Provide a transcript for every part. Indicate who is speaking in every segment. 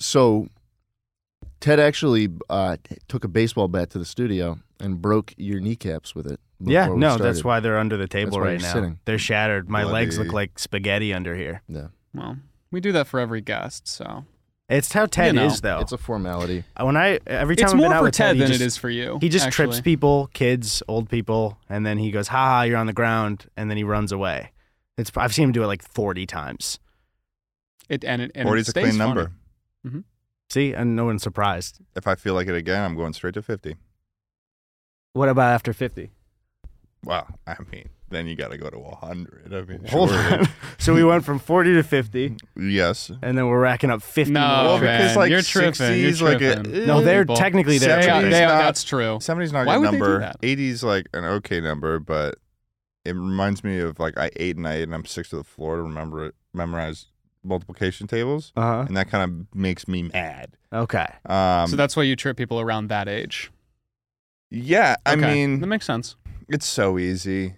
Speaker 1: So Ted actually uh, t- took a baseball bat to the studio and broke your kneecaps with it.
Speaker 2: Yeah,
Speaker 1: before we
Speaker 2: no, that's
Speaker 1: started.
Speaker 2: why they're under the table
Speaker 1: why
Speaker 2: right
Speaker 1: you're
Speaker 2: now.
Speaker 1: sitting.
Speaker 2: They're shattered. My legs look
Speaker 3: Bloody.
Speaker 2: like spaghetti under here.
Speaker 1: Yeah.
Speaker 4: Well, we do that for every guest, so
Speaker 2: It's how Ted
Speaker 4: know,
Speaker 2: is though. Uh,
Speaker 1: It's a formality.
Speaker 2: when I every time
Speaker 4: it's
Speaker 2: I've been
Speaker 4: more
Speaker 2: out
Speaker 4: for
Speaker 2: with Ted,
Speaker 4: Ted
Speaker 2: he
Speaker 4: than
Speaker 2: just,
Speaker 4: it is for you.
Speaker 2: He just
Speaker 4: actually.
Speaker 2: trips people, kids, old people, and then he goes, "Ha ha, you're on the ground," and then he runs away. It's I've seen him do it like 40 times.
Speaker 4: It and it and it
Speaker 3: 40's a
Speaker 4: stays
Speaker 3: clean
Speaker 4: funny.
Speaker 3: number.
Speaker 2: See, and no one's surprised.
Speaker 3: If I feel like it again, I'm going straight to 50.
Speaker 2: What about after 50?
Speaker 3: Wow. I mean, then you got to go to 100. I mean,
Speaker 2: Hold
Speaker 3: surely.
Speaker 2: on. so we went from 40 to 50,
Speaker 3: Yes.
Speaker 2: and then we're racking up 50.
Speaker 4: No,
Speaker 2: more.
Speaker 3: Well,
Speaker 4: man,
Speaker 3: because like
Speaker 4: you're tripping,
Speaker 3: 60s,
Speaker 4: you're
Speaker 3: like
Speaker 4: tripping.
Speaker 3: A,
Speaker 2: no, they're
Speaker 4: people.
Speaker 2: technically
Speaker 4: They
Speaker 2: there.
Speaker 3: Say
Speaker 4: are-
Speaker 3: It's
Speaker 4: they are-
Speaker 3: not-
Speaker 4: that's true.
Speaker 3: 70's not a
Speaker 4: Why
Speaker 3: good
Speaker 4: would they do
Speaker 3: number.
Speaker 4: that?
Speaker 3: 80's like an okay number, but it reminds me of like I ate and I ate and I'm six to the floor to remember it, memorize multiplication tables,
Speaker 2: Uh
Speaker 3: and that kind of makes me mad.
Speaker 2: huh. Okay.
Speaker 3: Um,
Speaker 4: so that's why you trip people around that age.
Speaker 3: yeah. I
Speaker 4: Okay, that
Speaker 3: mean,
Speaker 4: makes sense.
Speaker 3: it's so easy,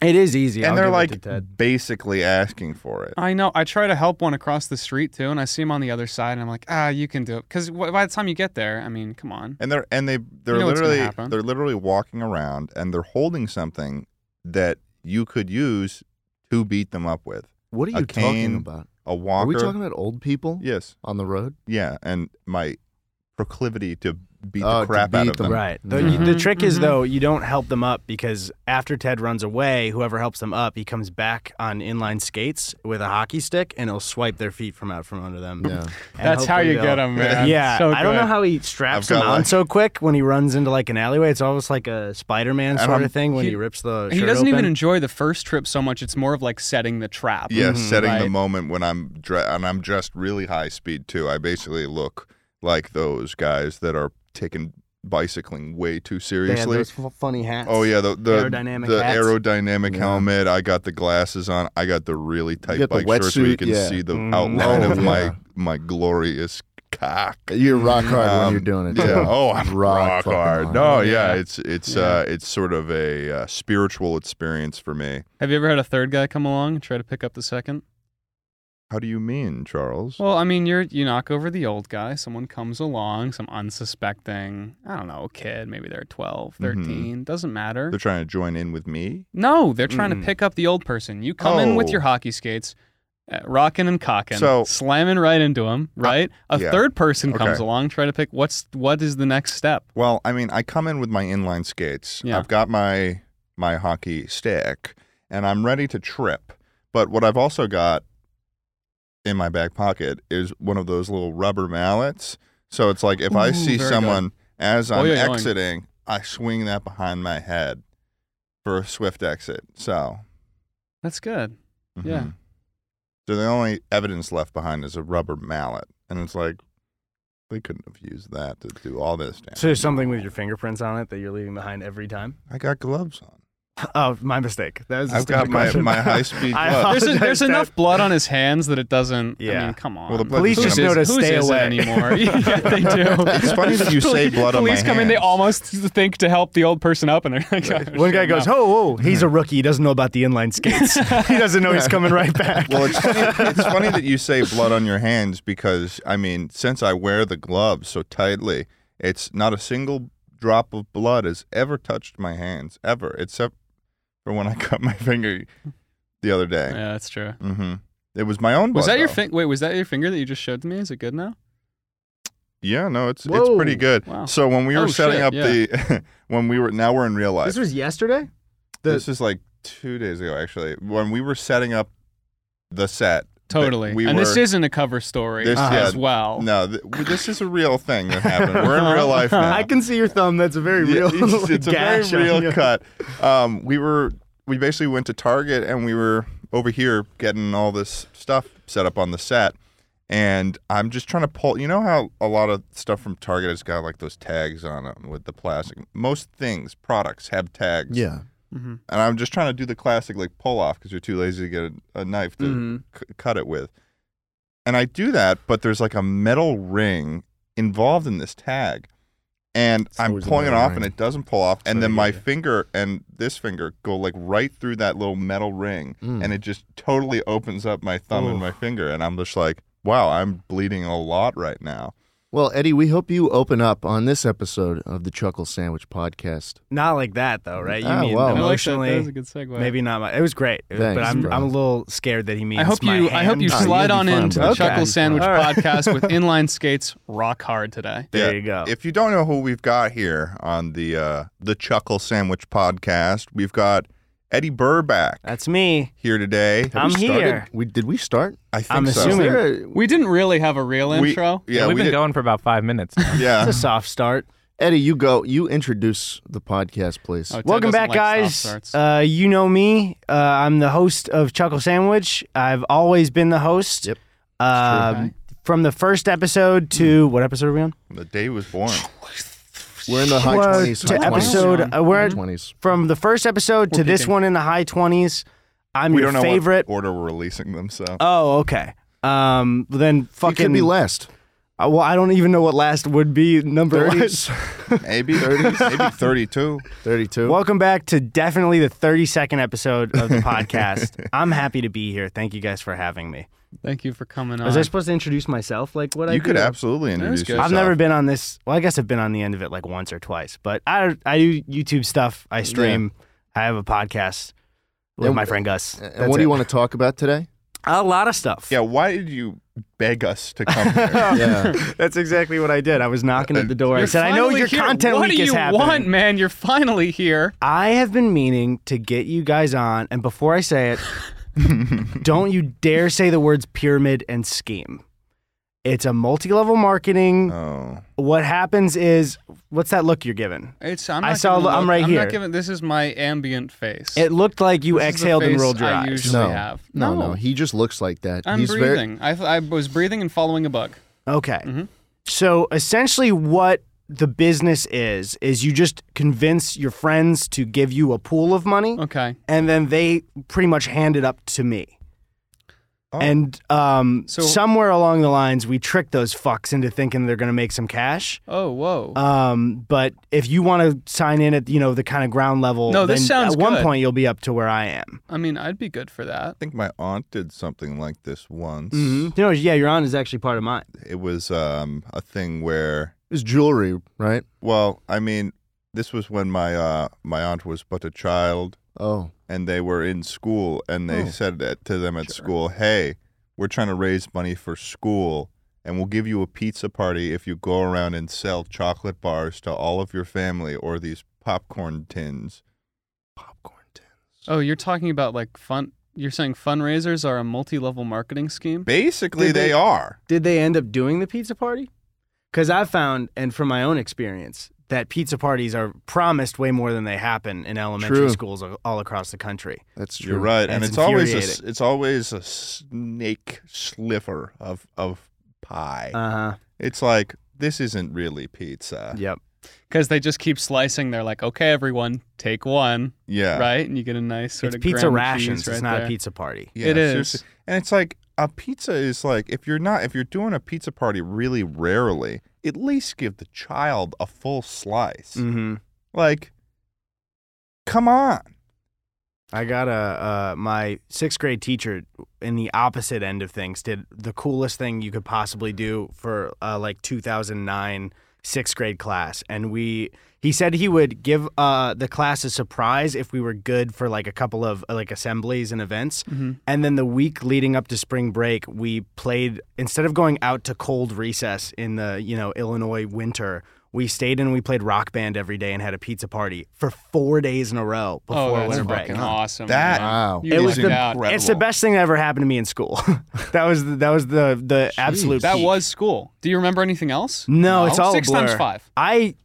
Speaker 2: It is easy.
Speaker 3: and
Speaker 2: I'll
Speaker 3: they're
Speaker 2: give it
Speaker 3: like
Speaker 2: to Ted.
Speaker 3: basically asking for it.
Speaker 4: I know. I try to help one across the street too, and I see him on the other side, and I'm like, ah, you can do it. Because by the time you get there, I mean, come on.
Speaker 3: and they're and they they're
Speaker 4: know what's gonna
Speaker 3: literally
Speaker 4: happen.
Speaker 3: they're literally walking around and they're holding something that you could use to beat them up with
Speaker 1: What are
Speaker 3: A
Speaker 1: you
Speaker 3: cane,
Speaker 1: talking about?
Speaker 3: a
Speaker 1: Are
Speaker 3: walker.
Speaker 1: we talking about old people
Speaker 3: yes,
Speaker 1: on the road?
Speaker 3: yeah, and my proclivity to beat
Speaker 1: Oh,
Speaker 3: the
Speaker 1: to
Speaker 3: crap out
Speaker 1: beat
Speaker 3: of
Speaker 1: them.
Speaker 3: them. Mm-hmm.
Speaker 2: Right. The,
Speaker 1: Mhm.
Speaker 2: the trick is
Speaker 4: Mhm.
Speaker 2: though, you don't help them up because after Ted runs away, whoever helps them up, he comes back on inline skates with a hockey stick and he'll swipe their feet from out from under them.
Speaker 1: Yeah.
Speaker 2: And
Speaker 4: that's how
Speaker 2: hopefully
Speaker 4: you get
Speaker 2: they'll-
Speaker 4: them, man.
Speaker 2: Yeah,
Speaker 4: So
Speaker 2: I don't know
Speaker 4: good.
Speaker 2: how he straps
Speaker 3: I've
Speaker 2: them
Speaker 3: got,
Speaker 2: on
Speaker 3: like-
Speaker 2: so quick when he runs into like an alleyway. It's almost like a Spider-Man
Speaker 3: And
Speaker 2: sort
Speaker 3: I'm-
Speaker 2: of thing when he,
Speaker 4: He-
Speaker 2: rips the.
Speaker 4: He
Speaker 2: shirt
Speaker 4: doesn't even
Speaker 2: open.
Speaker 4: enjoy the first trip so much. It's more of like setting the trap.
Speaker 3: Yeah,
Speaker 2: Mhm.
Speaker 3: setting the
Speaker 4: Right.
Speaker 3: moment when I'm dre- and I'm dressed really high speed too. I basically look like those guys that are taking bicycling way
Speaker 2: They
Speaker 3: too
Speaker 2: have
Speaker 3: seriously.
Speaker 2: those f- funny hats.
Speaker 3: Oh yeah, the the
Speaker 2: Aerodynamic
Speaker 3: the
Speaker 2: hats.
Speaker 3: aerodynamic
Speaker 1: Yeah.
Speaker 3: helmet. I got the glasses on. I got the really tight
Speaker 1: got the
Speaker 3: bike shorts where you
Speaker 1: wetsuit,
Speaker 3: can
Speaker 1: yeah.
Speaker 3: see the
Speaker 2: Mm.
Speaker 3: outline
Speaker 1: Oh,
Speaker 3: of
Speaker 1: yeah.
Speaker 3: my my glorious cock.
Speaker 1: You're rock hard when
Speaker 3: Um,
Speaker 1: you're doing it.
Speaker 3: Yeah.
Speaker 1: too.
Speaker 3: Oh, I'm rock,
Speaker 1: Rock fucking
Speaker 3: hard.
Speaker 1: hard.
Speaker 2: Oh,
Speaker 3: No, yeah.
Speaker 4: Yeah.
Speaker 3: It's it's uh it's sort of a uh, spiritual experience for me.
Speaker 4: Have you ever had a third guy come along and try to pick up the second?
Speaker 3: How do you mean, Charles?
Speaker 4: Well, I mean, you're you knock over the old guy. Someone comes along, some unsuspecting, I don't know, kid. Maybe they're
Speaker 3: Mm-hmm.
Speaker 4: 12, 13, doesn't matter.
Speaker 3: They're trying to join in with me.
Speaker 4: no, they're trying
Speaker 2: Mm-mm.
Speaker 4: to pick up the old person. You come in with
Speaker 3: Mm. Oh.
Speaker 4: your hockey skates, uh, rocking and cocking,
Speaker 3: So- Uh,
Speaker 4: slamming right into him. Right, A
Speaker 3: yeah.
Speaker 4: third person comes
Speaker 3: Okay.
Speaker 4: along, try to pick. What's what is the next step?
Speaker 3: Well, I mean, I come in with my inline skates.
Speaker 4: Yeah.
Speaker 3: I've got my my hockey stick, and I'm ready to trip. But what I've also got in my back pocket is one of those little rubber mallets. So it's like if I
Speaker 4: Ooh,
Speaker 3: see
Speaker 4: very good.
Speaker 3: someone as I'm
Speaker 4: Oh, yeah, yoink.
Speaker 3: exiting, I swing that behind my head for a swift exit. So
Speaker 4: That's good. Yeah.
Speaker 3: mhm. So the only evidence left behind is a rubber mallet, and it's like they couldn't have used that to do all this damage.
Speaker 2: So there's something with your fingerprints on it that you're leaving behind every time.
Speaker 3: I got gloves on.
Speaker 2: Oh, my mistake. That was. a
Speaker 3: I've got
Speaker 2: stupid
Speaker 3: my-
Speaker 2: question.
Speaker 3: my high-speed
Speaker 2: I
Speaker 3: glove.
Speaker 4: There's, a,
Speaker 2: apologize,
Speaker 4: there's
Speaker 2: Ted.
Speaker 4: enough blood on his hands that it doesn't. I
Speaker 2: Yeah.
Speaker 4: mean, come on.
Speaker 3: Well, the blood
Speaker 2: Police
Speaker 3: Whose
Speaker 2: just
Speaker 3: is-
Speaker 2: know to
Speaker 4: whose
Speaker 2: stay
Speaker 4: is it
Speaker 2: away
Speaker 4: anymore. yeah, they do.
Speaker 3: It's funny that you say blood on my
Speaker 4: Police come in, they
Speaker 3: hands.
Speaker 4: almost think to help the old person up, and they're like, "Oh,
Speaker 2: One guy
Speaker 4: shit,
Speaker 2: goes,
Speaker 4: no."
Speaker 2: "Oh, whoa, he's a rookie. He doesn't know about the inline skates. he doesn't know he's coming right back."
Speaker 3: Well, it's funny, it's funny that you say blood on your hands because, I mean, since I wear the gloves so tightly, it's not a single drop of blood has ever touched my hands, ever, except for when I cut my finger the other day.
Speaker 4: Yeah, that's true.
Speaker 3: hmm It was my own blood.
Speaker 4: Was that your
Speaker 3: though.
Speaker 4: fin- wait? Was that your finger that you just showed to me? Is it good now?
Speaker 3: Yeah, no, it's it's
Speaker 2: Whoa.
Speaker 3: pretty good.
Speaker 4: Wow.
Speaker 3: So when we were
Speaker 4: Oh,
Speaker 3: setting
Speaker 4: shit,
Speaker 3: up
Speaker 4: yeah.
Speaker 3: the, when we were, now we're in real life.
Speaker 2: was yesterday. the-
Speaker 3: this is like two days ago, actually. When we were setting up the set, that
Speaker 4: Totally.
Speaker 3: we
Speaker 4: and
Speaker 3: were,
Speaker 4: this isn't a cover story
Speaker 3: This-
Speaker 2: yeah.
Speaker 4: as well.
Speaker 3: No, th- w- this is a real thing that happened. We're in real life now.
Speaker 2: I can see your thumb. That's a very
Speaker 3: Yeah,
Speaker 2: real.
Speaker 3: It's, it's a very
Speaker 2: gash on
Speaker 3: real
Speaker 2: you.
Speaker 3: cut. Um, we were we basically went to Target and we were over here getting all this stuff set up on the set. And I'm just trying to pull. You know how a lot of stuff from Target has got like those tags on them with the plastic. Most things, products have tags.
Speaker 1: Yeah.
Speaker 4: Mhm.
Speaker 3: And I'm just trying to do the classic like pull off because you're too lazy to get a, a knife to
Speaker 1: Mm-hmm.
Speaker 2: Mhm.
Speaker 3: c- cut it with. And I do that, but there's like a metal ring involved in this tag. And
Speaker 1: It's
Speaker 3: I'm
Speaker 1: always a
Speaker 3: pulling it
Speaker 1: metal
Speaker 3: off and
Speaker 1: ring.
Speaker 3: it doesn't pull off. and
Speaker 2: what
Speaker 3: then
Speaker 2: I
Speaker 3: my
Speaker 2: get.
Speaker 3: finger and this finger go like right through that little metal ring
Speaker 1: Mm.
Speaker 3: and it just totally opens up my thumb and
Speaker 2: Oof.
Speaker 3: my finger. And I'm just like, wow, I'm bleeding a lot right now.
Speaker 1: Well, Eddie, we hope you open up on this episode of the Chuckle Sandwich Podcast.
Speaker 2: Not like that though, right? You
Speaker 1: Ah,
Speaker 2: mean
Speaker 1: wow. I like that.
Speaker 2: Oh, emotionally?
Speaker 4: that was a good segue.
Speaker 2: Maybe not. My, it was great, It was-
Speaker 1: Thanks,
Speaker 2: but I'm
Speaker 1: bro.
Speaker 2: I'm a little scared that he means.
Speaker 4: I hope you.
Speaker 2: my
Speaker 4: I hope you
Speaker 1: hand.
Speaker 2: hand.
Speaker 4: slide
Speaker 1: Oh, you'll
Speaker 4: on
Speaker 1: be fine,
Speaker 4: into
Speaker 1: bro.
Speaker 4: the Chuckle
Speaker 2: Okay.
Speaker 4: Sandwich
Speaker 2: All right.
Speaker 4: podcast with inline skates rock hard today.
Speaker 2: There
Speaker 3: Yeah.
Speaker 2: you go.
Speaker 3: If you don't know who we've got here on the uh, the Chuckle Sandwich podcast, we've got Eddie Burback
Speaker 2: That's me.
Speaker 3: here today.
Speaker 1: Have we
Speaker 2: I'm
Speaker 1: started?
Speaker 2: here.
Speaker 1: We did we start?
Speaker 3: I think
Speaker 2: I'm
Speaker 3: so.
Speaker 1: Is
Speaker 2: assuming-
Speaker 1: there a-
Speaker 4: We didn't really have a real
Speaker 3: We-
Speaker 4: intro.
Speaker 3: yeah,
Speaker 5: we've
Speaker 3: we
Speaker 5: been
Speaker 3: did-
Speaker 5: going for about five minutes. now.
Speaker 3: Yeah.
Speaker 2: It's a soft start.
Speaker 1: Eddie, you go. You introduce the podcast, please.
Speaker 4: Oh, Ted
Speaker 2: Welcome
Speaker 4: doesn't
Speaker 2: back,
Speaker 4: like soft
Speaker 2: guys.
Speaker 4: starts.
Speaker 2: Uh, you know me. Uh, I'm the host of Chuckle Sandwich. I've always been the host.
Speaker 1: Yep.
Speaker 2: Um,
Speaker 4: Okay.
Speaker 2: From the first episode to what episode are we on?
Speaker 3: the day was born.
Speaker 1: We're in the high
Speaker 2: Well,
Speaker 1: twenties.
Speaker 2: to episode. Uh, we're
Speaker 1: High
Speaker 2: at-
Speaker 1: twenties.
Speaker 2: from the first episode to
Speaker 4: We're
Speaker 2: this
Speaker 4: peaking.
Speaker 2: one in the high twenties. I'm
Speaker 3: we
Speaker 2: your
Speaker 3: don't know
Speaker 2: favorite.
Speaker 3: what order we're releasing them, so
Speaker 2: Oh, okay. Um, then
Speaker 1: You
Speaker 2: fucking.
Speaker 1: could be last.
Speaker 2: Uh, well, I don't even know what last would be number
Speaker 1: Thirties.
Speaker 3: maybe maybe thirty-two.
Speaker 1: Thirty-two.
Speaker 2: Welcome back to definitely the 32nd episode of the podcast. I'm happy to be here. Thank you guys for having me.
Speaker 4: Thank you for coming on.
Speaker 2: Was I supposed to introduce myself? Like what I
Speaker 3: You could
Speaker 2: do?
Speaker 3: absolutely introduce
Speaker 4: good.
Speaker 3: yourself.
Speaker 2: I've never been on this. Well, I guess I've been on the end of it like once or twice, but I I do YouTube stuff. I stream. I have a podcast with
Speaker 1: And-
Speaker 2: my friend Gus.
Speaker 1: and what do you want to talk about today?
Speaker 2: A lot of stuff.
Speaker 3: Yeah, why did you beg us to come here?
Speaker 1: Yeah.
Speaker 2: That's exactly what I did. I was knocking at the door. I
Speaker 4: You're
Speaker 2: said, "I know
Speaker 4: finally
Speaker 2: your
Speaker 4: here.
Speaker 2: content
Speaker 4: what
Speaker 2: week
Speaker 4: do
Speaker 2: is
Speaker 4: you
Speaker 2: happening."
Speaker 4: want, man? You're finally here.
Speaker 2: I have been meaning to get you guys on, and before I say it, don't you dare say the words pyramid and scheme. It's a multi-level marketing.
Speaker 4: Uh.
Speaker 3: oh.
Speaker 2: what happens is, what's that look you're given?
Speaker 4: It's. I'm
Speaker 2: I
Speaker 4: not
Speaker 2: saw-
Speaker 4: giving a
Speaker 2: I'm
Speaker 4: look.
Speaker 2: right
Speaker 4: I'm
Speaker 2: here.
Speaker 4: Not giving, this is my ambient face.
Speaker 2: It looked like you
Speaker 4: This is the
Speaker 2: exhaled and
Speaker 4: face
Speaker 2: rolled your
Speaker 4: I
Speaker 2: eyes.
Speaker 4: usually
Speaker 1: No.
Speaker 4: have.
Speaker 1: No, no. He just looks like that.
Speaker 4: I'm
Speaker 1: He's very.
Speaker 4: breathing. I, th- I was breathing and following a bug.
Speaker 2: Okay.
Speaker 4: Mhm.
Speaker 2: So essentially, what the business is is you just convince your friends to give you a pool of money,
Speaker 4: Okay.
Speaker 2: and then they pretty much hand it up to me.
Speaker 3: Oh.
Speaker 2: And um,
Speaker 4: So-
Speaker 2: somewhere along the lines, we trick those fucks into thinking they're going to make some cash.
Speaker 4: Oh, whoa.
Speaker 2: Um, but if you want to sign in at you know the kind of ground level,
Speaker 4: No, this
Speaker 2: then
Speaker 4: sounds
Speaker 2: at one
Speaker 4: good.
Speaker 2: point you'll be up to where I am.
Speaker 4: I mean, I'd be good for that.
Speaker 3: I think my aunt did something like this once.
Speaker 2: You know, yeah, your aunt is actually part of mine.
Speaker 3: It was um, a thing where,
Speaker 1: It's jewelry, right?
Speaker 3: well, I mean, this was when my uh, my aunt was but a child,
Speaker 1: Oh,
Speaker 3: and they were in school, and they
Speaker 1: Oh.
Speaker 3: said that to them at school, "Hey, we're trying to raise money for school." And we'll give you a pizza party if you go around and sell chocolate bars to all of your family or these popcorn tins.
Speaker 1: popcorn tin.
Speaker 4: Oh, you're talking about like fun. You're saying fundraisers are a multi-level marketing scheme.
Speaker 3: Basically,
Speaker 2: Did
Speaker 3: they,
Speaker 2: they-
Speaker 3: are.
Speaker 2: Did they end up doing the pizza party? Because I've found, and from my own experience, that pizza parties are promised way more than they happen in elementary
Speaker 1: True.
Speaker 2: schools a- all across the country.
Speaker 1: That's true.
Speaker 3: You're right, and
Speaker 2: That's
Speaker 3: it's always a, s-
Speaker 2: infuriating.
Speaker 3: it's always a snake sliver of of pie.
Speaker 2: Uh
Speaker 4: Uh-huh.
Speaker 2: huh.
Speaker 3: It's like this isn't really pizza.
Speaker 2: Yep.
Speaker 4: Because they just keep slicing. They're like, okay, everyone, take one,
Speaker 3: Yeah,
Speaker 4: right? And you get a nice sort
Speaker 2: It's
Speaker 4: of
Speaker 2: pizza
Speaker 4: gram of
Speaker 2: rations.
Speaker 4: cheese right
Speaker 2: it's not
Speaker 4: there.
Speaker 2: a pizza party.
Speaker 3: Yeah,
Speaker 4: It
Speaker 3: seriously.
Speaker 4: is.
Speaker 3: and it's like a pizza is like if you're not if you're doing a pizza party really rarely, at least give the child a full slice.
Speaker 2: Mm-hmm.
Speaker 3: Like, come on.
Speaker 2: I got a uh, my sixth grade teacher in the opposite end of things did the coolest thing you could possibly do for uh, like 2009 sixth grade class, and we he said he would give uh, the class a surprise if we were good for like a couple of uh, like assemblies and events,
Speaker 4: Mhm.
Speaker 2: and then the week leading up to spring break, we played instead of going out to cold recess in the you know Illinois winter. We stayed and we played rock band every day and had a pizza party for four days in a row before
Speaker 4: oh, that's
Speaker 2: winter break.
Speaker 4: fucking awesome.
Speaker 3: That-
Speaker 4: man.
Speaker 1: Wow.
Speaker 4: You
Speaker 2: It was
Speaker 4: lucked
Speaker 2: the-
Speaker 4: out.
Speaker 3: incredible.
Speaker 2: It's the best thing that ever happened to me in school. that was the, that was the the
Speaker 1: Jeez.
Speaker 2: absolute.
Speaker 4: That
Speaker 2: peak.
Speaker 4: was school. Do you remember anything else?
Speaker 2: No, it's all a
Speaker 4: six times
Speaker 2: blur.
Speaker 4: five.
Speaker 2: I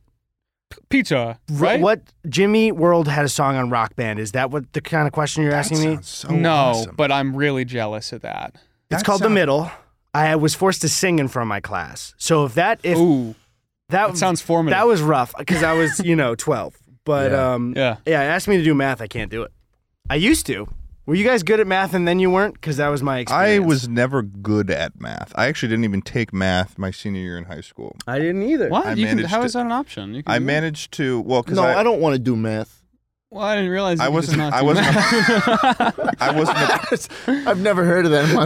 Speaker 4: Pizza, right?
Speaker 2: what Jimmy World had a song on Rock Band. Is that what the kind of question you're
Speaker 3: That
Speaker 2: asking me?
Speaker 3: sounds so
Speaker 4: No,
Speaker 2: Oh,
Speaker 3: awesome.
Speaker 4: but I'm really jealous of that.
Speaker 2: It's
Speaker 3: That
Speaker 2: called the
Speaker 3: sound-
Speaker 2: middle. I was forced to sing in front of my class. So if that if
Speaker 4: Ooh,
Speaker 2: that
Speaker 4: that sounds formative.
Speaker 2: that was rough because I was you know 12. But
Speaker 1: Yeah.
Speaker 2: um
Speaker 4: yeah.
Speaker 2: yeah, asked me to do math. I can't do it. I used to. Were you guys good at math and then you weren't? Because that was my
Speaker 3: I
Speaker 2: experience.
Speaker 3: was never good at math. I actually didn't even take math my senior year in high school.
Speaker 2: I didn't either.
Speaker 4: What?
Speaker 3: I
Speaker 4: you can,
Speaker 3: managed
Speaker 4: how
Speaker 3: to-
Speaker 4: is that an option? You can
Speaker 3: I
Speaker 4: do that?
Speaker 3: managed to well because
Speaker 1: No,
Speaker 3: I,
Speaker 1: I, don't want to do math.
Speaker 4: Well, I didn't realize
Speaker 3: I
Speaker 4: you could
Speaker 3: wasn't-
Speaker 4: just not
Speaker 3: I
Speaker 4: do
Speaker 3: wasn't
Speaker 4: math.
Speaker 3: I wasn't a
Speaker 1: I've never heard of that in my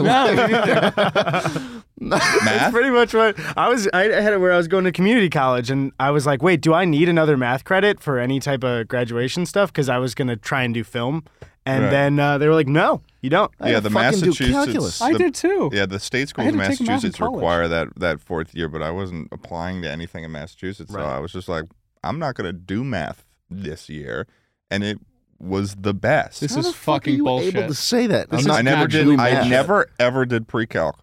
Speaker 1: life.
Speaker 3: math.
Speaker 2: Pretty much what I was. I I had it where I was going to community college, and I was like, "Wait, do I need another math credit for any type of graduation stuff?" Because I was gonna try and do film, and
Speaker 3: Right.
Speaker 2: then uh, they were like, "No, you don't."
Speaker 1: I
Speaker 3: yeah,
Speaker 1: had
Speaker 3: the
Speaker 1: to fucking do
Speaker 3: Massachusetts.
Speaker 1: calculus.
Speaker 4: I
Speaker 3: the-
Speaker 4: did too.
Speaker 3: Yeah, the state schools
Speaker 4: had
Speaker 3: in
Speaker 4: to take math in
Speaker 3: Massachusetts
Speaker 4: college.
Speaker 3: require that that fourth year, but I wasn't applying to anything in Massachusetts, so
Speaker 2: Right.
Speaker 3: I was just like, I'm not gonna do math this year, and it was the best.
Speaker 4: This
Speaker 1: How
Speaker 4: is
Speaker 1: the fuck
Speaker 4: fucking
Speaker 1: are you
Speaker 4: bullshit.
Speaker 1: Able to say that?
Speaker 4: This is
Speaker 1: I'm not
Speaker 3: I never
Speaker 1: gonna
Speaker 3: did.
Speaker 1: do
Speaker 3: I
Speaker 1: math.
Speaker 3: never ever did pre-calc.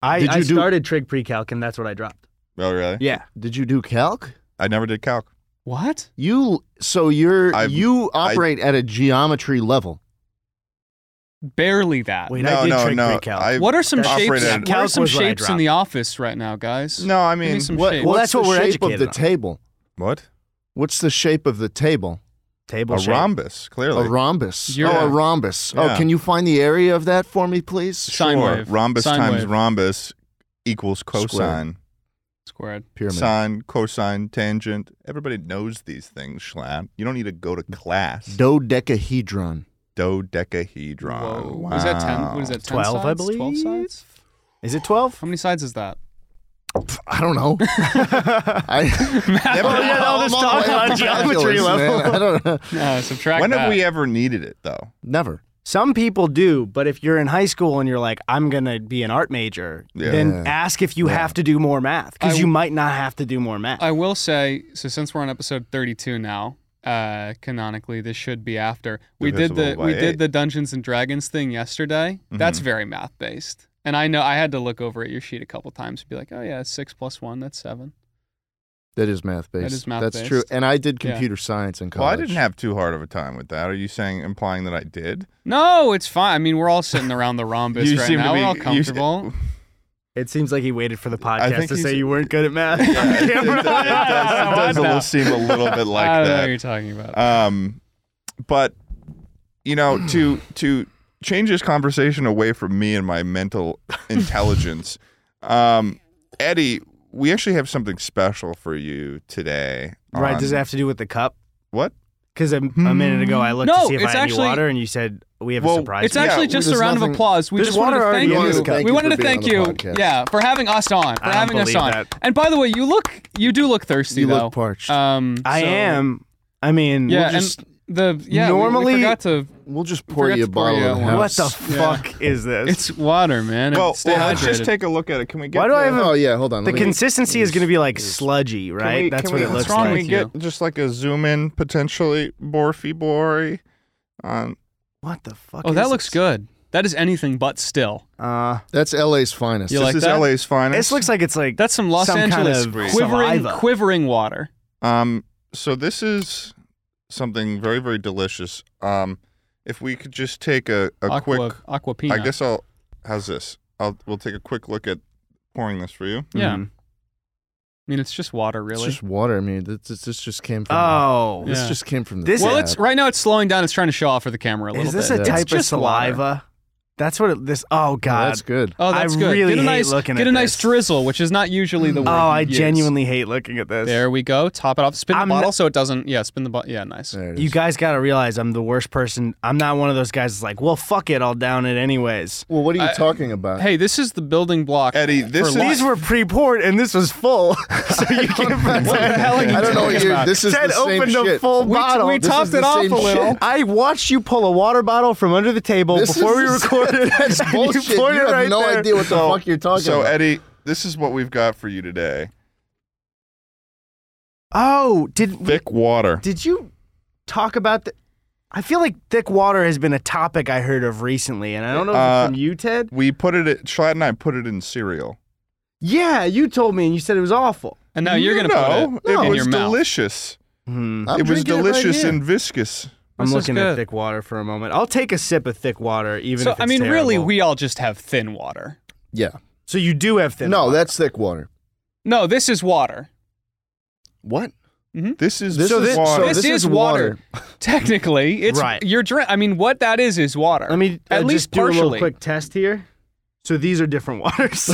Speaker 2: I,
Speaker 1: Did
Speaker 2: I
Speaker 1: you do-
Speaker 2: started trig pre-calc, and that's what I dropped.
Speaker 3: Oh really?
Speaker 2: Yeah,
Speaker 1: Did you do calc?
Speaker 3: I never did calc.
Speaker 4: What?
Speaker 1: You so you're
Speaker 3: I've-
Speaker 1: you
Speaker 3: I-
Speaker 1: operate at a geometry level.
Speaker 4: Barely that.
Speaker 2: wait,
Speaker 3: no,
Speaker 2: I did
Speaker 3: no,
Speaker 2: trig
Speaker 3: no.
Speaker 2: pre-calc.
Speaker 3: I-
Speaker 4: what are some
Speaker 2: That's-
Speaker 4: shapes?
Speaker 3: Operated-
Speaker 4: What are
Speaker 2: Calc
Speaker 4: some
Speaker 2: was what I
Speaker 4: shapes in the office right now, guys?
Speaker 3: No, I
Speaker 4: Give me
Speaker 3: mean,
Speaker 4: some
Speaker 1: What,
Speaker 4: shapes.
Speaker 2: Well,
Speaker 1: what's
Speaker 2: that's what
Speaker 1: the
Speaker 2: we're
Speaker 1: shape of
Speaker 2: educated
Speaker 1: the
Speaker 2: on.
Speaker 1: table?
Speaker 3: what?
Speaker 1: What's the shape of the table?
Speaker 2: table
Speaker 3: A
Speaker 2: shape.
Speaker 3: rhombus, clearly.
Speaker 1: A rhombus.
Speaker 4: You're-
Speaker 1: oh, a rhombus. Oh,
Speaker 3: Yeah.
Speaker 1: can you find the area of that for me, please?
Speaker 4: Sine
Speaker 3: Sure,
Speaker 4: wave.
Speaker 3: Rhombus
Speaker 4: Sine
Speaker 3: times
Speaker 4: wave.
Speaker 3: rhombus equals cosine.
Speaker 4: Squared.
Speaker 1: Pyramid.
Speaker 3: Sine, cosine, tangent. Everybody knows these things, Schlatt. You don't need to go to class.
Speaker 1: Dodecahedron.
Speaker 3: Dodecahedron.
Speaker 4: Whoa. Is that ten? What is that? 10
Speaker 2: 12, I
Speaker 4: sides?
Speaker 2: believe.
Speaker 4: Twelve sides.
Speaker 2: Is it twelve?
Speaker 4: How many sides is that?
Speaker 1: I don't know. I,
Speaker 3: Never-
Speaker 2: yeah, all this
Speaker 1: I'm on
Speaker 2: talk
Speaker 1: the way
Speaker 2: on
Speaker 1: up to
Speaker 2: geometry
Speaker 1: calculus,
Speaker 2: level.
Speaker 1: man. I don't know.
Speaker 4: No, Uh, subtract
Speaker 3: When
Speaker 4: that.
Speaker 3: have we ever needed it though?
Speaker 1: Never.
Speaker 2: Some people do, but if you're in high school and you're like, I'm going to be an art major,
Speaker 3: Yeah.
Speaker 2: then ask if you have to do more math
Speaker 4: I-
Speaker 2: because you might not have to do more math.
Speaker 4: I will say, so since we're on episode 32 now, uh, canonically, this should be after we did the
Speaker 3: Divisible by
Speaker 4: we
Speaker 3: eight. Mm-hmm.
Speaker 4: did the Dungeons and Dragons thing yesterday. That's very math based, and I know I had to look over at your sheet a couple times and be like, oh yeah, six plus one, that's seven.
Speaker 1: That is math based.
Speaker 4: is math
Speaker 1: That's true.
Speaker 4: based.
Speaker 1: And I did
Speaker 4: Yeah.
Speaker 1: computer science in college.
Speaker 3: Well, I didn't have too hard of a time with that. Are you saying implying that I did?
Speaker 4: No, it's fine. I mean, we're all sitting around the rhombus
Speaker 3: You
Speaker 4: right
Speaker 3: seem to
Speaker 4: now.
Speaker 3: be-
Speaker 4: we're all
Speaker 3: you-
Speaker 4: comfortable.
Speaker 2: it seems like he waited for the podcast
Speaker 3: think
Speaker 2: to
Speaker 3: he's-
Speaker 2: say you weren't good at math.
Speaker 3: it, it- it does, it does a
Speaker 4: Wow.
Speaker 3: little, seem a little bit like
Speaker 4: I don't know
Speaker 3: that.
Speaker 4: what you're talking about.
Speaker 3: Um, but you know, to to change this conversation away from me and my mental intelligence, um, Eddie, we actually have something special for you today.
Speaker 2: right.
Speaker 3: on-
Speaker 2: Does it have to do with the cup?
Speaker 3: what?
Speaker 2: Because a, a minute ago I looked
Speaker 4: No,
Speaker 2: to see if I
Speaker 4: it's
Speaker 2: had
Speaker 4: actually-
Speaker 2: any water, and you said, we have
Speaker 3: Well,
Speaker 2: a surprise.
Speaker 4: It's
Speaker 3: Yeah,
Speaker 4: actually just a
Speaker 1: there's
Speaker 4: round of
Speaker 1: nothing-
Speaker 4: applause. We
Speaker 2: There's
Speaker 4: just
Speaker 2: water
Speaker 4: wanted to
Speaker 2: already
Speaker 4: thank
Speaker 2: in this
Speaker 4: you.
Speaker 2: cup.
Speaker 1: Thank
Speaker 4: we
Speaker 1: you
Speaker 4: wanted
Speaker 1: for
Speaker 4: to
Speaker 1: being
Speaker 4: thank you.
Speaker 1: on the podcast.
Speaker 4: Yeah, for having us on. For
Speaker 2: I don't
Speaker 4: having us
Speaker 2: believe
Speaker 4: on.
Speaker 2: that.
Speaker 4: And by the way, you look you do look thirsty
Speaker 1: You
Speaker 4: though.
Speaker 1: look parched.
Speaker 4: Um,
Speaker 2: I
Speaker 4: so-
Speaker 2: am. I mean,
Speaker 4: Yeah,
Speaker 2: we'll just-
Speaker 4: and the yeah. we-
Speaker 2: Normally-
Speaker 4: we, forgot to.
Speaker 1: We'll just pour
Speaker 4: forgot
Speaker 1: you a
Speaker 4: to pour
Speaker 1: bottle
Speaker 4: you
Speaker 1: of
Speaker 4: out one.
Speaker 2: what
Speaker 1: house.
Speaker 2: the
Speaker 4: Yeah.
Speaker 2: fuck is this?
Speaker 4: It's water, man. and
Speaker 3: Well,
Speaker 4: stay
Speaker 3: well, let's just
Speaker 4: hydrated.
Speaker 3: take a look at it. Can we get?
Speaker 2: Why do I
Speaker 3: the-
Speaker 2: have a-
Speaker 1: Oh yeah, hold on.
Speaker 2: the
Speaker 1: Let me-
Speaker 2: consistency is going to be like sludgy,
Speaker 3: Can
Speaker 2: right?
Speaker 3: we-
Speaker 2: That's
Speaker 3: can
Speaker 2: what
Speaker 3: we-
Speaker 2: it looks
Speaker 4: What's wrong
Speaker 3: Can
Speaker 2: like.
Speaker 3: we
Speaker 4: with
Speaker 3: get just like a zoom in potentially, Borfy Bory? Um,
Speaker 2: What the fuck?
Speaker 4: Oh,
Speaker 2: is
Speaker 4: that looks
Speaker 2: this?
Speaker 4: good. That is anything but still.
Speaker 2: Uh,
Speaker 1: That's LA's finest.
Speaker 4: You
Speaker 3: this
Speaker 4: like
Speaker 3: is
Speaker 4: that?
Speaker 3: LA's finest.
Speaker 2: this looks like it's like
Speaker 4: That's some Los
Speaker 2: Some kind
Speaker 4: Angeles
Speaker 2: of
Speaker 4: quivering,
Speaker 2: saliva.
Speaker 4: quivering water.
Speaker 3: Um, so this is something very, very delicious. Um, if we could just take a, a
Speaker 4: aqua,
Speaker 3: quick,
Speaker 4: aquapina.
Speaker 3: I guess I'll. How's this? I'll we'll take a quick look at pouring this for you.
Speaker 4: Yeah.
Speaker 2: Mhm.
Speaker 4: I mean, it's just water,
Speaker 1: It's
Speaker 4: really.
Speaker 1: just water. I mean, this, this, this just came from.
Speaker 2: Oh,
Speaker 1: this
Speaker 4: Yeah.
Speaker 1: just came from. The
Speaker 2: This-
Speaker 4: well,
Speaker 1: tap.
Speaker 4: it's right now. It's slowing down. It's trying to show off for the camera a little
Speaker 2: is this
Speaker 4: bit.
Speaker 2: a
Speaker 1: bit.
Speaker 2: type
Speaker 4: it's
Speaker 2: of
Speaker 4: just water.
Speaker 2: saliva? That's what it, this. Oh
Speaker 1: Oh,
Speaker 2: god.
Speaker 1: that's good.
Speaker 4: Oh,
Speaker 2: I
Speaker 4: that's good.
Speaker 2: really
Speaker 4: get a
Speaker 2: hate
Speaker 4: nice,
Speaker 2: looking
Speaker 4: get
Speaker 2: at
Speaker 4: a nice
Speaker 2: this.
Speaker 4: drizzle, which is not usually the word.
Speaker 2: oh, I
Speaker 4: you'd use.
Speaker 2: genuinely hate looking at this.
Speaker 4: There we go. Top it off. Spin
Speaker 2: I'm
Speaker 4: the
Speaker 2: not-
Speaker 4: bottle so it doesn't. Yeah, spin the bottle. Yeah, nice.
Speaker 1: There it
Speaker 2: You
Speaker 1: is.
Speaker 2: guys got to realize I'm the worst person. I'm not one of those guys that's like, well, fuck it, I'll down it anyways.
Speaker 1: well, what are you talking about?
Speaker 4: Hey, this is the building block.
Speaker 3: Eddie,
Speaker 4: for
Speaker 3: this is-
Speaker 4: life.
Speaker 2: These were pre-poured and this was full, so you can't pretend.
Speaker 4: What the hell are you
Speaker 1: I don't know what
Speaker 4: talking
Speaker 1: you're.
Speaker 4: about?
Speaker 1: This is
Speaker 2: Ted
Speaker 1: the same
Speaker 2: opened
Speaker 1: shit.
Speaker 2: a full
Speaker 4: We-
Speaker 2: bottle.
Speaker 4: we
Speaker 1: This
Speaker 4: topped
Speaker 1: is the
Speaker 4: it off
Speaker 1: same
Speaker 4: a little.
Speaker 1: shit.
Speaker 2: I watched you pull a water bottle from under the table
Speaker 1: This
Speaker 2: before
Speaker 1: is-
Speaker 2: we recorded.
Speaker 1: That's
Speaker 2: and
Speaker 1: bullshit.
Speaker 2: You,
Speaker 1: You,
Speaker 2: poured it
Speaker 1: have
Speaker 2: right
Speaker 1: no
Speaker 2: there.
Speaker 1: idea what the fuck you're talking
Speaker 3: So
Speaker 1: about.
Speaker 3: Eddie, this is what we've got for you today:
Speaker 2: Oh, did
Speaker 3: thick water.
Speaker 2: did you talk about the I feel like thick water has been a topic I heard of recently, and I don't know if
Speaker 3: Uh,
Speaker 2: it's from you, Ted.
Speaker 3: We put it. At, Schlatt and I put it in cereal.
Speaker 2: Yeah, you told me, and you said it was awful.
Speaker 4: And now you're gonna
Speaker 3: no,
Speaker 4: put it in
Speaker 3: was
Speaker 4: your mouth.
Speaker 3: delicious.
Speaker 2: Hmm.
Speaker 1: I'm
Speaker 3: it was
Speaker 1: drinking right
Speaker 3: delicious
Speaker 1: here.
Speaker 3: and viscous.
Speaker 2: I'm
Speaker 4: This is
Speaker 2: looking at
Speaker 4: good.
Speaker 2: thick water for a moment. I'll take a sip of thick water, even
Speaker 4: So
Speaker 2: if it's
Speaker 4: I mean, really,
Speaker 2: terrible.
Speaker 4: we all just have thin water.
Speaker 1: yeah.
Speaker 2: So you do have thin.
Speaker 1: No,
Speaker 2: water.
Speaker 1: that's thick water.
Speaker 4: No, this is water.
Speaker 1: What?
Speaker 3: This is
Speaker 1: This
Speaker 3: so
Speaker 1: is-
Speaker 3: water.
Speaker 1: so
Speaker 4: Hmm? this,
Speaker 1: this is water.
Speaker 4: Technically, it's
Speaker 2: Right.
Speaker 4: You're drink. I mean, what that is is water.
Speaker 2: Let me uh,
Speaker 4: at least
Speaker 2: just do a
Speaker 4: partially.
Speaker 2: little quick test here. So these are different waters.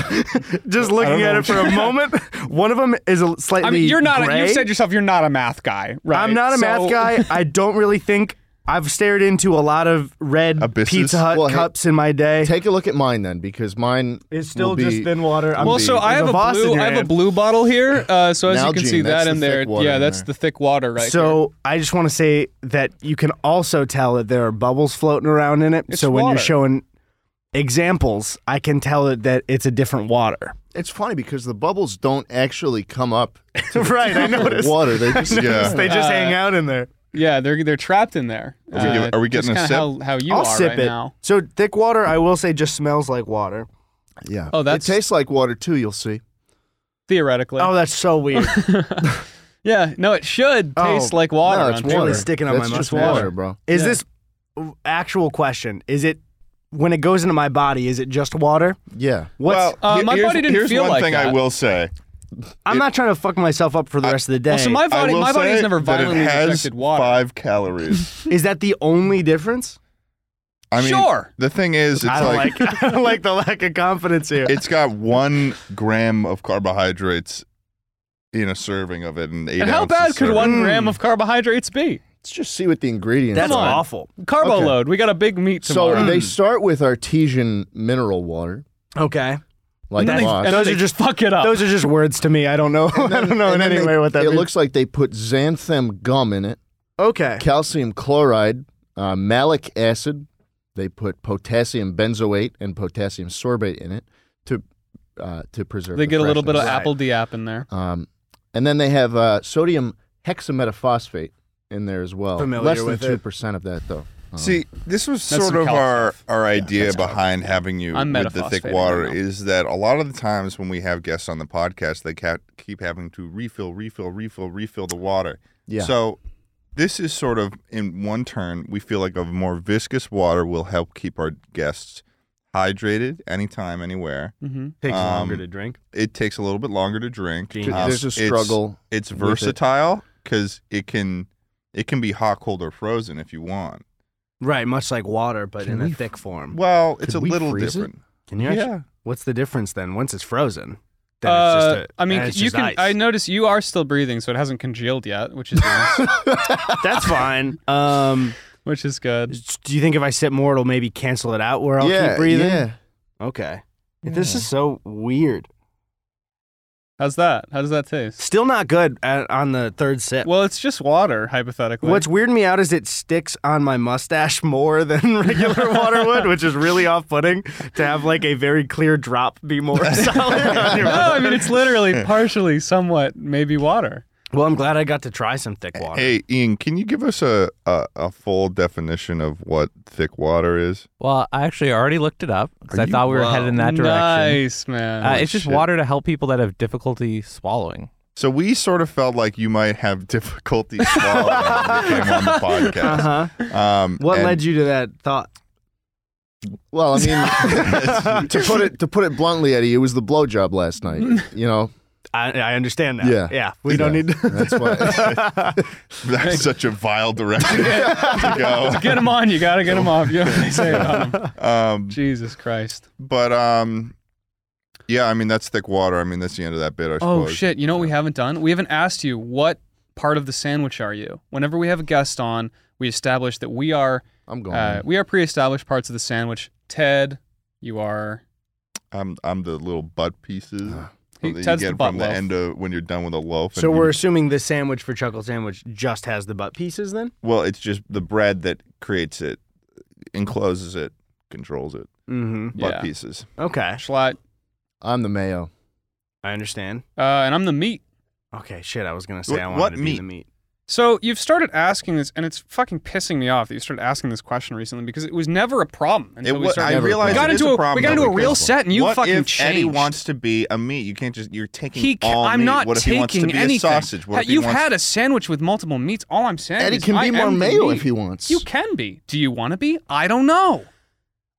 Speaker 2: Just looking at it for a moment, one of them is a slightly.
Speaker 4: I mean, you're not.
Speaker 2: Gray.
Speaker 4: A, you said yourself, you're not a math guy, right?
Speaker 2: I'm not a
Speaker 4: So-
Speaker 2: math guy. I don't really think I've stared into a lot of red
Speaker 3: Abysses.
Speaker 2: Pizza Hut
Speaker 1: Well, hey-
Speaker 2: cups in my day.
Speaker 1: Take a look at mine then, because mine
Speaker 2: It's still
Speaker 1: will be-
Speaker 2: just thin water. I'm
Speaker 4: Well, so I
Speaker 2: There's
Speaker 4: have
Speaker 2: a
Speaker 4: a,
Speaker 2: Voss in
Speaker 4: blue.
Speaker 2: your
Speaker 4: I have a
Speaker 2: hand.
Speaker 4: blue bottle here. Uh, so as you can
Speaker 1: Nalgene,
Speaker 4: see
Speaker 1: that's
Speaker 4: that
Speaker 1: the
Speaker 4: in there,
Speaker 1: thick water
Speaker 4: yeah,
Speaker 1: in
Speaker 4: that's
Speaker 1: there.
Speaker 4: the thick water right
Speaker 2: so
Speaker 4: here.
Speaker 2: I just want to say that you can also tell that there are bubbles floating around in it.
Speaker 4: It's
Speaker 2: so when you're
Speaker 4: water.
Speaker 2: showing examples, I can tell it that it's a different water.
Speaker 1: It's funny because the bubbles don't actually come up
Speaker 2: right, I noticed.
Speaker 1: water. They just
Speaker 3: Yeah.
Speaker 2: They just
Speaker 4: Uh,
Speaker 2: hang out in there.
Speaker 4: Yeah, they're they're trapped in there. Are
Speaker 3: we give- are we getting a sip?
Speaker 4: How, how you
Speaker 2: I'll
Speaker 4: are
Speaker 2: sip
Speaker 4: right
Speaker 2: it.
Speaker 4: now?
Speaker 2: So thick water, I will say, just smells like water.
Speaker 1: yeah.
Speaker 4: Oh, that's-
Speaker 1: it tastes like water too. You'll see.
Speaker 4: Theoretically.
Speaker 2: Oh, that's so weird.
Speaker 4: yeah. No, it should
Speaker 2: Oh,
Speaker 4: taste like water.
Speaker 1: no, it's
Speaker 4: on paper.
Speaker 1: water.
Speaker 2: sticking on
Speaker 1: that's
Speaker 2: my
Speaker 1: just
Speaker 2: mustache.
Speaker 1: water, bro.
Speaker 2: Is
Speaker 4: Yeah.
Speaker 2: this actual question? Is it when it goes into my body? Is it just water?
Speaker 1: Yeah.
Speaker 2: What's,
Speaker 4: Uh,
Speaker 3: he-
Speaker 4: my
Speaker 3: here's,
Speaker 4: body didn't
Speaker 3: here's
Speaker 4: feel
Speaker 3: one
Speaker 4: like
Speaker 3: thing I
Speaker 4: that.
Speaker 3: will say.
Speaker 2: I'm not trying to fuck myself up for the rest of the day.
Speaker 4: Well, so my body,
Speaker 3: I will
Speaker 4: my body
Speaker 3: say
Speaker 4: has never
Speaker 3: that it
Speaker 4: violently
Speaker 3: has
Speaker 4: rejected water.
Speaker 3: Five calories.
Speaker 2: is that the only difference?
Speaker 3: I mean,
Speaker 4: Sure.
Speaker 3: The thing is, it's
Speaker 2: I don't like, I don't like the lack of confidence here.
Speaker 3: it's got one gram of carbohydrates in a serving of it, and eight.
Speaker 4: And how
Speaker 3: ounces
Speaker 4: bad could
Speaker 3: serving.
Speaker 2: Mm.
Speaker 4: one gram of carbohydrates be?
Speaker 1: Let's just see what the ingredients.
Speaker 2: That's
Speaker 1: are.
Speaker 4: on.
Speaker 2: awful.
Speaker 4: Carbo
Speaker 1: Okay.
Speaker 4: load. We got a big meet
Speaker 1: So
Speaker 4: tomorrow.
Speaker 1: they
Speaker 3: Mm.
Speaker 1: start with artesian mineral water,
Speaker 2: Okay,
Speaker 1: like
Speaker 4: and then
Speaker 1: Voss.
Speaker 4: they, and
Speaker 2: Those
Speaker 4: then
Speaker 2: are
Speaker 4: they
Speaker 2: just-
Speaker 4: fuck it up.
Speaker 2: those are just words to me. I don't know. I don't know
Speaker 1: And
Speaker 2: in
Speaker 1: then
Speaker 2: any
Speaker 1: they-
Speaker 2: way what that
Speaker 1: It
Speaker 2: means.
Speaker 1: looks like they put xanthan gum in it,
Speaker 2: okay.
Speaker 1: calcium chloride, uh, malic acid. They put potassium benzoate and potassium sorbate in it to uh, to preserve.
Speaker 4: They
Speaker 1: the
Speaker 4: get a little bit of
Speaker 1: freshness.
Speaker 2: Right.
Speaker 4: apple diap in there.
Speaker 2: Uh,
Speaker 1: Um, and then they have uh, sodium hexametaphosphate in there as well.
Speaker 2: Familiar
Speaker 1: Less than
Speaker 2: with it.
Speaker 1: two percent of that though. Um,
Speaker 3: See, this was
Speaker 4: That's
Speaker 3: sort
Speaker 4: some
Speaker 3: of
Speaker 4: kelp
Speaker 3: our
Speaker 4: stuff.
Speaker 3: our idea behind having you
Speaker 4: I'm
Speaker 3: with the thick
Speaker 4: metaphosphating
Speaker 3: water
Speaker 4: right now.
Speaker 3: is that a lot of the times when we have guests on the podcast, they ca- keep having to refill, refill, refill, refill the water.
Speaker 1: Yeah.
Speaker 3: So this is sort of in one turn, we feel like a more viscous water will help keep our guests hydrated anytime, anywhere.
Speaker 4: hmm
Speaker 2: Takes
Speaker 3: Um,
Speaker 2: longer to drink.
Speaker 3: It takes a little bit longer to drink.
Speaker 2: Genius.
Speaker 3: Um,
Speaker 1: there's a
Speaker 3: it's-
Speaker 1: struggle.
Speaker 3: It's,
Speaker 1: with it.
Speaker 3: versatile because it can it can be hot, cold, or frozen if you want.
Speaker 2: Right, much like water, but
Speaker 1: Can
Speaker 2: in
Speaker 1: we
Speaker 2: a
Speaker 1: f-
Speaker 2: thick form.
Speaker 3: Well, it's
Speaker 1: Could
Speaker 3: a
Speaker 1: we
Speaker 3: little
Speaker 1: freeze it?
Speaker 3: different.
Speaker 2: Can you? Actually, what's the difference then? Once it's frozen, then
Speaker 4: Uh,
Speaker 2: it's just. A,
Speaker 4: I mean,
Speaker 2: then it's
Speaker 4: you
Speaker 2: just
Speaker 4: can.
Speaker 2: ice.
Speaker 4: I notice you are still breathing, so it hasn't congealed yet, which is nice,
Speaker 2: That's fine. Um,
Speaker 4: which is good.
Speaker 2: do you think if I sip more, it'll maybe cancel it out where I'll
Speaker 1: yeah,
Speaker 2: keep breathing?
Speaker 1: yeah.
Speaker 2: Okay. This is so weird.
Speaker 4: How's that? How does that taste?
Speaker 2: Still not good at, on the third sip.
Speaker 4: Well, it's just water, hypothetically.
Speaker 2: What's weirding me out is it sticks on my mustache more than regular water would, which is really off-putting to have like a very clear drop be more solid on your
Speaker 4: no, I mean
Speaker 2: water.
Speaker 4: it's literally partially, somewhat, maybe water.
Speaker 2: Well, I'm glad I got to try some thick water.
Speaker 3: Hey, Ian, can you give us a, a, a full definition of what thick water is?
Speaker 6: Well, I actually already looked it up because
Speaker 3: Are
Speaker 6: I
Speaker 3: you-
Speaker 6: thought we were headed in that direction.
Speaker 4: Nice man.
Speaker 6: Uh,
Speaker 3: Holy
Speaker 6: it's just
Speaker 3: shit.
Speaker 6: water to help people that have difficulty swallowing.
Speaker 3: So we sort of felt like you might have difficulty swallowing when you came on the podcast.
Speaker 2: Uh-huh.
Speaker 3: Um,
Speaker 2: What
Speaker 3: and-
Speaker 2: led you to that thought?
Speaker 1: Well, I mean, to put it to put it bluntly, Eddie, it was the blowjob last night. You know,
Speaker 2: I, I understand that.
Speaker 1: Yeah.
Speaker 2: Yeah. We don't
Speaker 1: Yeah.
Speaker 2: need to.
Speaker 1: that's why.
Speaker 3: That's such a vile direction to go.
Speaker 4: Get him on. You gotta get him off. You know what they say about 'em.
Speaker 3: Um,
Speaker 4: Jesus Christ.
Speaker 3: but um, yeah, I mean that's thick water. I mean that's the end of that bit. I
Speaker 4: Oh
Speaker 3: suppose.
Speaker 4: shit! You know what we haven't done? We haven't asked you what part of the sandwich are you. Whenever we have a guest on, we establish that we are
Speaker 1: I'm going.
Speaker 4: uh, we are pre-established parts of the sandwich. Ted, you are.
Speaker 3: I'm I'm the little butt pieces
Speaker 4: He-
Speaker 3: that you
Speaker 4: Ted's the
Speaker 3: get
Speaker 4: butt
Speaker 3: from the
Speaker 4: loaf.
Speaker 3: end of when you're done with a loaf.
Speaker 2: So
Speaker 3: and
Speaker 2: we're
Speaker 3: you-
Speaker 2: assuming this sandwich for Chuckle Sandwich just has the butt pieces then?
Speaker 3: well, it's just the bread that creates it, encloses it, controls it.
Speaker 2: Mm-hmm.
Speaker 3: Butt
Speaker 4: Yeah.
Speaker 3: pieces.
Speaker 2: Okay.
Speaker 4: Schlatt,
Speaker 1: I'm the mayo.
Speaker 2: I understand.
Speaker 4: uh, and I'm the meat.
Speaker 2: Okay, shit, I was gonna say
Speaker 3: What-
Speaker 2: I wanted
Speaker 3: what
Speaker 2: to be
Speaker 3: meat?
Speaker 2: the meat.
Speaker 4: So you've started asking this, and it's fucking pissing me off that you started asking this question recently because it was never a problem until we
Speaker 3: wa-
Speaker 4: started.
Speaker 1: I realize
Speaker 4: we got
Speaker 1: it
Speaker 3: is
Speaker 4: into
Speaker 3: a
Speaker 4: a, we
Speaker 3: problem,
Speaker 4: got into
Speaker 3: though,
Speaker 4: a real
Speaker 1: because
Speaker 4: set, and you
Speaker 3: what
Speaker 4: fucking
Speaker 3: if
Speaker 4: changed.
Speaker 3: Eddie wants to be a meat? You can't just. You're taking.
Speaker 4: he, ca-
Speaker 3: all
Speaker 4: I'm
Speaker 3: meat.
Speaker 4: not
Speaker 3: what if
Speaker 4: taking
Speaker 3: he wants to be
Speaker 4: anything.
Speaker 3: a sausage? What
Speaker 4: Ha-
Speaker 3: if he
Speaker 4: You've
Speaker 3: wants
Speaker 4: had a sandwich with multiple meats. All I'm saying
Speaker 1: Eddie
Speaker 4: is
Speaker 1: can
Speaker 4: I
Speaker 1: be more
Speaker 4: am the
Speaker 1: mayo
Speaker 4: meat.
Speaker 1: if he wants.
Speaker 4: You can be. Do you want to be? I don't know.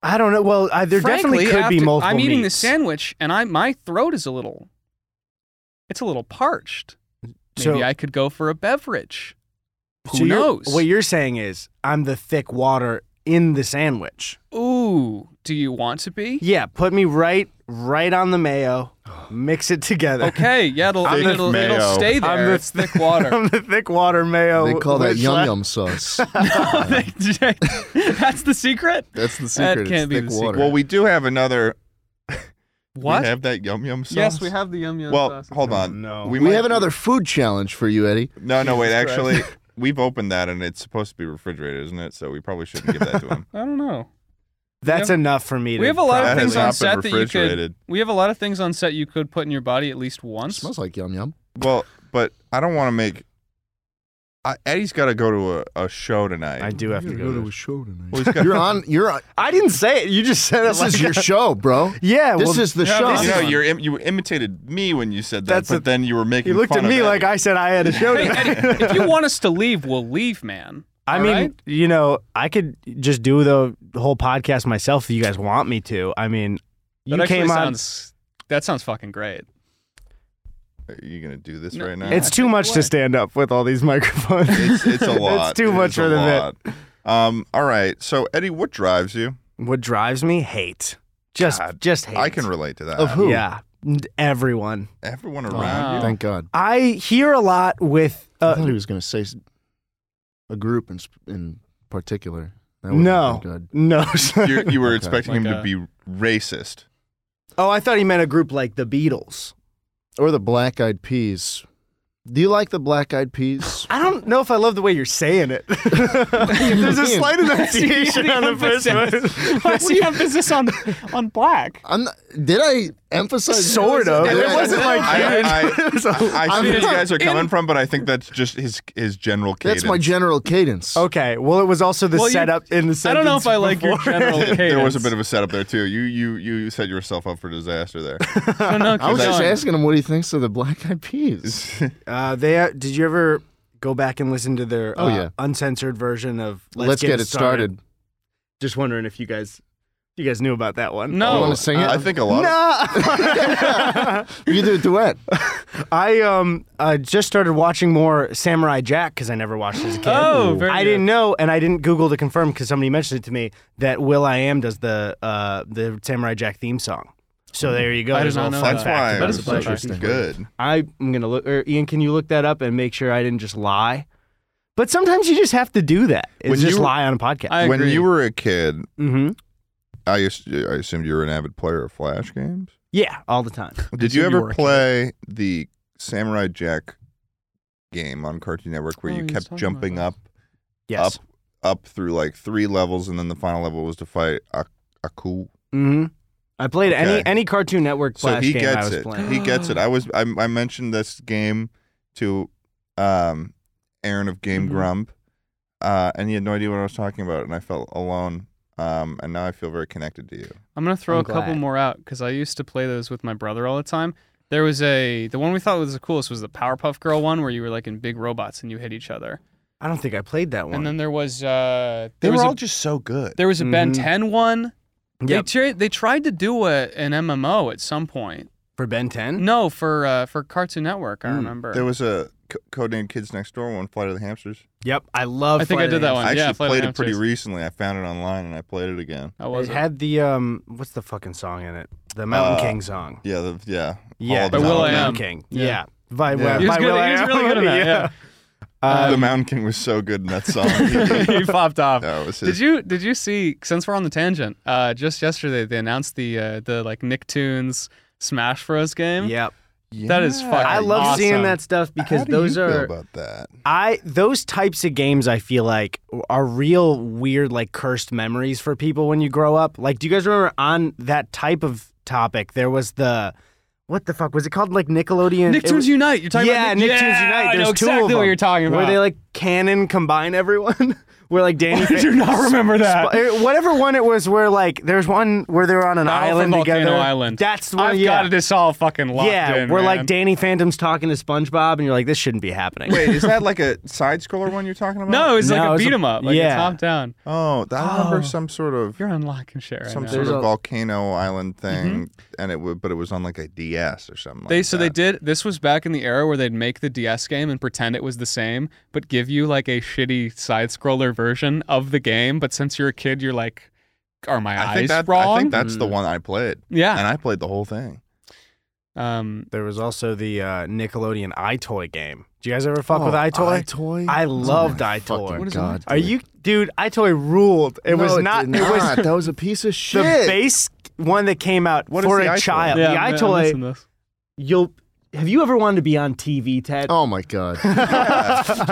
Speaker 2: I don't know. Well, I, there definitely
Speaker 4: Frankly,
Speaker 2: could be
Speaker 4: after-
Speaker 2: multiple.
Speaker 4: I'm eating this
Speaker 2: meats.
Speaker 4: sandwich, and I my throat is a little. It's a little parched. Maybe
Speaker 2: So-
Speaker 4: I could go for a beverage. Who
Speaker 2: So you're-
Speaker 4: knows?
Speaker 2: What you're saying is I'm the thick water in the sandwich.
Speaker 4: Ooh, Do you want to be?
Speaker 2: Yeah, put me right right on the mayo. Mix it together.
Speaker 4: Okay, yeah, it'll,
Speaker 3: I'm the-
Speaker 4: it'll, it'll
Speaker 3: Mayo.
Speaker 4: stay there.
Speaker 2: I'm the-
Speaker 4: it's thick water.
Speaker 2: From the thick water mayo.
Speaker 1: They call that
Speaker 2: with
Speaker 1: yum
Speaker 2: slack-
Speaker 1: yum sauce.
Speaker 4: That's the secret?
Speaker 1: That's the
Speaker 4: That
Speaker 1: secret.
Speaker 4: can't
Speaker 1: it's
Speaker 4: be
Speaker 1: thick
Speaker 4: the secret.
Speaker 1: water.
Speaker 3: Well, we do have another.
Speaker 4: What?
Speaker 3: We have that yum yum sauce.
Speaker 4: yes, we have the yum yum
Speaker 3: Well,
Speaker 4: sauce.
Speaker 3: hold on.
Speaker 2: No.
Speaker 1: We
Speaker 3: might-
Speaker 1: have another food challenge for you, Eddie.
Speaker 3: No, no, wait.
Speaker 4: Jesus
Speaker 3: Actually, we've opened that, and it's supposed to be refrigerated, isn't it? So we probably shouldn't give that to him.
Speaker 4: I don't know.
Speaker 2: That's enough for me to
Speaker 4: We have a lot
Speaker 3: That has
Speaker 4: of things
Speaker 3: not
Speaker 4: on
Speaker 3: been
Speaker 4: set that you could.
Speaker 3: refrigerated.
Speaker 4: We have a lot of things on set you could put in your body at least once.
Speaker 1: smells like yum yum.
Speaker 3: Well, but I don't want to make. I, Eddie's got to go to a, a show tonight.
Speaker 2: I do have to go. to-
Speaker 1: show tonight.
Speaker 3: Well, he's got-
Speaker 1: you're on. You're on.
Speaker 2: I didn't say it. You just said it
Speaker 1: This
Speaker 2: like
Speaker 1: is your show, bro.
Speaker 2: Yeah,
Speaker 1: This
Speaker 2: well,
Speaker 1: is the
Speaker 4: yeah,
Speaker 1: show.
Speaker 4: this
Speaker 3: you
Speaker 4: is-
Speaker 3: know, you're im- you imitated me when you said that,
Speaker 2: That's
Speaker 3: but
Speaker 2: a-
Speaker 3: then you were making.
Speaker 2: You looked
Speaker 3: fun
Speaker 2: at me
Speaker 3: of
Speaker 2: like
Speaker 3: Eddie.
Speaker 2: I said I had a show
Speaker 4: Hey,
Speaker 2: tonight.
Speaker 4: Eddie, if you want us to leave, we'll leave, man.
Speaker 2: I
Speaker 4: All
Speaker 2: mean,
Speaker 4: right?
Speaker 2: you know, I could just do the whole podcast myself if you guys want me to. I mean,
Speaker 4: That
Speaker 2: you
Speaker 4: actually
Speaker 2: came on.
Speaker 4: sounds, That sounds fucking great.
Speaker 3: Are you gonna do this
Speaker 4: No,
Speaker 3: right now?
Speaker 2: It's too much
Speaker 4: Why?
Speaker 2: to stand up with all these microphones.
Speaker 3: it's, it's a lot.
Speaker 2: it's too
Speaker 3: It
Speaker 2: much
Speaker 3: is
Speaker 2: for
Speaker 3: a
Speaker 2: the bit.
Speaker 3: lot. Um. All right. So Eddie, what drives you?
Speaker 2: What drives me? Hate. Just,
Speaker 3: God,
Speaker 2: just hate.
Speaker 3: I can relate to that.
Speaker 1: Of who?
Speaker 2: Yeah, N- everyone.
Speaker 3: Everyone
Speaker 1: Oh,
Speaker 3: around
Speaker 4: Wow.
Speaker 1: Thank God.
Speaker 2: I hear a lot with.
Speaker 1: I thought
Speaker 2: Uh,
Speaker 1: he was going to say s- a group in sp- in particular. That would've
Speaker 2: no,
Speaker 1: been good.
Speaker 2: no.
Speaker 3: you. you were
Speaker 1: Okay.
Speaker 3: expecting him
Speaker 4: Like
Speaker 3: to
Speaker 4: a-
Speaker 3: be racist.
Speaker 2: oh, I thought he meant a group like the Beatles.
Speaker 1: Or the black eyed peas. Do you like the black eyed peas?
Speaker 2: I don't know if I love the way you're saying it. There's a
Speaker 1: mean?
Speaker 2: slight enunciation on the first
Speaker 4: emphasis.
Speaker 2: one.
Speaker 4: Why is the emphasis on on black?
Speaker 1: I'm not, did I emphasize
Speaker 2: Sort of.
Speaker 1: Did
Speaker 2: It
Speaker 1: I-
Speaker 2: wasn't like
Speaker 3: I,
Speaker 2: that.
Speaker 3: I,
Speaker 2: It was a-
Speaker 3: I, I see where you guys are coming
Speaker 4: In-
Speaker 3: from, but I think that's just his his general cadence.
Speaker 1: That's my general cadence.
Speaker 2: Okay. Well, it was also the
Speaker 4: Well, you-
Speaker 2: setup in the
Speaker 4: I don't know if I
Speaker 2: sentence
Speaker 4: like your
Speaker 2: before.
Speaker 4: general cadence.
Speaker 3: There was a bit of a setup there too. You you you set yourself up for disaster there.
Speaker 4: No, no,
Speaker 1: I was
Speaker 4: keep
Speaker 1: just
Speaker 4: going.
Speaker 1: asking him what he thinks of the black eyed peas.
Speaker 2: Uh, they uh, did you ever go back and listen to their
Speaker 1: Oh,
Speaker 2: uh,
Speaker 1: yeah.
Speaker 2: uncensored version of
Speaker 1: Let's, get, it started.
Speaker 2: Just wondering if you guys you guys knew about that one.
Speaker 4: No. Ah!
Speaker 1: You want to sing it?
Speaker 3: Oh, I think a lot. of
Speaker 2: No.
Speaker 1: you do a duet.
Speaker 2: I um uh, just started watching more Samurai Jack because I never watched as a kid.
Speaker 4: Oh, very
Speaker 2: I
Speaker 4: good.
Speaker 2: didn't know, and I didn't Google to confirm because somebody mentioned it to me that Will I Am does the uh, the Samurai Jack theme song. So
Speaker 1: Hmm.
Speaker 2: there you go.
Speaker 4: I did
Speaker 2: There's a
Speaker 4: not
Speaker 2: little
Speaker 4: know
Speaker 2: fun
Speaker 3: That's
Speaker 4: that.
Speaker 2: fact
Speaker 3: why
Speaker 4: That
Speaker 3: it
Speaker 4: is
Speaker 3: was
Speaker 4: a fun
Speaker 3: so
Speaker 4: fact.
Speaker 3: good.
Speaker 2: I am gonna look. Or Ian, can you look that up and make sure I didn't just lie? But sometimes you just have to do that. It's
Speaker 3: When
Speaker 2: just
Speaker 3: you-
Speaker 2: lie on a podcast.
Speaker 4: I
Speaker 3: When
Speaker 4: agree.
Speaker 3: you were a kid,
Speaker 2: mm-hmm.
Speaker 3: I used, I assumed you were an avid player of flash games.
Speaker 2: Yeah, all the time.
Speaker 3: Did you
Speaker 2: assumed you were a
Speaker 3: ever
Speaker 2: kid.
Speaker 3: play the Samurai Jack game on Cartoon Network where
Speaker 4: Oh,
Speaker 3: you
Speaker 4: he was
Speaker 3: kept
Speaker 4: talking about
Speaker 3: jumping
Speaker 4: this.
Speaker 3: up
Speaker 2: Yes.
Speaker 3: up up through like three levels and then the final level was to fight a Aku?
Speaker 2: Mm-hmm. I played
Speaker 3: Okay.
Speaker 2: any any Cartoon Network
Speaker 3: So
Speaker 2: flash
Speaker 3: he
Speaker 2: game I
Speaker 3: gets
Speaker 2: was
Speaker 3: it.
Speaker 2: playing.
Speaker 3: He gets it. I was I, I mentioned this game to um Aaron of Game
Speaker 4: Mhm.
Speaker 3: Grump, uh, and he had no idea what I was talking about, and I felt alone. Um, and now I feel very connected to you.
Speaker 4: I'm gonna throw
Speaker 2: I'm
Speaker 4: a couple
Speaker 2: glad.
Speaker 4: more out because I used to play those with my brother all the time. There was a the one we thought was the coolest was the Powerpuff Girl one where you were like in big robots and you hit each other.
Speaker 2: I don't think I played that one.
Speaker 4: And then there was uh there was a,
Speaker 3: just so good.
Speaker 4: there was a Ben
Speaker 2: Mhm.
Speaker 4: 10 one. They
Speaker 2: Yep.
Speaker 4: tri- they tried to do a, an MMO at some point.
Speaker 2: for Ben Ten.
Speaker 4: No, for uh, for Cartoon Network, I
Speaker 2: Mm.
Speaker 4: remember.
Speaker 3: There was a co- codenamed Kids Next Door one, Flight of the Hamsters.
Speaker 2: Yep, I love.
Speaker 4: I think I
Speaker 2: Flight of
Speaker 4: did
Speaker 2: the
Speaker 4: that
Speaker 2: Apes.
Speaker 4: one.
Speaker 3: I
Speaker 4: Uh, yeah,
Speaker 3: actually
Speaker 4: Flight of
Speaker 3: played
Speaker 4: the
Speaker 3: it pretty
Speaker 4: Hamsters.
Speaker 3: recently. I found it online and I played it again.
Speaker 4: I was
Speaker 2: It had the um, what's the fucking song in it? The Mountain
Speaker 3: Uh,
Speaker 2: King song.
Speaker 3: Yeah, the, yeah.
Speaker 2: Yeah,
Speaker 3: All the
Speaker 4: By Will I
Speaker 3: Mountain
Speaker 4: Am.
Speaker 2: Mountain King.
Speaker 4: Yeah.
Speaker 2: Yeah. By,
Speaker 3: Yeah.
Speaker 2: Will-
Speaker 4: He was
Speaker 2: by
Speaker 4: good-
Speaker 2: Will
Speaker 4: he
Speaker 2: I
Speaker 4: was
Speaker 2: Am.
Speaker 4: really good at that, yeah.
Speaker 3: King. the
Speaker 2: Um,
Speaker 3: Mountain King was so good in that song.
Speaker 4: he popped off.
Speaker 3: that was his.
Speaker 4: Did you did you see since we're on the tangent? Uh, just yesterday they announced the uh, the like Nicktoons Smash Bros game.
Speaker 2: Yep.
Speaker 4: That is fucking
Speaker 2: I love
Speaker 4: awesome.
Speaker 2: seeing that stuff because
Speaker 3: How do
Speaker 2: those
Speaker 3: you feel
Speaker 2: are
Speaker 3: about that.
Speaker 2: I those types of games I feel like are real weird like cursed memories for people when you grow up. Like do you guys remember on that type of topic there was the what the fuck was it called like Nickelodeon it
Speaker 4: Nicktoons
Speaker 2: was-
Speaker 4: Unite. You're talking
Speaker 2: yeah,
Speaker 4: about Nick-
Speaker 2: Nicktoons
Speaker 4: Yeah,
Speaker 2: Unite.
Speaker 4: I
Speaker 2: There's
Speaker 4: know
Speaker 2: two
Speaker 4: exactly
Speaker 2: of them.
Speaker 4: what you're talking about.
Speaker 2: Where they like canon combine everyone. where like Danny
Speaker 4: I do not remember that.
Speaker 2: Sp- uh, Whatever one it was, where like there's one where they're on an
Speaker 4: Battle for
Speaker 2: island
Speaker 4: Volcano
Speaker 2: together.
Speaker 4: Island.
Speaker 2: That's the one.
Speaker 4: I've
Speaker 2: yeah.
Speaker 4: got this all fucking locked
Speaker 2: yeah,
Speaker 4: in.
Speaker 2: where
Speaker 4: man.
Speaker 2: like Danny Phantom's talking to SpongeBob, and you're like, this shouldn't be happening.
Speaker 3: Wait, is that like a side scroller one you're talking about?
Speaker 4: no, it's
Speaker 2: No,
Speaker 4: like a
Speaker 2: it's a-
Speaker 4: beat 'em up, like a
Speaker 2: yeah.
Speaker 4: top down.
Speaker 3: Oh, th- I remember
Speaker 2: Oh.
Speaker 3: some sort of
Speaker 4: You're unlocking shit right
Speaker 3: some
Speaker 4: now.
Speaker 3: sort
Speaker 2: There's
Speaker 3: of
Speaker 2: a-
Speaker 3: volcano island
Speaker 7: Mm-hmm.
Speaker 3: thing, and it would, but it was on like a DS or something.
Speaker 4: They
Speaker 3: like
Speaker 4: so
Speaker 3: that.
Speaker 4: they did. This was back in the era where they'd make the DS game and pretend it was the same, but give you like a shitty side scroller version of the game. But since you're a kid, you're like are my
Speaker 7: I
Speaker 4: eyes
Speaker 7: think that
Speaker 4: wrong?
Speaker 7: I think that's the
Speaker 3: Hmm.
Speaker 1: Mm.
Speaker 7: one I played, and
Speaker 4: yeah.
Speaker 7: I played the whole thing.
Speaker 4: Um,
Speaker 2: There was also the uh, Nickelodeon iToy game. Do you guys ever fuck with Oh, iToy?
Speaker 1: Oh, iToy.
Speaker 2: I loved
Speaker 1: my
Speaker 2: iToy.
Speaker 1: fucking
Speaker 4: What is
Speaker 1: God,
Speaker 4: it?
Speaker 2: Are
Speaker 1: dude.
Speaker 2: you, dude? iToy ruled. It
Speaker 1: No,
Speaker 2: was not.
Speaker 1: did
Speaker 2: It, was
Speaker 1: not. that was a piece of
Speaker 2: the
Speaker 1: shit.
Speaker 2: base one that came out
Speaker 7: What is
Speaker 2: for
Speaker 7: the
Speaker 2: a
Speaker 7: iToy?
Speaker 2: child.
Speaker 4: yeah, I- I
Speaker 2: the iToy.
Speaker 4: listened to this.
Speaker 2: You'll. Have you ever wanted to be on TV, Ted?
Speaker 1: Oh my god!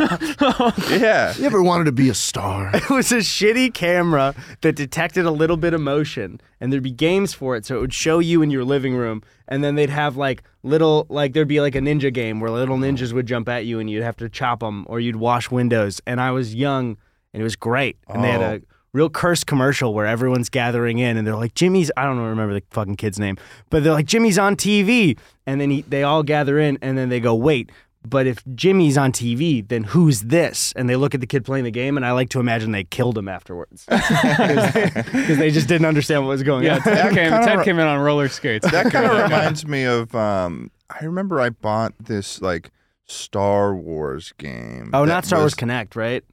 Speaker 7: Yeah,
Speaker 1: You ever wanted to be a star?
Speaker 2: It was a shitty camera that detected a little bit of motion, and there'd be games for it. So it would show you in your living room, and then they'd have like little, like there'd be like a ninja game where little ninjas would jump at you, and you'd have to chop them or you'd wash windows. And I was young, and it was great. And they had
Speaker 7: Oh.
Speaker 2: a real cursed commercial where everyone's gathering in, and they're like, "Jimmy's," I don't remember the fucking kid's name, but they're like, "Jimmy's on TV," and then he, they all gather in, and then they go, "Wait." but if Jimmy's on TV, then who's this? And they look at the kid playing the game, and I like to imagine they killed him afterwards because they just didn't understand what was going
Speaker 4: Yeah,
Speaker 2: on.
Speaker 4: Ted,
Speaker 7: That
Speaker 4: came,
Speaker 7: kinda
Speaker 4: Ted
Speaker 7: re-
Speaker 4: came in on roller skates.
Speaker 7: that kind of reminds me of. Um, I remember I bought this like Star Wars game.
Speaker 2: Oh,
Speaker 7: that
Speaker 2: not Star Wars
Speaker 7: was-
Speaker 2: Connect, right?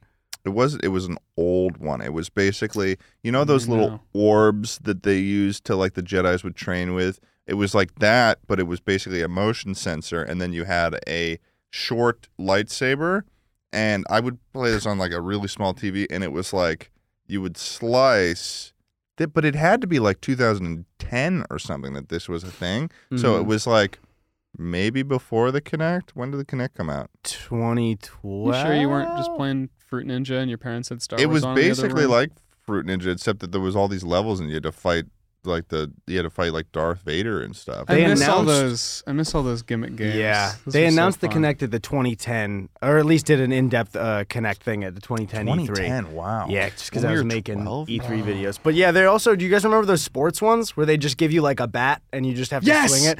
Speaker 7: It was it was an old one. It was basically you know those
Speaker 4: No.
Speaker 7: little orbs that they used to like the Jedi's would train with. It was like that, but it was basically a motion sensor, and then you had a short lightsaber. And I would play this on like a really small TV, and it was like you would slice. That, but it had to be like 2010 or something that this was a thing. So
Speaker 2: Mm-hmm.
Speaker 7: it was like maybe before the Connect. When did the Connect come out?
Speaker 2: 2012.
Speaker 4: You sure you weren't just playing Fruit Ninja and your parents had Star
Speaker 7: it
Speaker 4: Wars
Speaker 7: was
Speaker 4: on in the other
Speaker 7: basically
Speaker 4: room?
Speaker 7: like Fruit Ninja, except that there was all these levels and you had to fight like the you had to fight like Darth Vader and stuff.
Speaker 4: I
Speaker 2: They
Speaker 4: miss all
Speaker 2: announced-
Speaker 4: those. I miss all those gimmick games.
Speaker 2: Yeah,
Speaker 4: Those
Speaker 2: they
Speaker 4: were so
Speaker 2: announced the
Speaker 4: fun.
Speaker 2: Connect at the 2010, or at least did an in-depth uh, Connect thing at the 2010, E3.
Speaker 7: wow.
Speaker 2: E Yeah, just because
Speaker 7: When
Speaker 2: I
Speaker 7: we
Speaker 2: was
Speaker 7: were
Speaker 2: making
Speaker 7: 12?
Speaker 2: E3 videos. But yeah, they also. Do you guys remember those sports ones where they just give you like a bat and you just have to
Speaker 4: Yes.
Speaker 2: swing it?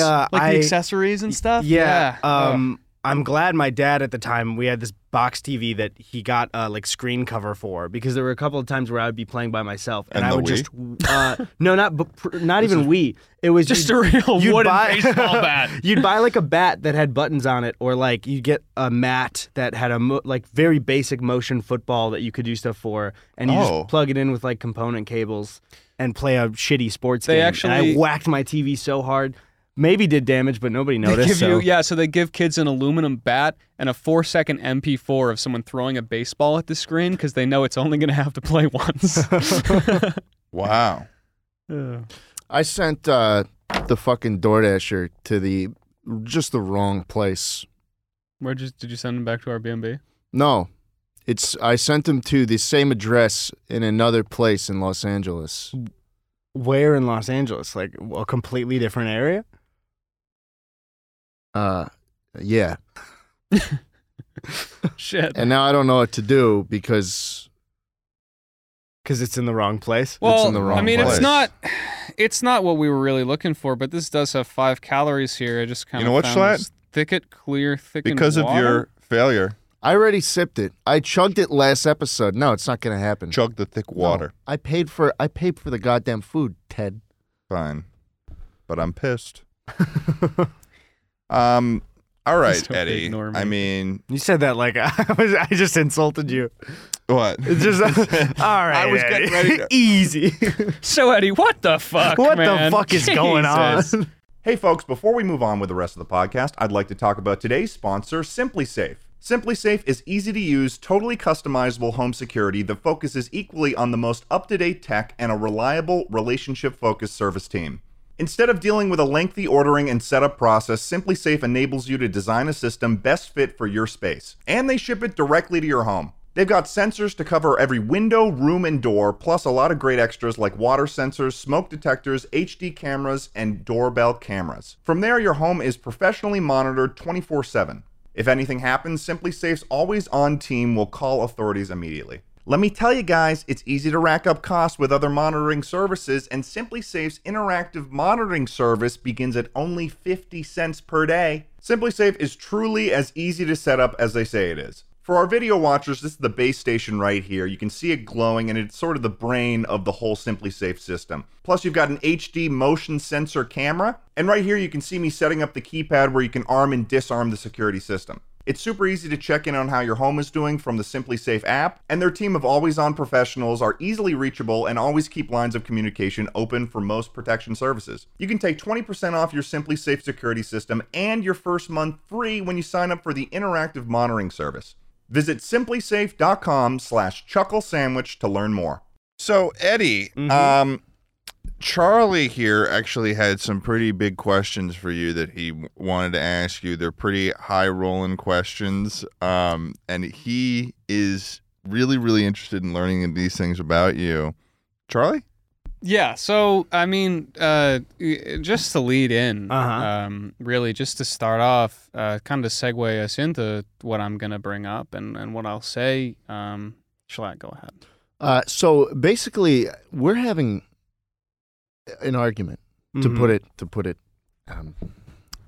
Speaker 2: I, uh,
Speaker 4: like the
Speaker 2: I-
Speaker 4: accessories and stuff.
Speaker 2: Yeah.
Speaker 4: Ugh.
Speaker 2: Um, I'm glad my dad at the time we had this box TV that he got uh, like screen cover for because there were a couple of times where I would be playing by myself and,
Speaker 7: And
Speaker 2: I
Speaker 7: the
Speaker 2: would just uh, no not bu- pr- not even we it was
Speaker 4: just
Speaker 2: you'd-
Speaker 4: a real
Speaker 2: you'd
Speaker 4: wooden
Speaker 2: buy-
Speaker 4: baseball bat.
Speaker 2: You'd buy like a bat that had buttons on it, or like you get a mat that had a mo- like very basic motion football that you could do stuff for, and you
Speaker 7: Oh.
Speaker 2: just plug it in with like component cables and play a shitty sports
Speaker 4: They
Speaker 2: game. and
Speaker 4: actually-
Speaker 2: I whacked my TV so hard, maybe did damage, but nobody noticed.
Speaker 4: They give
Speaker 2: so.
Speaker 4: you, yeah, so they give kids an aluminum bat and a four second MP4 of someone throwing a baseball at the screen because they know it's only going to have to play once.
Speaker 7: Wow.
Speaker 1: I sent uh, the fucking DoorDasher to the just the wrong place.
Speaker 4: Where did you, did you send them back to our B&B?
Speaker 1: No, it's I sent him to the same address in another place in Los Angeles.
Speaker 2: Where in Los Angeles? Like a completely different area?
Speaker 1: Uh, yeah,
Speaker 4: Shit.
Speaker 1: and now I don't know what to do because
Speaker 2: Because it's in the wrong place.
Speaker 4: well,
Speaker 1: in the
Speaker 4: I
Speaker 1: wrong
Speaker 4: mean,
Speaker 1: place.
Speaker 4: it's not it's not what we were really looking for, but this does have five calories here. I just kind of
Speaker 7: know what, Schlatt?
Speaker 4: Thicket clear, thick
Speaker 7: Because of your failure,
Speaker 1: I already sipped it. I chugged it last episode. No, it's not gonna happen.
Speaker 7: chug the thick
Speaker 1: No.
Speaker 7: water.
Speaker 1: I paid for I paid for the goddamn food, Ted.
Speaker 7: Fine. But I'm pissed. um all right,
Speaker 4: don't
Speaker 7: Eddie.
Speaker 4: ignore me.
Speaker 7: I mean,
Speaker 2: You said that like I was. I just insulted you.
Speaker 7: what?
Speaker 2: It's just all right.
Speaker 7: I was getting
Speaker 2: Eddie.
Speaker 7: ready to-
Speaker 2: Easy.
Speaker 4: So Eddie, what the fuck?
Speaker 2: what
Speaker 4: man?
Speaker 2: the fuck is going on?
Speaker 4: Jesus.
Speaker 3: Hey, folks, before we move on with the rest of the podcast, I'd like to talk about today's sponsor, Simply Safe. Simply Safe is easy to use, totally customizable home security that focuses equally on the most up to date tech and a reliable, relationship focused service team. Instead of dealing with a lengthy ordering and setup process, Simply Safe enables you to design a system best fit for your space, and they ship it directly to your home. They've got sensors to cover every window, room, and door, plus a lot of great extras like water sensors, smoke detectors, HD cameras, and doorbell cameras. From there, your home is professionally monitored 24 7. If anything happens, Simply Safe's always on team will call authorities immediately. Let me tell you guys, it's easy to rack up costs with other monitoring services, and Simply Safe's interactive monitoring service begins at only 50 cents per day. Simply Safe is truly as easy to set up as they say it is. For our video watchers, this is the base station right here. You can see it glowing, and it's sort of the brain of the whole Simply Safe system. Plus, you've got an HD motion sensor camera, and right here you can see me setting up the keypad where you can arm and disarm the security system. It's super easy to check in on how your home is doing from the Simply Safe app, and their team of always on professionals are easily reachable and always keep lines of communication open for most protection services. You can take 20% off your Simply Safe security system and your first month free when you sign up for the interactive monitoring service. Visit simplysafe.com slash chuckle sandwich to learn more.
Speaker 7: So Eddie, um, Charlie here actually had some pretty big questions for you that he w- wanted to ask you. They're pretty high rolling questions, um, and he is really really interested in learning these things about you. Charlie,
Speaker 4: Yeah. So I mean, uh, y- just to lead in,
Speaker 2: Uh-huh.
Speaker 4: um, really, just to start off, uh, kind of segue us into what I'm gonna bring up and, and what I'll say. Um, shall I go ahead?
Speaker 1: Uh, so basically, we're having an argument.
Speaker 2: Mm-hmm.
Speaker 1: To put it to put it um,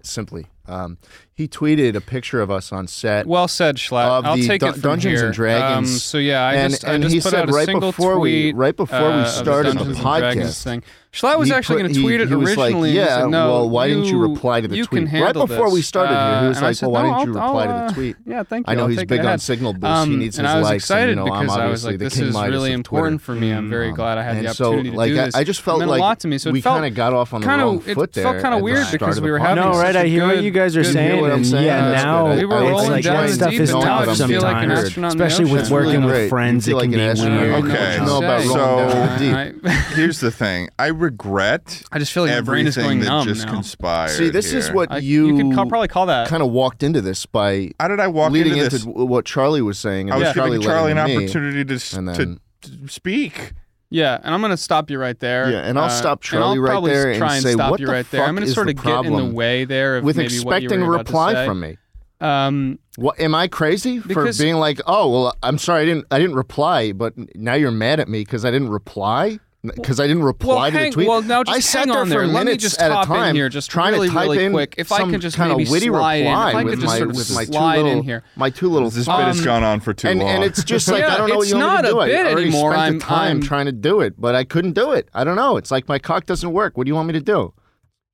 Speaker 1: simply, um, he tweeted a picture of us on set.
Speaker 4: Well said, Schlatt.
Speaker 1: Of
Speaker 4: I'll
Speaker 1: the
Speaker 4: take
Speaker 1: Dun-
Speaker 4: it from
Speaker 1: Dungeons
Speaker 4: here.
Speaker 1: and Dragons.
Speaker 4: Um, so yeah, I
Speaker 1: and
Speaker 4: just,
Speaker 1: and
Speaker 4: I just
Speaker 1: he
Speaker 4: put
Speaker 1: said
Speaker 4: out a
Speaker 1: right
Speaker 4: single
Speaker 1: before we
Speaker 4: tweet.
Speaker 1: right before
Speaker 4: uh,
Speaker 1: we
Speaker 4: of
Speaker 1: started the
Speaker 4: Dungeons and Dragons
Speaker 1: podcast.
Speaker 4: thing. Schlatt was
Speaker 1: he
Speaker 4: actually
Speaker 1: put-
Speaker 4: going to tweet
Speaker 1: he-
Speaker 4: it
Speaker 1: he was like,
Speaker 4: originally. and he
Speaker 1: "Yeah,
Speaker 4: said, no,
Speaker 1: well, why didn't you reply to the
Speaker 4: you
Speaker 1: tweet?"
Speaker 4: can
Speaker 1: Right
Speaker 4: handle
Speaker 1: before
Speaker 4: this.
Speaker 1: we started here, he was
Speaker 4: Uh, and I
Speaker 1: like,
Speaker 4: said,
Speaker 1: "Well, why
Speaker 4: no,
Speaker 1: didn't you
Speaker 4: I'll-
Speaker 1: reply to the
Speaker 4: I'll, uh,
Speaker 1: tweet?"
Speaker 4: Yeah, thank you.
Speaker 1: I know
Speaker 4: I'll
Speaker 1: he's
Speaker 4: take
Speaker 1: big
Speaker 4: that
Speaker 1: on
Speaker 4: ahead.
Speaker 1: signal boosts.
Speaker 4: Um,
Speaker 1: he needs
Speaker 4: and
Speaker 1: his
Speaker 4: I was
Speaker 1: likes.
Speaker 4: excited
Speaker 1: and, you know,
Speaker 4: because
Speaker 1: I'm
Speaker 4: I was
Speaker 1: obviously
Speaker 4: like,
Speaker 1: the
Speaker 4: "This
Speaker 1: King
Speaker 4: is
Speaker 1: Midas
Speaker 4: really
Speaker 1: of Twitter.
Speaker 4: important for me. I'm very
Speaker 1: Um,
Speaker 4: glad I had
Speaker 1: and
Speaker 4: the
Speaker 1: so,
Speaker 4: opportunity
Speaker 1: like,
Speaker 4: to do
Speaker 1: I-
Speaker 4: this."
Speaker 1: I just
Speaker 4: It
Speaker 1: felt
Speaker 4: meant
Speaker 1: like
Speaker 4: a lot to me. So it
Speaker 1: we
Speaker 4: felt
Speaker 1: kinda got off on the
Speaker 4: kinda-
Speaker 1: wrong foot
Speaker 4: It felt
Speaker 1: there
Speaker 4: kind
Speaker 1: at
Speaker 4: of
Speaker 1: the
Speaker 4: weird
Speaker 1: start
Speaker 4: because
Speaker 1: of
Speaker 4: we
Speaker 1: the
Speaker 4: were
Speaker 1: podcast.
Speaker 4: having.
Speaker 1: No,
Speaker 4: such
Speaker 2: right,
Speaker 4: a
Speaker 2: I hear what
Speaker 4: good-
Speaker 2: you guys are
Speaker 4: good-
Speaker 2: saying,
Speaker 1: You hear what I'm
Speaker 2: and
Speaker 1: saying?
Speaker 2: yeah,
Speaker 1: That's
Speaker 2: now
Speaker 1: good. I-
Speaker 4: We were
Speaker 1: I- it's
Speaker 4: rolling
Speaker 1: like
Speaker 4: down
Speaker 1: trying
Speaker 4: the
Speaker 1: to
Speaker 4: deep
Speaker 2: is
Speaker 1: know
Speaker 4: and
Speaker 1: what
Speaker 2: tough
Speaker 1: I'm
Speaker 4: I feel like
Speaker 1: doing.
Speaker 4: an
Speaker 2: sometimes.
Speaker 4: astronaut in the
Speaker 2: especially with
Speaker 4: ocean.
Speaker 1: It's
Speaker 2: working
Speaker 1: really
Speaker 2: with
Speaker 1: great.
Speaker 2: friends.
Speaker 1: You feel
Speaker 2: it
Speaker 1: like
Speaker 2: can
Speaker 1: an
Speaker 2: be
Speaker 1: astronaut.
Speaker 2: weird.
Speaker 1: Okay.
Speaker 4: I don't
Speaker 1: No,
Speaker 4: know
Speaker 1: about
Speaker 4: what to
Speaker 1: rolling
Speaker 4: say.
Speaker 1: down in the
Speaker 4: I-
Speaker 7: here's the thing. I regret
Speaker 4: I just feel like my brain is
Speaker 7: everything
Speaker 4: going
Speaker 7: that
Speaker 4: numb
Speaker 7: just
Speaker 4: now.
Speaker 7: conspired.
Speaker 1: See, this
Speaker 7: here.
Speaker 1: is what
Speaker 4: I-
Speaker 1: you,
Speaker 4: could call, probably call that.
Speaker 1: kind of walked into this by
Speaker 7: How did I walk
Speaker 1: leading
Speaker 7: into this?
Speaker 1: into what Charlie was saying.
Speaker 7: I
Speaker 1: And
Speaker 7: was
Speaker 1: then Charlie
Speaker 7: giving Charlie an
Speaker 1: letting me.
Speaker 7: opportunity to s-
Speaker 1: and
Speaker 7: to
Speaker 1: then-
Speaker 7: to speak.
Speaker 4: Yeah, and I'm gonna stop you right there. Uh,
Speaker 1: Yeah, and I'll stop Charlie
Speaker 4: and I'll
Speaker 1: right
Speaker 4: probably
Speaker 1: there and
Speaker 4: try
Speaker 1: say,
Speaker 4: stop
Speaker 1: "What
Speaker 4: you
Speaker 1: the
Speaker 4: right there."
Speaker 1: fuck
Speaker 4: I'm gonna
Speaker 1: is
Speaker 4: sort
Speaker 1: the
Speaker 4: of get in the
Speaker 1: problem
Speaker 4: way there of
Speaker 1: with
Speaker 4: maybe
Speaker 1: expecting a
Speaker 4: what you were about to
Speaker 1: reply
Speaker 4: say.
Speaker 1: from me.
Speaker 4: Um,
Speaker 1: What am I crazy
Speaker 4: Because-
Speaker 1: for being like, "Oh, well, I'm sorry I didn't I didn't reply, but now you're mad at me because I didn't reply?" Because I didn't reply
Speaker 4: well,
Speaker 1: to
Speaker 4: hang,
Speaker 1: the tweet.
Speaker 4: well, now just
Speaker 1: I sat
Speaker 4: hang
Speaker 1: there
Speaker 4: on
Speaker 1: for
Speaker 4: there. Let me
Speaker 1: minutes
Speaker 4: just
Speaker 1: at
Speaker 4: pop
Speaker 1: a time
Speaker 4: in here, just
Speaker 1: trying
Speaker 4: really,
Speaker 1: to type
Speaker 4: really
Speaker 1: in
Speaker 4: quick. If I
Speaker 1: some
Speaker 4: could just
Speaker 1: kind
Speaker 4: maybe
Speaker 1: of witty
Speaker 4: slide in, if
Speaker 1: reply
Speaker 4: I could
Speaker 1: with
Speaker 4: just
Speaker 1: my
Speaker 4: sort of
Speaker 1: with my two
Speaker 4: slide in
Speaker 1: little
Speaker 4: here.
Speaker 1: my two little
Speaker 7: This
Speaker 1: thoughts.
Speaker 7: bit has
Speaker 4: Um,
Speaker 7: gone on for too
Speaker 1: and,
Speaker 7: long.
Speaker 1: and it's just like
Speaker 4: Yeah,
Speaker 1: I don't know what
Speaker 4: it's
Speaker 1: you want me to
Speaker 4: not
Speaker 1: do.
Speaker 4: a
Speaker 1: I
Speaker 4: bit
Speaker 1: already
Speaker 4: anymore.
Speaker 1: spent
Speaker 4: I'm-
Speaker 1: the time
Speaker 4: I'm-
Speaker 1: trying to do it, but I couldn't do it. I don't know. It's like my cock doesn't work. What do you want me to do?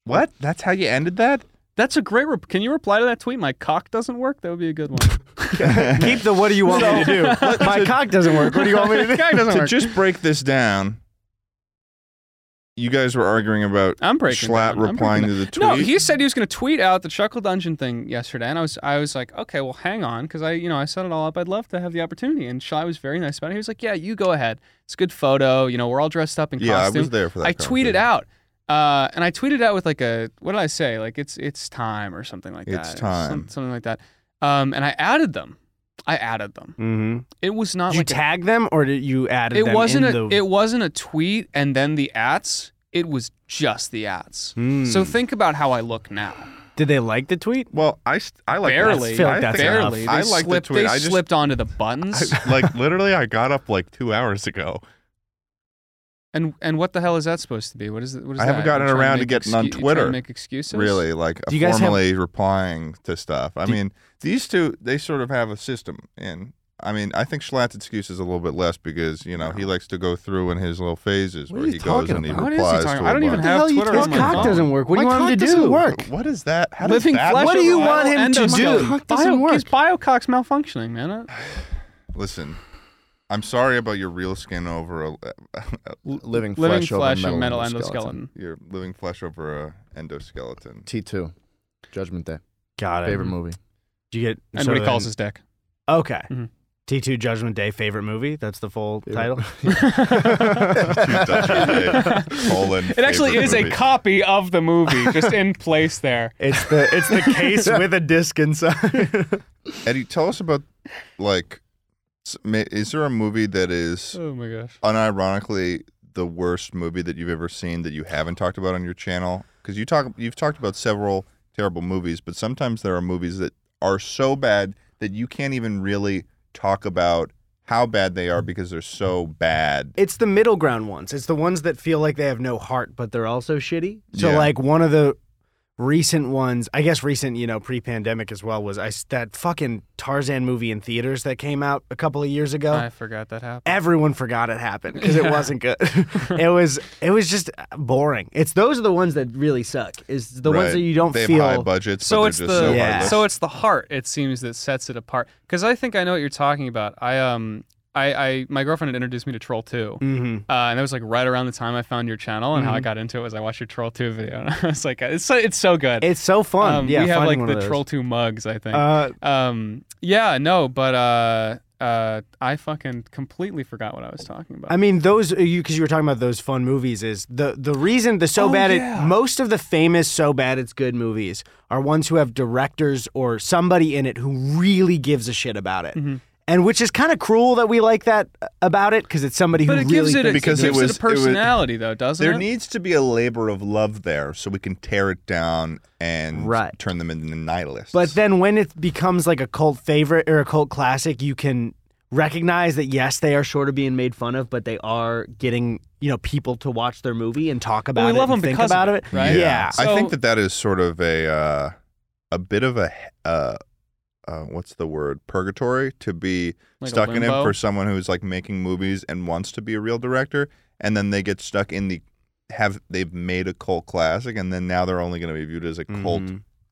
Speaker 7: what? That's how you ended that?
Speaker 4: That's a great. Rep- Can you reply to that tweet? My cock doesn't work. That would be a good one.
Speaker 2: Keep the what do you want me to do? My cock doesn't work. What do you want me to do?
Speaker 4: Cock doesn't
Speaker 7: to
Speaker 4: work.
Speaker 7: just break this down, you guys were arguing about
Speaker 4: I'm breaking.
Speaker 7: Schlatt
Speaker 4: down. I'm
Speaker 7: replying
Speaker 4: breaking
Speaker 7: to the tweet.
Speaker 4: No, he said he was going to tweet out the Chuckle Dungeon thing yesterday, and I was I was like, okay, well, hang on, because I you know I set it all up. I'd love to have the opportunity, and Shy was very nice about it. He was like, yeah, you go ahead. It's a good photo. You know, we're all dressed up in
Speaker 7: yeah, I
Speaker 4: costume.
Speaker 7: was there for that.
Speaker 4: I tweeted
Speaker 7: conversation.
Speaker 4: out, uh, and I tweeted out with like a what did I say? Like it's it's time or something like that.
Speaker 7: It's
Speaker 4: or
Speaker 7: time.
Speaker 4: some- something like that. Um, and I added them. I added them.
Speaker 2: Mm-hmm.
Speaker 4: It was not
Speaker 2: Did you
Speaker 4: like a-
Speaker 2: tag them or did you add
Speaker 4: it
Speaker 2: them
Speaker 4: wasn't
Speaker 2: in
Speaker 4: a
Speaker 2: the...
Speaker 4: it wasn't a tweet and then the ats. It was just the ats.
Speaker 2: Hmm.
Speaker 4: So think about how I look now.
Speaker 2: Did they like the tweet?
Speaker 7: Well, I st- I like
Speaker 4: barely,
Speaker 2: I feel like
Speaker 7: I
Speaker 2: that's
Speaker 7: think-
Speaker 4: barely.
Speaker 7: I
Speaker 4: they
Speaker 7: like
Speaker 4: slipped,
Speaker 7: the tweet.
Speaker 4: They
Speaker 7: I just
Speaker 4: slipped onto the buttons.
Speaker 7: I- like literally, I got up like two hours ago.
Speaker 4: and and what the hell is that supposed to be? What is it? What is
Speaker 7: I
Speaker 4: that?
Speaker 7: haven't gotten
Speaker 4: You trying
Speaker 7: around to
Speaker 4: make
Speaker 7: getting on
Speaker 4: excu- you trying to
Speaker 7: Twitter,
Speaker 4: make excuses.
Speaker 7: Really, like
Speaker 2: Do you guys have-
Speaker 7: formally replying to stuff. I
Speaker 2: Do-
Speaker 7: mean, these two they sort of have a system, and I mean, I think Schlatt's excuse is a little bit less because you know he likes to go through in his little phases
Speaker 1: What are
Speaker 7: where
Speaker 1: you
Speaker 7: he goes
Speaker 1: talking
Speaker 7: and he
Speaker 1: about?
Speaker 4: What is he
Speaker 7: replies
Speaker 4: talking
Speaker 7: to
Speaker 4: about? I
Speaker 7: a
Speaker 4: don't even
Speaker 7: bunch.
Speaker 4: have
Speaker 1: hell you
Speaker 4: Twitter
Speaker 1: talking
Speaker 4: on my
Speaker 1: about?
Speaker 4: phone.
Speaker 1: Cock doesn't
Speaker 2: work.
Speaker 1: my cock doesn't work.
Speaker 7: What is that? How does
Speaker 4: Living
Speaker 7: that
Speaker 4: flesh.
Speaker 7: work?
Speaker 2: What do you
Speaker 4: alive
Speaker 2: want him to
Speaker 4: endoscope.
Speaker 2: do?
Speaker 1: Cock doesn't
Speaker 4: Bio-
Speaker 1: work.
Speaker 4: His biocock's malfunctioning, man. Uh, I-
Speaker 7: Listen, I'm sorry about your real skin over a,
Speaker 1: Living
Speaker 4: Living
Speaker 1: flesh,
Speaker 4: flesh
Speaker 1: over
Speaker 4: and metal
Speaker 1: endoskeleton.
Speaker 4: endoskeleton.
Speaker 7: your living flesh over a endoskeleton.
Speaker 1: T two, Judgment Day,
Speaker 2: Got it.
Speaker 1: favorite movie.
Speaker 2: Did you get
Speaker 4: And
Speaker 2: so
Speaker 4: what he calls
Speaker 2: then-
Speaker 4: his dick.
Speaker 2: Okay.
Speaker 4: Mhm.
Speaker 2: T2 Judgment Day favorite movie. That's the full
Speaker 1: Favorite-
Speaker 2: title.
Speaker 7: Colon,
Speaker 4: It actually
Speaker 7: favorite
Speaker 4: is
Speaker 7: movie.
Speaker 4: a copy of the movie, just in place there.
Speaker 2: It's the it's the case with a disc inside.
Speaker 7: Eddie, tell us about like, s- ma- is there a movie that is
Speaker 4: Oh my gosh.
Speaker 7: unironically the worst movie that you've ever seen that you haven't talked about on your channel? Because you talk, you've talked about several terrible movies, but sometimes there are movies that are so bad that you can't even really talk about how bad they are because they're so bad.
Speaker 2: it's the middle ground ones. It's the ones that feel like they have no heart, but they're also shitty. So
Speaker 7: Yeah.
Speaker 2: like one of the recent ones, I guess recent, you know, pre-pandemic as well was I s- that fucking Tarzan movie in theaters that came out a couple of years ago.
Speaker 4: I forgot that happened.
Speaker 2: Everyone forgot it happened because it wasn't good. it was it was just boring. It's those are the ones that really suck. Is the ones
Speaker 7: Right.
Speaker 2: that you don't
Speaker 7: they
Speaker 2: feel
Speaker 7: have high budgets,
Speaker 4: So
Speaker 7: but
Speaker 4: it's
Speaker 7: they're
Speaker 4: the
Speaker 7: just so
Speaker 2: Yeah.
Speaker 7: hard.
Speaker 4: so it's the heart. It seems that sets it apart. Because I think I know what you're talking about. I um I, I my girlfriend had introduced me to Troll 2
Speaker 2: Mhm.
Speaker 4: uh, and that was like right around the time I found your channel and how I got into it was I watched your Troll 2 video and I was like it's so, it's so good.
Speaker 2: It's so fun.
Speaker 4: Um,
Speaker 2: yeah,
Speaker 4: we have
Speaker 2: finding
Speaker 4: like
Speaker 2: one
Speaker 4: the
Speaker 2: of those.
Speaker 4: Troll 2 mugs, I think.
Speaker 2: Uh,
Speaker 4: um, yeah, no, but uh, uh, I fucking completely forgot what I was talking about.
Speaker 2: I mean, those uh, you because you were talking about those fun movies. Is the the reason the so
Speaker 4: Oh,
Speaker 2: bad
Speaker 4: yeah.
Speaker 2: it, most of the famous so bad it's good movies are ones who have directors or somebody in it who really gives a shit about it,
Speaker 4: Mm-hmm.
Speaker 2: and which is kind of cruel that we like that uh, about it because it's somebody
Speaker 4: but
Speaker 2: who
Speaker 4: it
Speaker 2: really
Speaker 4: gives it, a-
Speaker 2: thinks
Speaker 7: because
Speaker 4: it
Speaker 7: it
Speaker 4: gives
Speaker 7: was-
Speaker 4: it a
Speaker 7: it was-
Speaker 4: personality though, doesn't
Speaker 7: there
Speaker 4: it?
Speaker 7: needs
Speaker 3: needs to be a labor of love there
Speaker 7: so we can tear it down and
Speaker 2: Right.
Speaker 7: turn them into nihilists.
Speaker 2: But then when it becomes like a cult favorite or a cult classic, you can recognize that yes, they are sort of being made fun of, but they are getting you know people to watch their movie and talk about
Speaker 4: we
Speaker 2: it
Speaker 4: love
Speaker 2: and
Speaker 4: them
Speaker 2: think
Speaker 4: because of
Speaker 2: about
Speaker 4: it, right?
Speaker 2: Yeah.
Speaker 7: I think
Speaker 4: So-
Speaker 7: that that is sort of a uh, a bit of a uh, uh, what's the word purgatory to be
Speaker 4: Like a
Speaker 7: stuck in it
Speaker 4: limbo?
Speaker 7: for someone who's like making movies and wants to be a real director, and then they get stuck in the have they've made a cult classic, and then now they're only going to be viewed as a cult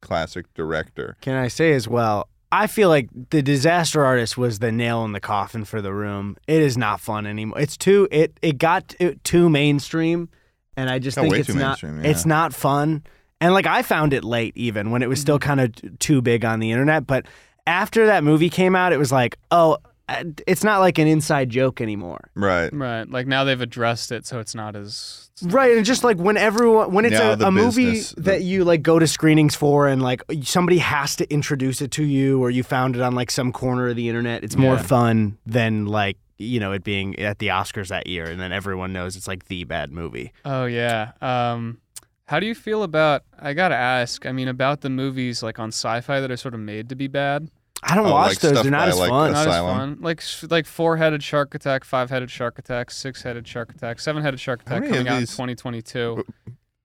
Speaker 7: classic director.
Speaker 2: Can I say as well? I feel like the disaster artist was the nail in the coffin for the room. It is not fun anymore. It's too it it got t- too mainstream, and I just
Speaker 7: Got
Speaker 2: think
Speaker 7: way
Speaker 2: it's
Speaker 7: too
Speaker 2: not
Speaker 7: mainstream,
Speaker 2: it's
Speaker 7: yeah.
Speaker 2: not fun. And like I found it late, even when it was still kind of too big on the internet. But after that movie came out, it was like, oh, uh, it's not like an inside joke anymore.
Speaker 7: Right.
Speaker 4: Right. Like now they've addressed it, so it's not as
Speaker 2: Right, and just like when everyone, when it's
Speaker 7: Now
Speaker 2: a,
Speaker 7: the
Speaker 2: a movie
Speaker 7: business- the-
Speaker 2: that you like go to screenings for, and like somebody has to introduce it to you, or you found it on like some corner of the internet, it's more
Speaker 4: Yeah.
Speaker 2: fun than like you know it being at the Oscars that year, and then everyone knows it's like the bad movie.
Speaker 4: Oh yeah. Um, how do you feel about? I gotta ask. I mean, about the movies like on Sci-Fi that are sort of made to be bad,
Speaker 2: I don't
Speaker 7: Oh,
Speaker 2: watch
Speaker 7: like
Speaker 2: those;
Speaker 7: stuff
Speaker 2: they're not
Speaker 7: by,
Speaker 2: as
Speaker 7: like, uh,
Speaker 2: fun.
Speaker 7: a-
Speaker 4: not
Speaker 7: Asylum.
Speaker 4: as fun. Like s- like four-headed shark attack, five-headed shark attack, six-headed shark attack, seven-headed shark
Speaker 7: How
Speaker 4: attack
Speaker 7: many of
Speaker 4: coming out in
Speaker 7: these-
Speaker 4: 2022.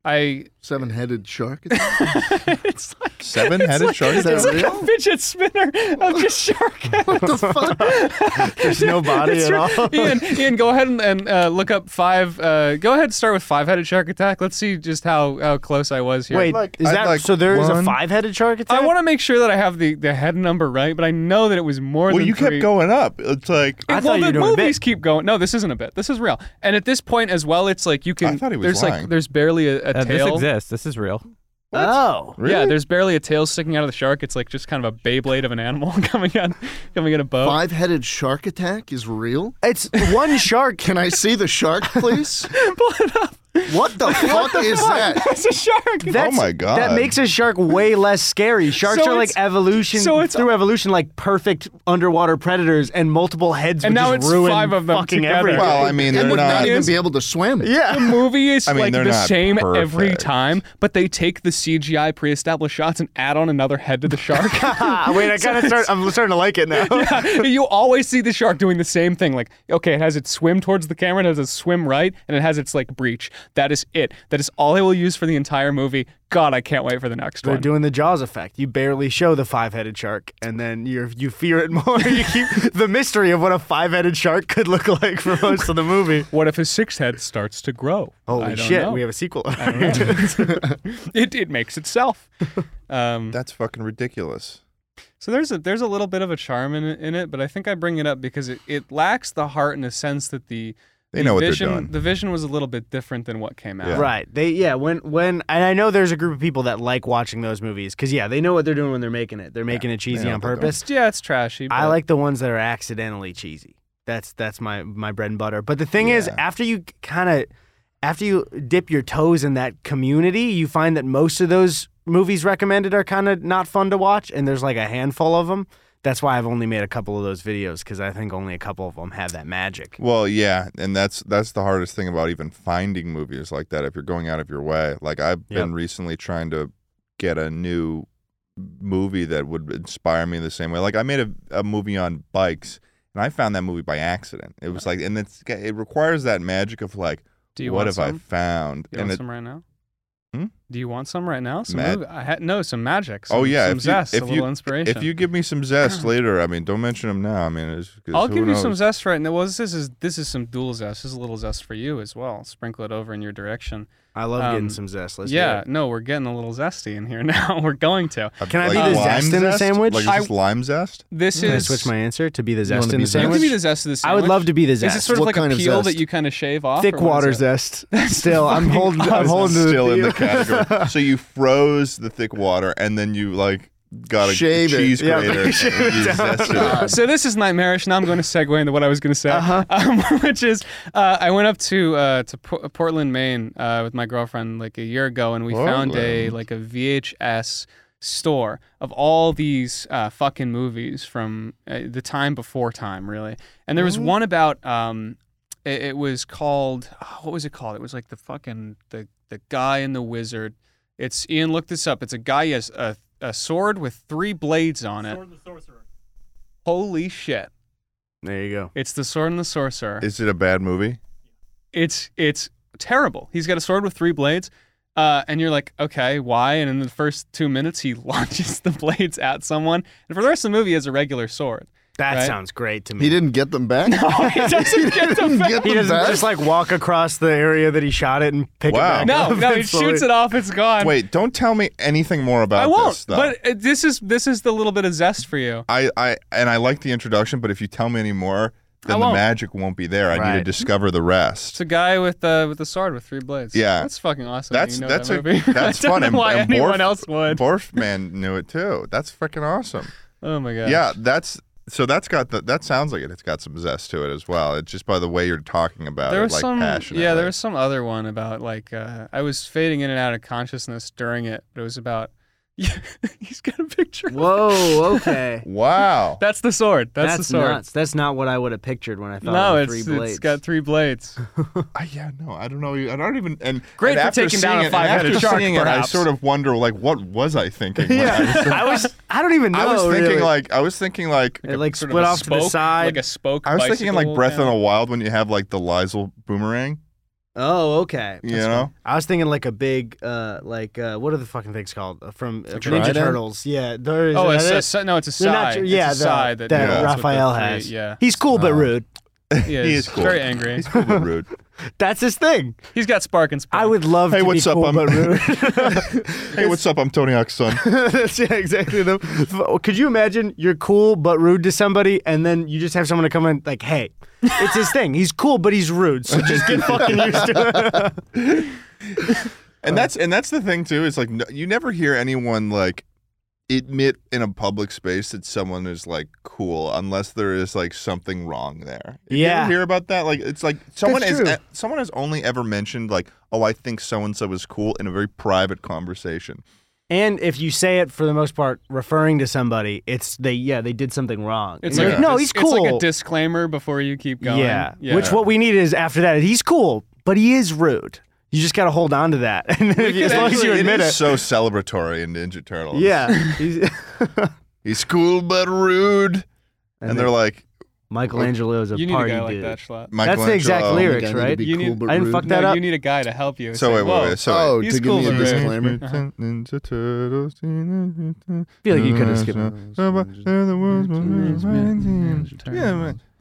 Speaker 4: I
Speaker 1: Seven headed shark.
Speaker 4: it's like
Speaker 7: Seven headed
Speaker 4: it's
Speaker 7: shark.
Speaker 4: Like,
Speaker 1: that
Speaker 4: it's like
Speaker 1: real?
Speaker 4: a fidget spinner of just shark heads.
Speaker 1: what the fuck?
Speaker 2: There's no body
Speaker 4: It's
Speaker 2: at
Speaker 4: re-
Speaker 2: all.
Speaker 4: Ian, Ian, go ahead and, and uh, look up five. Uh, go ahead and start with five-headed shark attack. Let's see just how, how close I was here.
Speaker 2: Wait,
Speaker 7: like-
Speaker 2: is
Speaker 7: I'd
Speaker 2: that
Speaker 7: like
Speaker 2: so? There is a
Speaker 7: one.
Speaker 2: five-headed shark attack.
Speaker 4: I want to make sure that I have the, the head number right, but I know that it was more
Speaker 7: Well,
Speaker 4: than
Speaker 7: you
Speaker 4: three.
Speaker 7: kept going up. It's like
Speaker 2: I
Speaker 4: It-
Speaker 2: thought
Speaker 4: well,
Speaker 2: you were
Speaker 4: the
Speaker 2: doing a bit.
Speaker 4: movies keep going. No, this isn't a bit. This is real. And at this point as well, it's like you can.
Speaker 7: I thought he was
Speaker 4: there's
Speaker 7: lying.
Speaker 4: like there's barely a, a
Speaker 6: Uh, this
Speaker 4: tail.
Speaker 6: exists. This is real.
Speaker 2: Oh,
Speaker 7: really?
Speaker 4: Yeah, there's barely a tail sticking out of the shark. It's like just kind of a Beyblade of an animal coming out, coming in a boat.
Speaker 1: Five headed shark attack is real?
Speaker 2: it's one shark.
Speaker 1: Can I see the shark, please?
Speaker 4: Pull it up.
Speaker 1: What the fuck is that?
Speaker 4: It's a shark.
Speaker 2: That's,
Speaker 7: my God.
Speaker 2: That makes a shark way less scary. Sharks
Speaker 4: Oh So
Speaker 2: are like
Speaker 4: it's-
Speaker 2: evolution
Speaker 4: so it's-
Speaker 2: through evolution, like perfect underwater predators, and multiple heads.
Speaker 4: And
Speaker 2: would
Speaker 4: now
Speaker 2: just
Speaker 4: it's
Speaker 2: ruin
Speaker 4: five of them
Speaker 2: fucking
Speaker 4: together.
Speaker 2: everything.
Speaker 7: well, I mean,
Speaker 1: And
Speaker 7: they're
Speaker 1: would not,
Speaker 7: not.
Speaker 1: even be able to swim it.
Speaker 4: The movie is
Speaker 7: I mean,
Speaker 4: like
Speaker 7: they're
Speaker 4: the
Speaker 7: not
Speaker 4: same every
Speaker 7: perfect.
Speaker 4: time, but they take the CGI pre-established shots and add on another head to the shark.
Speaker 2: Ah, wait, I kind of start. I'm starting to like it now.
Speaker 4: you always see the shark doing the same thing. Like, okay, it has its swim towards the camera, it has its swim right, and it has its like breach. That is it. That is all they will use for the entire movie. God, I can't wait for the next
Speaker 2: They're
Speaker 4: one.
Speaker 2: doing the Jaws effect. You barely show the five-headed shark, and then you you fear it more. you keep the mystery of what a five-headed shark could look like for most of the movie.
Speaker 4: what if his sixth head starts to grow? I
Speaker 2: Holy
Speaker 4: don't
Speaker 2: shit,
Speaker 4: know.
Speaker 2: we have a sequel.
Speaker 4: it, it makes itself. Um,
Speaker 7: That's fucking ridiculous.
Speaker 4: So there's a there's a little bit of a charm in it, in it, but I think I bring it up because it, it lacks the heart in the sense that the
Speaker 7: They
Speaker 4: the
Speaker 7: know what they're
Speaker 4: vision,
Speaker 7: doing.
Speaker 4: The vision was a little bit different than what came out.
Speaker 7: Yeah.
Speaker 2: Right. They yeah, when when and I know there's a group of people that like watching those movies cuz yeah, they know what they're doing when they're making it. They're making it cheesy
Speaker 7: know
Speaker 2: on
Speaker 7: what they're
Speaker 2: purpose.
Speaker 4: It's, yeah, it's trashy. But
Speaker 2: I like the ones that are accidentally cheesy. That's that's my my bread and butter. But the thing is
Speaker 7: Yeah.
Speaker 2: after you kind of after you dip your toes in that community, you find that most of those movies recommended are kind of not fun to watch and there's like a handful of them. That's why I've only made a couple of those videos cuz I think only a couple of them have that magic.
Speaker 7: Well, yeah, and that's that's the hardest thing about even finding movies like that if you're going out of your way. Like I've been recently trying to get a new movie that would inspire me the same way. Like I made a, a movie on bikes and I found that movie by accident. It was like and it's it requires that magic of like
Speaker 4: Do you
Speaker 7: what
Speaker 4: want
Speaker 7: have I
Speaker 4: some?
Speaker 7: found?
Speaker 4: Do you
Speaker 7: and
Speaker 4: want
Speaker 7: it,
Speaker 4: some right now?
Speaker 7: Hmm?
Speaker 4: Do Do you want some right now? Some
Speaker 7: Mag-
Speaker 4: movie- I had no some magic. Some,
Speaker 7: Oh yeah,
Speaker 4: some
Speaker 7: if
Speaker 4: zest,
Speaker 7: you
Speaker 4: a
Speaker 7: if
Speaker 4: little
Speaker 7: you
Speaker 4: inspiration.
Speaker 7: if you give me some zest later, I mean, don't mention them now. I mean, it's, 'cause
Speaker 4: I'll
Speaker 7: who
Speaker 4: give you some
Speaker 7: knows?
Speaker 4: zest right now. Well, this is this is some dual zest. This is a little zest for you as well. Sprinkle it over in your direction.
Speaker 2: I love
Speaker 4: Um,
Speaker 2: getting some zest. Let's do
Speaker 4: yeah,
Speaker 2: it.
Speaker 4: no, we're getting a little zesty in here now. we're going to.
Speaker 2: Can I
Speaker 7: Like
Speaker 2: be the
Speaker 7: lime
Speaker 2: zest in the sandwich?
Speaker 7: Like is this lime zest?
Speaker 4: This
Speaker 2: Can I
Speaker 4: is.
Speaker 2: switch my answer to be the
Speaker 1: wanna
Speaker 2: zest in
Speaker 1: be
Speaker 2: the
Speaker 1: zest?
Speaker 4: You
Speaker 2: sandwich?
Speaker 4: can be the zest of this.
Speaker 2: I would love to be the zest.
Speaker 4: Is it sort of
Speaker 1: What
Speaker 4: like
Speaker 1: kind
Speaker 4: a
Speaker 1: of
Speaker 4: peel that
Speaker 1: zest?
Speaker 4: you kind of shave off? or
Speaker 2: thick
Speaker 4: what is
Speaker 2: water
Speaker 4: it?
Speaker 2: zest? Still, I'm holding. I'm holding to
Speaker 7: Still in
Speaker 2: the
Speaker 7: the category. so you froze the thick water, and then you like got a
Speaker 1: Shave it.
Speaker 7: cheese
Speaker 2: Yeah,
Speaker 7: grater. and
Speaker 2: shave it
Speaker 7: you
Speaker 2: down.
Speaker 7: zested it.
Speaker 4: Uh, so this is nightmarish. Now I'm going to segue into what I was going to say,
Speaker 2: Uh-huh.
Speaker 4: um, which is uh, I went up to uh, to P- Portland, Maine, uh, with my girlfriend like a year ago, and we found a
Speaker 7: Portland.
Speaker 4: like a VHS store of all these uh, fucking movies from uh, the time before time, really. And there was one about um, it, it was called oh, what was it called? It was like the fucking the the guy and the wizard. It's Ian. Look this up. It's a guy who has a, a sword with three blades on it. Holy shit!
Speaker 2: There you go.
Speaker 4: It's the sword and the sorcerer.
Speaker 7: Is it a bad movie?
Speaker 4: It's it's terrible. He's got a sword with three blades, uh, and you're like, okay, why? And in the first two minutes, he launches the blades at someone, and for the rest of the movie, he has a regular sword.
Speaker 2: That
Speaker 4: Right?
Speaker 2: sounds great to me.
Speaker 1: He didn't get them back.
Speaker 4: No, he doesn't get them back.
Speaker 2: He doesn't
Speaker 1: back?
Speaker 2: just like walk across the area that he shot it and pick
Speaker 7: Wow.
Speaker 2: it back
Speaker 4: No,
Speaker 2: up.
Speaker 4: no, he shoots it off. It's gone.
Speaker 7: Wait, don't tell me anything more about
Speaker 4: I won't.
Speaker 7: this. Though.
Speaker 4: but uh, this is this is the little bit of zest for you.
Speaker 7: I, I and I like the introduction, but if you tell me any more,
Speaker 4: I
Speaker 7: then the
Speaker 4: won't.
Speaker 7: magic won't be there. I need to
Speaker 2: Right.
Speaker 7: discover the
Speaker 4: It's
Speaker 7: rest.
Speaker 4: a guy with uh, with a sword with three blades.
Speaker 7: Yeah.
Speaker 4: that's fucking awesome.
Speaker 7: That's
Speaker 4: that you know
Speaker 7: that's
Speaker 4: that
Speaker 7: a
Speaker 4: movie.
Speaker 7: that's
Speaker 4: I don't
Speaker 7: fun.
Speaker 4: Know
Speaker 7: and-
Speaker 4: why
Speaker 7: and
Speaker 4: anyone
Speaker 7: Borf-
Speaker 4: else would?
Speaker 7: Borf man knew it too. That's freaking awesome.
Speaker 4: oh my god.
Speaker 7: Yeah, that's so that's got the that sounds like it. It's got some zest to it as well. It's just by the way you're talking about
Speaker 4: there
Speaker 7: it,
Speaker 4: was
Speaker 7: like
Speaker 4: some
Speaker 7: passionate.
Speaker 4: yeah there was some other one about like uh, i was fading in and out of consciousness during it but it was about yeah, he's got a picture of-
Speaker 2: Whoa, okay.
Speaker 7: Wow.
Speaker 4: that's the sword that's,
Speaker 2: That's,
Speaker 4: the sword
Speaker 2: nuts. That's not what I would have pictured when I thought
Speaker 4: no
Speaker 2: of
Speaker 4: it's,
Speaker 2: three blades.
Speaker 4: it's got three blades
Speaker 7: I, yeah, no, I don't know. I don't even. And
Speaker 4: Great
Speaker 7: and
Speaker 4: for
Speaker 7: after
Speaker 4: taking down
Speaker 7: seeing
Speaker 4: a
Speaker 7: it- and
Speaker 4: five-headed
Speaker 7: after
Speaker 4: shark,
Speaker 7: seeing It, I
Speaker 4: perhaps.
Speaker 7: sort of wonder, like, what was I thinking? when I was-
Speaker 2: I was. I don't even know.
Speaker 7: I was thinking
Speaker 2: really.
Speaker 7: like I was thinking like
Speaker 2: it like
Speaker 4: Sort of
Speaker 2: split
Speaker 4: a
Speaker 2: off to the
Speaker 4: spoke,
Speaker 2: side.
Speaker 4: like a spoke
Speaker 7: I was thinking like
Speaker 4: bicycle
Speaker 7: Breath
Speaker 4: kind
Speaker 7: on
Speaker 4: of-
Speaker 7: the Wild when you have like the Lizel boomerang.
Speaker 2: oh, okay.
Speaker 7: You know,
Speaker 2: I was thinking like a big, uh, like uh, what are the fucking things called Uh, from uh, Ninja
Speaker 1: trident?
Speaker 2: Turtles? Yeah, there is.
Speaker 4: oh
Speaker 2: uh,
Speaker 4: it's
Speaker 2: that-
Speaker 4: a, si- no it's a
Speaker 2: they're not
Speaker 4: side
Speaker 2: tr- yeah,
Speaker 4: it's
Speaker 2: the-
Speaker 4: a side that,
Speaker 2: that
Speaker 4: deals with the
Speaker 2: Raphael
Speaker 4: three-
Speaker 2: has.
Speaker 4: yeah
Speaker 2: He's cool but rude.
Speaker 4: yeah
Speaker 7: He
Speaker 4: he's
Speaker 7: is cool.
Speaker 4: very angry
Speaker 7: it's cool but rude.
Speaker 2: That's his thing.
Speaker 4: he's got spark and spark
Speaker 2: I would love
Speaker 7: Hey,
Speaker 2: to
Speaker 7: what's
Speaker 2: be
Speaker 7: up?
Speaker 2: cool
Speaker 7: I'm-
Speaker 2: but rude.
Speaker 7: hey, what's up? I'm Tony Hawk's son.
Speaker 2: That's yeah, exactly them. Could you imagine you're cool but rude to somebody, and then you just have someone to come in like, "Hey, it's his thing. He's cool but he's rude. So just get fucking used to it." Oh.
Speaker 7: And that's and that's the thing too. Is like no, you never hear anyone like admit in a public space that someone is like cool unless there is like something wrong there. You ever
Speaker 2: Yeah.
Speaker 7: hear about that? Like it's like someone
Speaker 2: That's
Speaker 7: has
Speaker 2: true.
Speaker 7: eh, someone has only ever mentioned like, oh, I think so and so is cool in a very private conversation.
Speaker 2: And if you say it for the most part, referring to somebody, it's they. Yeah, they did something wrong.
Speaker 4: it's
Speaker 2: And
Speaker 4: like
Speaker 2: you're
Speaker 4: a
Speaker 2: no, he's
Speaker 4: dis-
Speaker 2: cool.
Speaker 4: It's like a disclaimer before you keep going.
Speaker 2: Yeah. Which what we need is after that, he's cool, but he is rude. You just got to hold on to that. And then if you,
Speaker 4: could
Speaker 2: as long as you
Speaker 4: actually-
Speaker 2: admit
Speaker 7: It
Speaker 2: it.
Speaker 7: is so celebratory in Ninja Turtles.
Speaker 2: yeah. He's-
Speaker 7: he's cool but rude, and,
Speaker 2: then
Speaker 7: they're like
Speaker 2: Michelangelo is a
Speaker 4: you need a
Speaker 2: party
Speaker 4: guy like
Speaker 2: dude.
Speaker 4: that, Schlatt.
Speaker 2: That's the exact
Speaker 7: Michelangelo-
Speaker 2: lyrics,
Speaker 1: I need to
Speaker 2: right?
Speaker 1: be
Speaker 4: You
Speaker 1: cool
Speaker 4: need-
Speaker 1: but
Speaker 2: I didn't
Speaker 1: rude.
Speaker 2: fuck that
Speaker 4: no,
Speaker 2: up.
Speaker 4: you need a guy to help you.
Speaker 7: So
Speaker 4: Say,
Speaker 7: wait, wait,
Speaker 4: "Whoa,
Speaker 7: wait. So wait.
Speaker 1: oh,
Speaker 4: He's
Speaker 1: to give
Speaker 4: cool
Speaker 1: me a
Speaker 4: but rude.
Speaker 1: disclaimer.
Speaker 7: I
Speaker 2: feel like you could have skipped.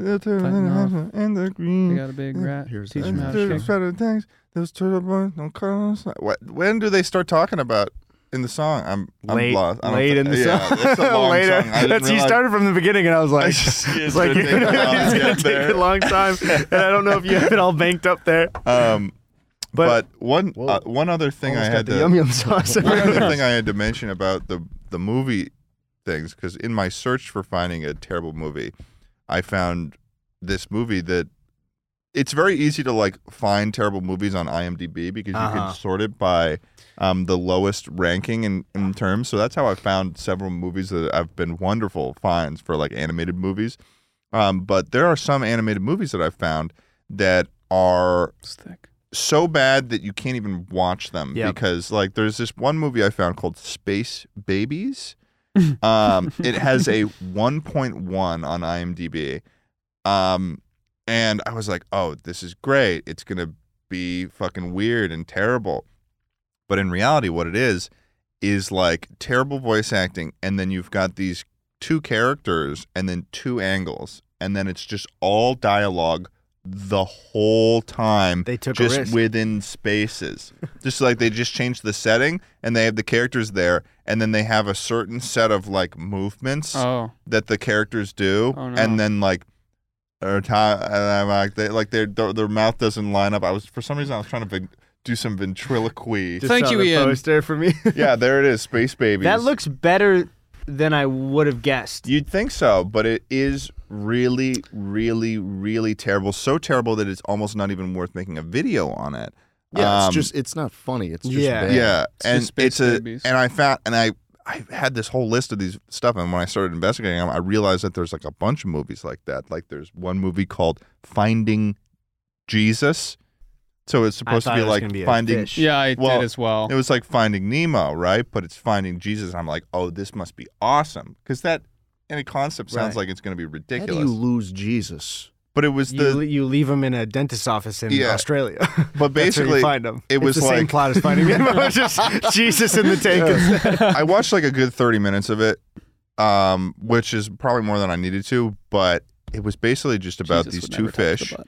Speaker 7: and the
Speaker 4: You
Speaker 7: green.
Speaker 4: got a big rat.
Speaker 1: Mm-hmm. Here's
Speaker 4: Teach
Speaker 1: the
Speaker 4: him how to shake.
Speaker 7: Those turtle boys don't call us. What? When do they start talking about in the song? I'm, I'm
Speaker 2: Late,
Speaker 7: lost. I don't
Speaker 2: late
Speaker 7: thi-
Speaker 2: in the
Speaker 7: yeah,
Speaker 2: song.
Speaker 7: It's a long
Speaker 2: Late-
Speaker 7: song. I didn't
Speaker 2: That's you
Speaker 7: realize-
Speaker 2: started from the beginning, and I was like,
Speaker 7: It's
Speaker 2: it's like
Speaker 7: gonna
Speaker 2: you
Speaker 7: take a while to
Speaker 2: it's gonna
Speaker 7: get
Speaker 2: take
Speaker 7: there.
Speaker 2: a long time, and I don't know if you have it all banked up there.
Speaker 7: Um,
Speaker 2: But,
Speaker 7: but one
Speaker 1: Whoa.
Speaker 7: uh, one other thing I
Speaker 1: Almost got
Speaker 7: had to
Speaker 1: the yum yum sauce.
Speaker 7: one other thing I had to mention about the the movie things because in my search for finding a terrible movie, I found this movie that it's very easy to like find terrible movies on IMDb because you
Speaker 2: Uh-huh.
Speaker 7: can sort it by um, the lowest ranking in, in terms. So that's how I found several movies that have been wonderful finds for like animated movies. Um, but there are some animated movies that I've found that are
Speaker 4: It's thick.
Speaker 7: so bad that you can't even watch them
Speaker 2: Yep.
Speaker 7: because like there's this one movie I found called Space Babies. um, it has a 1.1 on IMDb. Um, and I was like, "Oh, this is great. It's going to be fucking weird and terrible." But in reality, what it is is like terrible voice acting, and then you've got these two characters, and then two angles, and then it's just all dialogue the whole time
Speaker 2: They took a
Speaker 7: just
Speaker 2: risk.
Speaker 7: within spaces just like they just changed the setting and they have the characters there and then they have a certain set of like movements
Speaker 4: Oh,
Speaker 7: that the characters do,
Speaker 4: Oh, no.
Speaker 7: and then like, or time, and I'm like, they, like their their their mouth doesn't line up. I was for some reason I was trying to vin- do some ventriloquy.
Speaker 2: Just
Speaker 4: Thank
Speaker 2: saw
Speaker 4: you,
Speaker 2: the
Speaker 4: Ian.
Speaker 2: Poster for me.
Speaker 7: yeah, there it is, space babies.
Speaker 2: that looks better than I would have guessed.
Speaker 7: You'd think so, but it is really, really, really terrible. So terrible that it's almost not even worth making a video on it.
Speaker 1: Yeah,
Speaker 7: Um,
Speaker 1: it's just it's not funny. It's just
Speaker 2: yeah.
Speaker 1: bad.
Speaker 7: yeah,
Speaker 4: It's
Speaker 7: and
Speaker 4: just space
Speaker 7: it's a
Speaker 4: babies.
Speaker 7: and I found and I I had this whole list of these stuff, and when I started investigating them, I realized that there's like a bunch of movies like that. Like there's one movie called Finding Jesus, so it's supposed to
Speaker 2: thought
Speaker 7: be
Speaker 2: it was
Speaker 7: like
Speaker 2: gonna be a
Speaker 7: finding.
Speaker 2: fish.
Speaker 4: yeah, I
Speaker 7: Well,
Speaker 4: did as well.
Speaker 7: It was like Finding Nemo, right? But it's Finding Jesus, and I'm like, oh, this must be awesome because that in a concept sounds
Speaker 2: Right.
Speaker 7: like it's going to be
Speaker 1: How do
Speaker 7: ridiculous.
Speaker 1: you lose Jesus?
Speaker 7: but it was
Speaker 2: You,
Speaker 7: the
Speaker 2: le- you leave them in a dentist's office in
Speaker 7: Yeah.
Speaker 2: Australia. That's where you
Speaker 7: but basically
Speaker 2: find 'em.
Speaker 7: it
Speaker 2: It's
Speaker 7: was
Speaker 2: the same
Speaker 7: like-
Speaker 2: plot as Finding Nemo. just Jesus in the tank.
Speaker 7: I watched like a good 30 minutes of it, um, which is probably more than I needed to, but it was basically just about
Speaker 4: Jesus would
Speaker 7: these two
Speaker 4: never touch the
Speaker 7: fish.
Speaker 4: butt.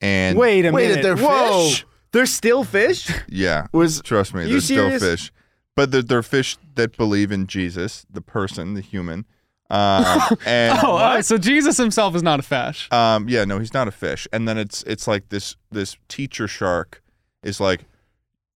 Speaker 7: And
Speaker 2: Wait a
Speaker 1: Wait,
Speaker 2: minute.
Speaker 1: they're
Speaker 2: Whoa.
Speaker 1: fish?
Speaker 2: They're still fish?
Speaker 7: yeah,
Speaker 1: Was
Speaker 7: trust me,
Speaker 2: You
Speaker 7: they're
Speaker 2: serious?
Speaker 7: still fish. But they're, they're fish that believe in Jesus, the person, the human. Uh, and
Speaker 4: Oh, all right, so Jesus himself is not a fish.
Speaker 7: Um, yeah, no, he's not a fish. And then it's it's like this this teacher shark is like,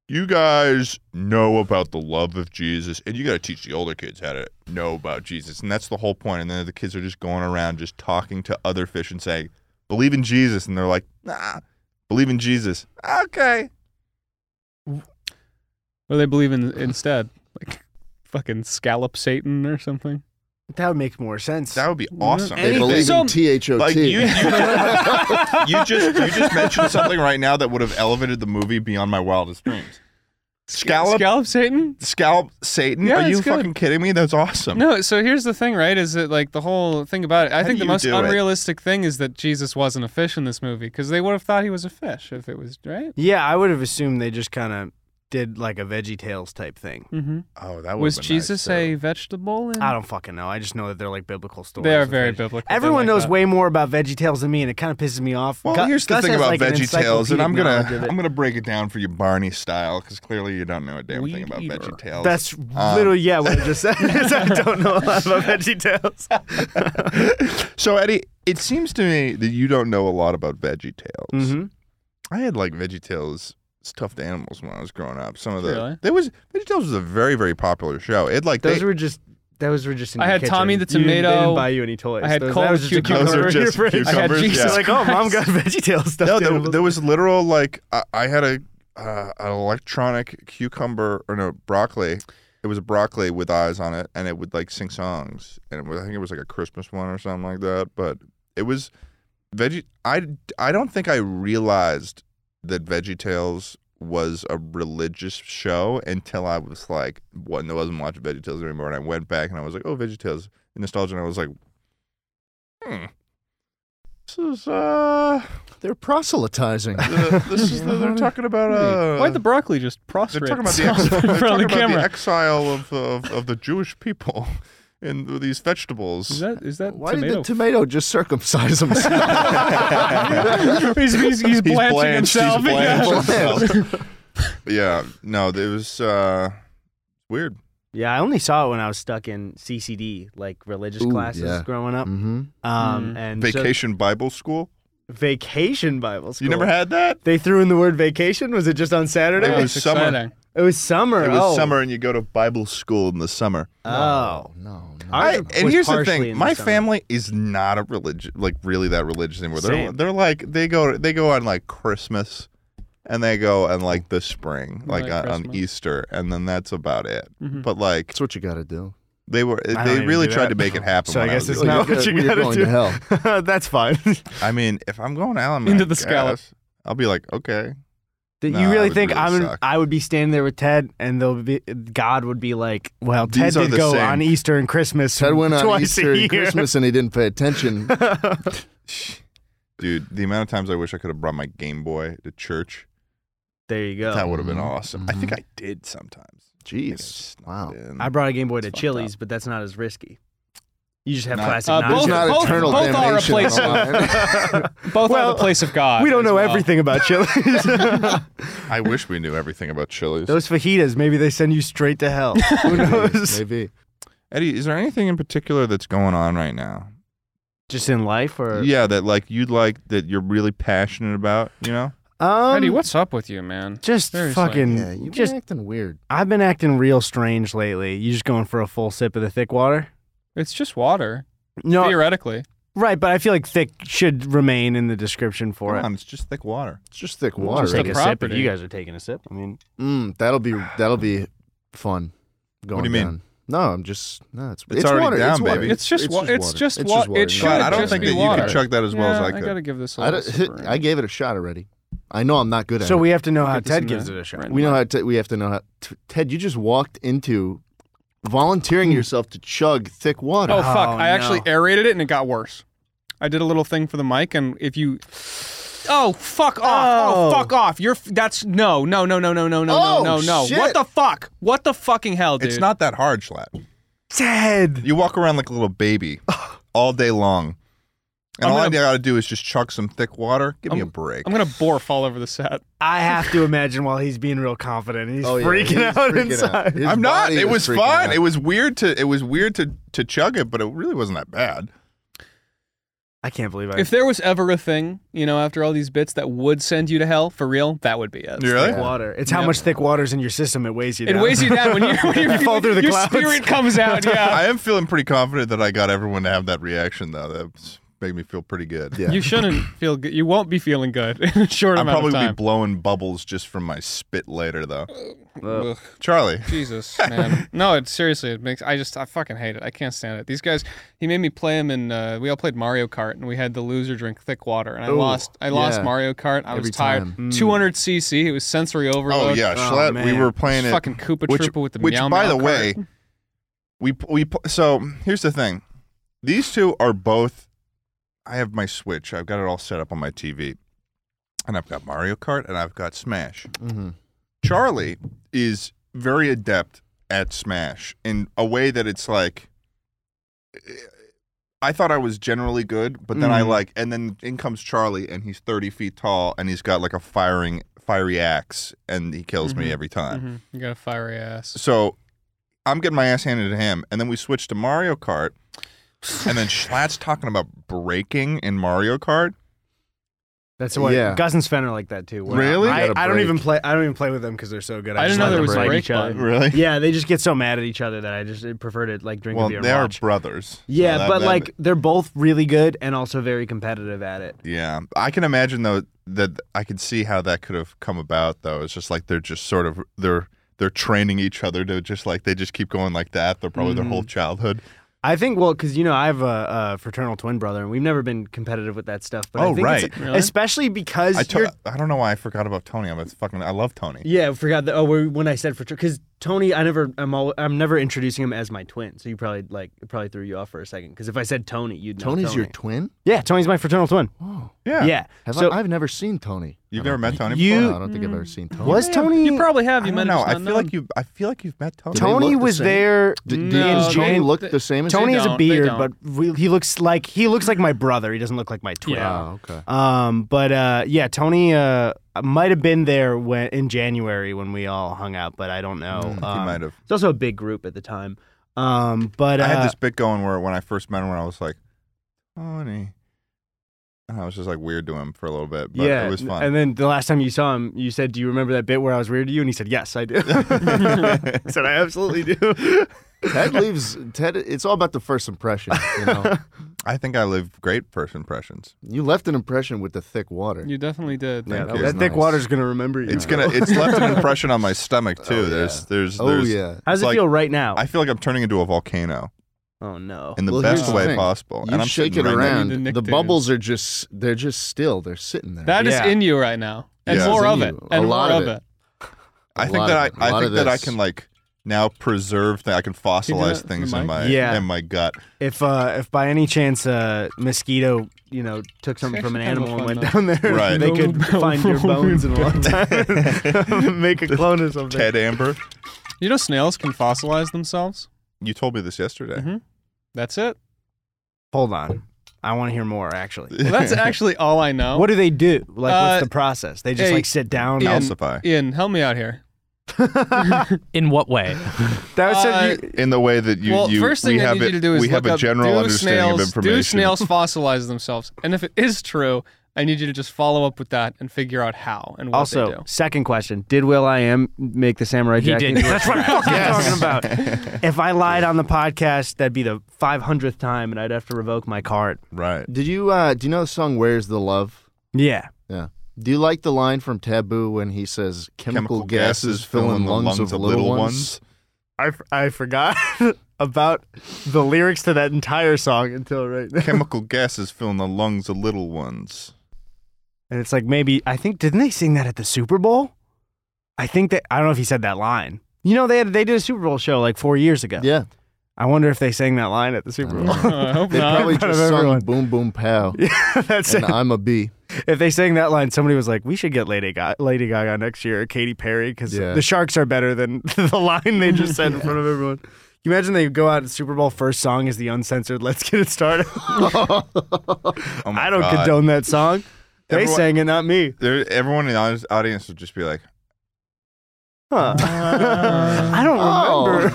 Speaker 7: you guys know about the love of Jesus, and you got to teach the older kids how to know about Jesus, and that's the whole point. And then the kids are just going around just talking to other fish and saying, believe in Jesus, and they're like, nah, believe in Jesus, okay.
Speaker 4: What do they believe in instead? Like fucking scallop Satan or something?
Speaker 2: That would make more sense.
Speaker 7: That would be awesome.
Speaker 1: they
Speaker 4: Anything.
Speaker 1: believe
Speaker 4: So-
Speaker 1: in T H O
Speaker 7: like you,
Speaker 1: T?
Speaker 7: you, you just you just mentioned something right now that would have elevated the movie beyond my wildest dreams. Scallop
Speaker 4: Scallop Satan?
Speaker 7: scalp Satan?
Speaker 4: Yeah,
Speaker 7: Are you
Speaker 4: it's good.
Speaker 7: fucking kidding me? That's awesome.
Speaker 4: No, so here's the thing, right? Is that like the whole thing about it? I
Speaker 7: Um, How do
Speaker 4: think the
Speaker 7: you
Speaker 4: most
Speaker 7: do it?
Speaker 4: unrealistic thing is that Jesus wasn't a fish in this movie because they would have thought he was a fish if it was right.
Speaker 2: yeah, I would have assumed they just kind of did like a Veggie Tales type thing.
Speaker 4: Mm-hmm.
Speaker 7: Oh, that
Speaker 4: Was Jesus a vegetable? In-
Speaker 2: I don't fucking know. I just know that they're like biblical stories.
Speaker 4: They are
Speaker 2: of
Speaker 4: very
Speaker 2: Veggie-
Speaker 4: biblical. They're
Speaker 2: Everyone
Speaker 4: like
Speaker 2: knows
Speaker 4: that.
Speaker 2: way more about Veggie Tales than me, and it kind of pisses me off.
Speaker 7: Well,
Speaker 2: Gu-
Speaker 7: here's the
Speaker 2: Gus
Speaker 7: thing
Speaker 2: has,
Speaker 7: about
Speaker 2: like, an
Speaker 7: Veggie Tales, and I'm gonna
Speaker 2: encyclopedic knowledge of
Speaker 7: I'm
Speaker 2: it.
Speaker 7: gonna break it down for you Barney style because clearly you don't know a damn thing
Speaker 4: Weed
Speaker 7: about
Speaker 4: eater.
Speaker 7: Veggie Tales.
Speaker 2: That's
Speaker 7: Um,
Speaker 2: literally yeah. What I just said is I don't know a lot about Veggie Tales.
Speaker 7: so Eddie. It seems to me that you don't know a lot about Veggie Tales.
Speaker 2: hmm
Speaker 7: I had like Veggie Tales stuffed animals when I was growing up. Some of the
Speaker 4: Really?
Speaker 7: there was Veggie Tales was a very very popular show. It like
Speaker 2: Those
Speaker 7: they,
Speaker 2: were just those were just. In
Speaker 4: I
Speaker 2: your
Speaker 4: had
Speaker 2: kitchen.
Speaker 4: Tommy the
Speaker 2: You didn't- they
Speaker 4: tomato.
Speaker 2: didn't buy you any toys.
Speaker 4: I had
Speaker 2: those,
Speaker 4: Cold
Speaker 2: that was just a
Speaker 4: Cucumber.
Speaker 7: those are
Speaker 2: cucumber in your
Speaker 7: just
Speaker 2: fridge.
Speaker 4: I had
Speaker 7: cucumbers.
Speaker 4: Jesus
Speaker 7: yeah.
Speaker 2: It's like, oh, mom got
Speaker 4: Christ.
Speaker 2: Veggie Tales stuff.
Speaker 7: no, there, there was literal like I, I had a uh, an electronic cucumber or no broccoli. It was a broccoli with eyes on it, and it would like sing songs. And it was, I think it was like a Christmas one or something like that. But it was veggie. I I don't think I realized that Veggie Tales was a religious show until I was like, one, I wasn't watching Veggie Tales anymore, and I went back and I was like, oh, Veggie Tales, nostalgia, and I was like, hmm, this is uh.
Speaker 1: They're proselytizing.
Speaker 7: Uh, this is the, they're talking about uh,
Speaker 4: Why'd the broccoli just
Speaker 7: they're
Speaker 4: prostrate
Speaker 7: talking about the,
Speaker 4: itself
Speaker 7: ex- they're
Speaker 4: in front
Speaker 7: talking
Speaker 4: of the
Speaker 7: about the
Speaker 4: camera?
Speaker 7: exile of, of of the Jewish people and
Speaker 4: is
Speaker 7: these vegetables.
Speaker 4: that is that
Speaker 1: Why did
Speaker 4: tomato?
Speaker 1: the tomato just circumcise himself?
Speaker 4: he's, he's, he's blanching
Speaker 7: blanched, he's
Speaker 4: himself.
Speaker 7: blanched.
Speaker 4: yeah.
Speaker 7: yeah, no, it was uh, weird.
Speaker 2: Yeah, I only saw it when I was stuck in CCD, like religious
Speaker 1: Ooh,
Speaker 2: classes
Speaker 1: yeah.
Speaker 2: growing up.
Speaker 1: mm-hmm.
Speaker 2: Um,
Speaker 4: Mm.
Speaker 2: and so-
Speaker 7: Vacation Bible school.
Speaker 2: vacation Bible school.
Speaker 7: You never had that.
Speaker 2: They threw in the word vacation. Was it just on Saturday?
Speaker 7: It was
Speaker 4: That's
Speaker 7: summer.
Speaker 4: exciting.
Speaker 2: It was summer.
Speaker 7: It was
Speaker 2: oh.
Speaker 7: summer, and you go to Bible school in the summer.
Speaker 2: Oh.
Speaker 1: no, no.
Speaker 2: Ours
Speaker 7: I,
Speaker 2: was
Speaker 7: and here's the
Speaker 2: partially
Speaker 7: thing:
Speaker 2: in
Speaker 7: my
Speaker 2: summer.
Speaker 7: family is not a religious, like really that religious anymore. They're,
Speaker 2: Same.
Speaker 7: they're like they go they go on like Christmas, and they go on like the spring, like,
Speaker 4: Like
Speaker 7: on, on
Speaker 4: Christmas.
Speaker 7: Easter, and then that's about it.
Speaker 4: Mhm.
Speaker 7: But like
Speaker 1: That's what you got to do.
Speaker 7: they were,
Speaker 2: Hmm. don't
Speaker 7: they
Speaker 2: even
Speaker 7: really
Speaker 2: do
Speaker 7: tried
Speaker 2: that.
Speaker 7: to make it happen.
Speaker 2: So I
Speaker 7: when
Speaker 2: guess
Speaker 7: was
Speaker 2: it's
Speaker 7: a kid.
Speaker 2: not what you
Speaker 1: you're
Speaker 2: gotta
Speaker 1: going
Speaker 2: do.
Speaker 1: to hell.
Speaker 2: That's fine.
Speaker 7: I mean, if I'm going out, I'm
Speaker 4: Into
Speaker 7: like,
Speaker 4: the scallop.
Speaker 7: "Guys," I'll be like, okay,
Speaker 2: That
Speaker 7: Nah,
Speaker 2: you
Speaker 7: that
Speaker 2: really
Speaker 7: would
Speaker 2: think
Speaker 7: really
Speaker 2: I'm?
Speaker 7: suck.
Speaker 2: I would be standing there with Ted, and they'll be God would be like, "Well,
Speaker 7: These are
Speaker 2: Ted did
Speaker 7: the
Speaker 2: go
Speaker 7: same.
Speaker 2: on Easter and Christmas.
Speaker 1: Ted went on
Speaker 2: twice
Speaker 1: Easter and
Speaker 2: a year.
Speaker 1: Christmas and he didn't pay attention.
Speaker 7: dude. The amount of times I wish I could have brought my Game Boy to church
Speaker 2: There you go.
Speaker 7: That would have been awesome. I
Speaker 2: Mm-hmm.
Speaker 7: think I did sometimes. I think I
Speaker 1: Jeez.
Speaker 7: snuck
Speaker 1: Wow.
Speaker 7: it in.
Speaker 2: I brought a Game Boy to
Speaker 7: fucked up.
Speaker 2: Chili's, but that's not as risky. You just have
Speaker 7: Not-
Speaker 2: plastic
Speaker 4: Uh,
Speaker 1: There's
Speaker 4: Both-
Speaker 1: not
Speaker 4: both-
Speaker 1: eternal
Speaker 4: both are
Speaker 1: damnation
Speaker 4: replaceable.
Speaker 1: online.
Speaker 4: Both
Speaker 2: Well,
Speaker 4: are the place of God.
Speaker 2: we don't
Speaker 4: as
Speaker 2: know
Speaker 4: well.
Speaker 2: everything about Chili's.
Speaker 7: I wish we knew everything about Chili's.
Speaker 2: Those fajitas, maybe they send you straight to hell. Who knows?
Speaker 1: Maybe.
Speaker 7: Eddie, is there anything in particular that's going on right now?
Speaker 2: Just in life, or
Speaker 7: Yeah, that like you'd like that you're really passionate about. You know,
Speaker 2: um,
Speaker 4: Eddie, what's up with you, man?
Speaker 2: Just
Speaker 4: Seriously.
Speaker 2: fucking.
Speaker 1: Yeah, you've
Speaker 2: just
Speaker 1: been acting weird.
Speaker 2: I've been acting real strange lately. You just going for a full sip of the thick water?
Speaker 4: It's just water,
Speaker 2: No,
Speaker 4: theoretically.
Speaker 2: right, but I feel like thick should remain in the description for
Speaker 7: Come
Speaker 2: it.
Speaker 7: on, it's just thick water.
Speaker 1: It's just thick
Speaker 2: We'll just
Speaker 1: water.
Speaker 4: Just
Speaker 2: take
Speaker 4: the
Speaker 2: a sip if
Speaker 4: property.
Speaker 2: you guys are taking a sip. I mean,
Speaker 1: Mm, that'll be that'll be fun. Going
Speaker 7: you mean?
Speaker 1: down. No, I'm just no. It's
Speaker 7: It's already
Speaker 1: water, it's
Speaker 7: down,
Speaker 1: water.
Speaker 7: baby.
Speaker 4: It's just wa- it's just wa- it should
Speaker 7: God, I don't
Speaker 4: just
Speaker 7: think
Speaker 4: be
Speaker 7: that you
Speaker 4: water.
Speaker 7: could chug that as well as
Speaker 4: Yeah,
Speaker 7: I could.
Speaker 4: gotta give this a
Speaker 1: I,
Speaker 4: little
Speaker 1: don't, I gave it a shot already. I know I'm not good at
Speaker 2: so
Speaker 1: it.
Speaker 2: we have to know how
Speaker 4: Get this
Speaker 2: Ted
Speaker 4: in
Speaker 2: gives
Speaker 4: the
Speaker 2: it a shot.
Speaker 4: brand.
Speaker 1: we know how to, we have to know how. T- Ted, you just walked into volunteering yourself to chug thick water.
Speaker 4: Oh fuck!
Speaker 2: Hmm. Oh,
Speaker 4: I actually
Speaker 2: no.
Speaker 4: aerated it and it got worse. I did a little thing for the mic, and if you, oh fuck off! Oh,
Speaker 2: Oh.
Speaker 4: fuck off! You're f- that's no no no no no no no
Speaker 1: Oh,
Speaker 4: no no no.
Speaker 1: shit.
Speaker 4: What the fuck? What the fucking hell, dude?
Speaker 7: It's not that hard, Schlatt.
Speaker 2: Ted!
Speaker 7: You walk around like a little baby all day long, and
Speaker 4: I'm
Speaker 7: all I
Speaker 4: gonna-
Speaker 7: gotta do is just chuck some thick water. Give me a break.
Speaker 4: I'm gonna borf all over the set.
Speaker 2: I have to imagine while he's being real confident, he's
Speaker 1: Oh, yeah,
Speaker 2: freaking
Speaker 1: he's
Speaker 2: out
Speaker 1: freaking out.
Speaker 2: inside.
Speaker 1: His
Speaker 7: I'm not.
Speaker 1: body
Speaker 7: It
Speaker 1: is
Speaker 7: was
Speaker 1: freaking
Speaker 7: fun.
Speaker 1: out.
Speaker 7: It was weird to. It was weird to to chug it, but it really wasn't that bad.
Speaker 2: I can't believe I.
Speaker 4: If there was ever a thing, you know, after all these bits that would send you to hell for real, that would be it.
Speaker 7: Really?
Speaker 2: thick water. It's how
Speaker 4: Yep.
Speaker 2: much thick water's in your system. It weighs you.
Speaker 4: It
Speaker 2: down.
Speaker 4: weighs you down when you when you,
Speaker 2: You fall through the
Speaker 4: your
Speaker 2: clouds.
Speaker 4: spirit comes out. Yeah.
Speaker 7: I am feeling pretty confident that I got everyone to have that reaction though. That made me feel pretty good.
Speaker 1: Yeah.
Speaker 4: You shouldn't feel good. You won't be feeling good in a short
Speaker 7: I'll
Speaker 4: amount
Speaker 7: probably
Speaker 4: of
Speaker 7: be
Speaker 4: time.
Speaker 7: blowing bubbles just from my spit later though.
Speaker 4: Ugh.
Speaker 7: Charlie,
Speaker 4: Jesus, man. No, it seriously it makes I just I fucking hate it. I can't stand it. These guys he made me play him in uh, we all played Mario Kart and we had the loser drink thick water and I lost I lost
Speaker 1: yeah.
Speaker 4: Mario Kart. I
Speaker 1: Every
Speaker 4: was tired.
Speaker 1: time.
Speaker 4: 200 cc. It was sensory
Speaker 7: oh
Speaker 4: overload.
Speaker 7: yeah,
Speaker 2: Oh,
Speaker 7: Schlatt, we
Speaker 2: man.
Speaker 7: were playing it.
Speaker 4: fucking Koopa
Speaker 7: which,
Speaker 4: Troopa with the
Speaker 7: which
Speaker 4: meow
Speaker 7: by
Speaker 4: meow
Speaker 7: the
Speaker 4: cart.
Speaker 7: way, we we so here's the thing. These two are both. I have my Switch. I've got it all set up on my TV, and I've got Mario Kart and I've got Smash.
Speaker 1: Mhm.
Speaker 7: Charlie is very adept at Smash in a way that it's like I thought I was generally good, but then I like and then in comes Charlie and he's thirty feet tall and he's got like a firing fiery axe and he kills me
Speaker 4: Mhm.
Speaker 7: every time.
Speaker 4: Mhm. you got a fiery ass.
Speaker 7: So I'm getting my ass handed to him, and then we switch to Mario Kart, and then Schlatt's talking about braking in Mario Kart.
Speaker 2: That's what
Speaker 1: Yeah.
Speaker 2: Gus and Sven are like that too. Where
Speaker 7: Really?
Speaker 2: I,
Speaker 1: You gotta
Speaker 2: I don't
Speaker 1: break.
Speaker 2: even play. I don't even play with them because they're so good.
Speaker 4: I didn't
Speaker 2: just
Speaker 4: know
Speaker 2: let
Speaker 4: there
Speaker 2: them
Speaker 4: was a
Speaker 2: break
Speaker 4: break
Speaker 2: each other.
Speaker 7: Really?
Speaker 2: Yeah, they just get so mad at each other that I just prefer to like drink
Speaker 7: Well,
Speaker 2: a beer
Speaker 7: they
Speaker 2: and
Speaker 7: are
Speaker 2: watch.
Speaker 7: brothers.
Speaker 2: yeah,
Speaker 7: So that-
Speaker 2: but
Speaker 7: that-
Speaker 2: like they're both really good and also very competitive at it.
Speaker 7: Yeah, I can imagine though that I can see how that could have come about though. It's just like they're just sort of they're they're training each other to just like they just keep going like that. They're probably their whole childhood.
Speaker 2: I think well, because you know I have a, a fraternal twin brother and we've never been competitive with that stuff. But I
Speaker 7: Oh,
Speaker 2: think it's-
Speaker 7: right.
Speaker 4: Really?
Speaker 2: especially because
Speaker 7: I
Speaker 2: you're
Speaker 7: to- I don't know why I forgot about Tony. I'm a fucking I love Tony.
Speaker 2: Yeah, I forgot that. Oh, we- when I said for because Tony, I never, I'm all, I'm never introducing him as my twin. So you probably like it probably threw you off for a second because if I said Tony, you'd know
Speaker 1: Tony's your
Speaker 2: Tony.
Speaker 1: twin.
Speaker 2: yeah, Tony's my fraternal twin.
Speaker 1: Oh,
Speaker 7: Yeah,
Speaker 2: Yeah,
Speaker 1: have
Speaker 2: so
Speaker 1: I, I've never seen Tony.
Speaker 7: You've
Speaker 1: I
Speaker 7: never
Speaker 1: don't
Speaker 7: met
Speaker 1: think.
Speaker 7: Tony
Speaker 2: You-
Speaker 1: No, I don't think I've ever seen Tony.
Speaker 2: was Tony?
Speaker 4: You probably have. You
Speaker 7: I
Speaker 4: might
Speaker 7: don't know.
Speaker 4: have just
Speaker 7: I
Speaker 4: not
Speaker 7: feel
Speaker 4: known.
Speaker 7: like you. I feel like you've met Tony.
Speaker 1: Do they
Speaker 2: Tony
Speaker 1: look the
Speaker 2: was
Speaker 1: same?
Speaker 2: there.
Speaker 1: D-
Speaker 4: No,
Speaker 1: does Tony
Speaker 4: they-
Speaker 1: look
Speaker 4: they-
Speaker 1: the same as
Speaker 2: Tony
Speaker 1: you?
Speaker 2: has a
Speaker 4: don't, they
Speaker 2: beard,
Speaker 4: don't.
Speaker 2: but we, he looks like he looks like my brother. He doesn't look like my twin.
Speaker 4: Yeah.
Speaker 1: Oh, okay.
Speaker 2: Um, but uh, yeah, Tony uh might have been there when in January when we all hung out, but I don't know.
Speaker 4: Hmm.
Speaker 7: He
Speaker 2: Um,
Speaker 7: might have.
Speaker 2: It's also a big group at the time. Um, but uh,
Speaker 7: I had this bit going where when I first met him, when I was like, Tony, and I was just like weird to him for a little bit, but
Speaker 2: yeah,
Speaker 7: it was
Speaker 2: n-
Speaker 7: fun.
Speaker 2: And then the last time you saw him, you said, "Do you remember that bit where I was weird to you?" And he said, "Yes, I do." I said, "I absolutely do."
Speaker 1: Ted leaves. Ted. It's all about the first impression. You know,
Speaker 7: I think I live great first impressions.
Speaker 1: you left an impression with the thick water.
Speaker 4: You definitely did.
Speaker 1: Yeah,
Speaker 7: Thank
Speaker 1: that
Speaker 7: you.
Speaker 1: was
Speaker 2: that thick
Speaker 1: nice.
Speaker 2: water's gonna remember you.
Speaker 7: It's gonna. It's left an impression on my stomach too.
Speaker 1: Oh, yeah.
Speaker 7: There's, there's,
Speaker 1: Oh
Speaker 7: there's.
Speaker 1: yeah.
Speaker 2: How does
Speaker 7: it's
Speaker 2: it
Speaker 7: like-
Speaker 2: feel right now?
Speaker 7: I feel like I'm turning into a volcano
Speaker 2: oh no.
Speaker 7: in the
Speaker 1: Well, here's
Speaker 7: best
Speaker 4: the
Speaker 7: way
Speaker 1: thing.
Speaker 7: possible,
Speaker 1: You
Speaker 7: and I'm
Speaker 1: shake it
Speaker 7: sitting right
Speaker 1: around.
Speaker 7: next-
Speaker 4: Nick
Speaker 1: the
Speaker 4: Davis.
Speaker 1: bubbles are just. They're just still. They're sitting there.
Speaker 4: That is
Speaker 2: Yeah.
Speaker 4: in you right now, and
Speaker 7: Yeah.
Speaker 4: more
Speaker 1: It's
Speaker 4: of
Speaker 1: in
Speaker 4: it,
Speaker 1: you. A
Speaker 4: and
Speaker 1: lot
Speaker 4: more
Speaker 1: of
Speaker 4: of
Speaker 1: it.
Speaker 4: it.
Speaker 1: A
Speaker 7: I
Speaker 1: lot
Speaker 7: think that
Speaker 1: of
Speaker 7: I.
Speaker 1: it. A
Speaker 7: I
Speaker 1: lot
Speaker 7: think
Speaker 1: of
Speaker 7: that I
Speaker 1: this.
Speaker 7: can like now preserve that I can fossilize
Speaker 4: that in
Speaker 7: things
Speaker 4: the
Speaker 7: in
Speaker 4: mic?
Speaker 7: my
Speaker 2: Yeah.
Speaker 7: in my gut.
Speaker 2: If uh, if by any chance a mosquito, you know, took something from an
Speaker 4: actually
Speaker 2: animal
Speaker 4: kind
Speaker 2: and went
Speaker 4: of fun,
Speaker 2: down there,
Speaker 7: Right.
Speaker 2: they could
Speaker 4: No,
Speaker 2: find your
Speaker 4: no,
Speaker 2: bones in a long time, make a clone of something.
Speaker 7: Ted Amber,
Speaker 4: You know, snails can fossilize themselves.
Speaker 7: you told me this yesterday.
Speaker 4: Mhm. That's it.
Speaker 2: Hold on, I want to hear more. Actually,
Speaker 4: Well, that's actually all I know.
Speaker 2: what do they do? Like,
Speaker 4: Uh,
Speaker 2: what's the process? They just
Speaker 4: hey,
Speaker 2: like sit down.
Speaker 4: Ian-
Speaker 7: Calcify
Speaker 4: Ian, help me out here.
Speaker 6: In what way?
Speaker 2: That was
Speaker 4: Uh,
Speaker 2: you,
Speaker 7: in the way that you
Speaker 4: well,
Speaker 7: you
Speaker 4: first thing
Speaker 7: we
Speaker 4: I
Speaker 7: have
Speaker 4: need
Speaker 7: it,
Speaker 4: you to do is
Speaker 7: we have
Speaker 4: look
Speaker 7: a
Speaker 4: up,
Speaker 7: general
Speaker 4: do
Speaker 7: understanding
Speaker 4: snails,
Speaker 7: of information.
Speaker 4: Do snails fossilize themselves? And if it is true, I need you to just follow up with that and figure out how and what they
Speaker 2: also,
Speaker 4: do.
Speaker 2: second question: Did Will I Am make the Samurai
Speaker 6: He
Speaker 2: Jack?
Speaker 6: did.
Speaker 2: into a- That's what I'm fucking talking about. If I lied on the podcast, that'd be the 500th time, and I'd have to revoke my card.
Speaker 7: Right.
Speaker 1: Did you uh, do you know the song "Where's the Love"?
Speaker 2: Yeah.
Speaker 1: Yeah. Do you like the line from Taboo when he says chemical, gases, fill in
Speaker 7: the
Speaker 1: lungs, of little, ones?
Speaker 2: I, I forgot about the lyrics to that entire song until right now.
Speaker 7: chemical gases fill in the lungs of little ones.
Speaker 2: And it's like maybe I think didn't they sing that at the Super Bowl? I think that I don't know if he said that line. You know they had, they did a Super Bowl show like four years ago.
Speaker 1: Yeah.
Speaker 2: I wonder if they sang that line at the Super Bowl.
Speaker 4: Uh, I hope
Speaker 1: They
Speaker 4: not.
Speaker 1: probably
Speaker 2: in front
Speaker 1: just
Speaker 2: of
Speaker 1: sung
Speaker 2: everyone.
Speaker 1: "Boom Boom Pow"
Speaker 2: yeah, that's
Speaker 1: and
Speaker 2: it.
Speaker 1: "I'm a Bee."
Speaker 2: If they sang that line, somebody was like, "We should get Lady Gaga, Lady Gaga next year, or Katy Perry, because
Speaker 1: Yeah.
Speaker 2: the Sharks are better than the line they just said in front of everyone." Can you imagine they go out at Super Bowl first song is the uncensored "Let's Get It Started."
Speaker 7: Oh my
Speaker 2: I don't
Speaker 7: God.
Speaker 2: condone that song. They
Speaker 7: Everyone-
Speaker 2: sang it, not me.
Speaker 7: There, everyone in the audi- audience would just be like,
Speaker 2: Huh. I don't remember.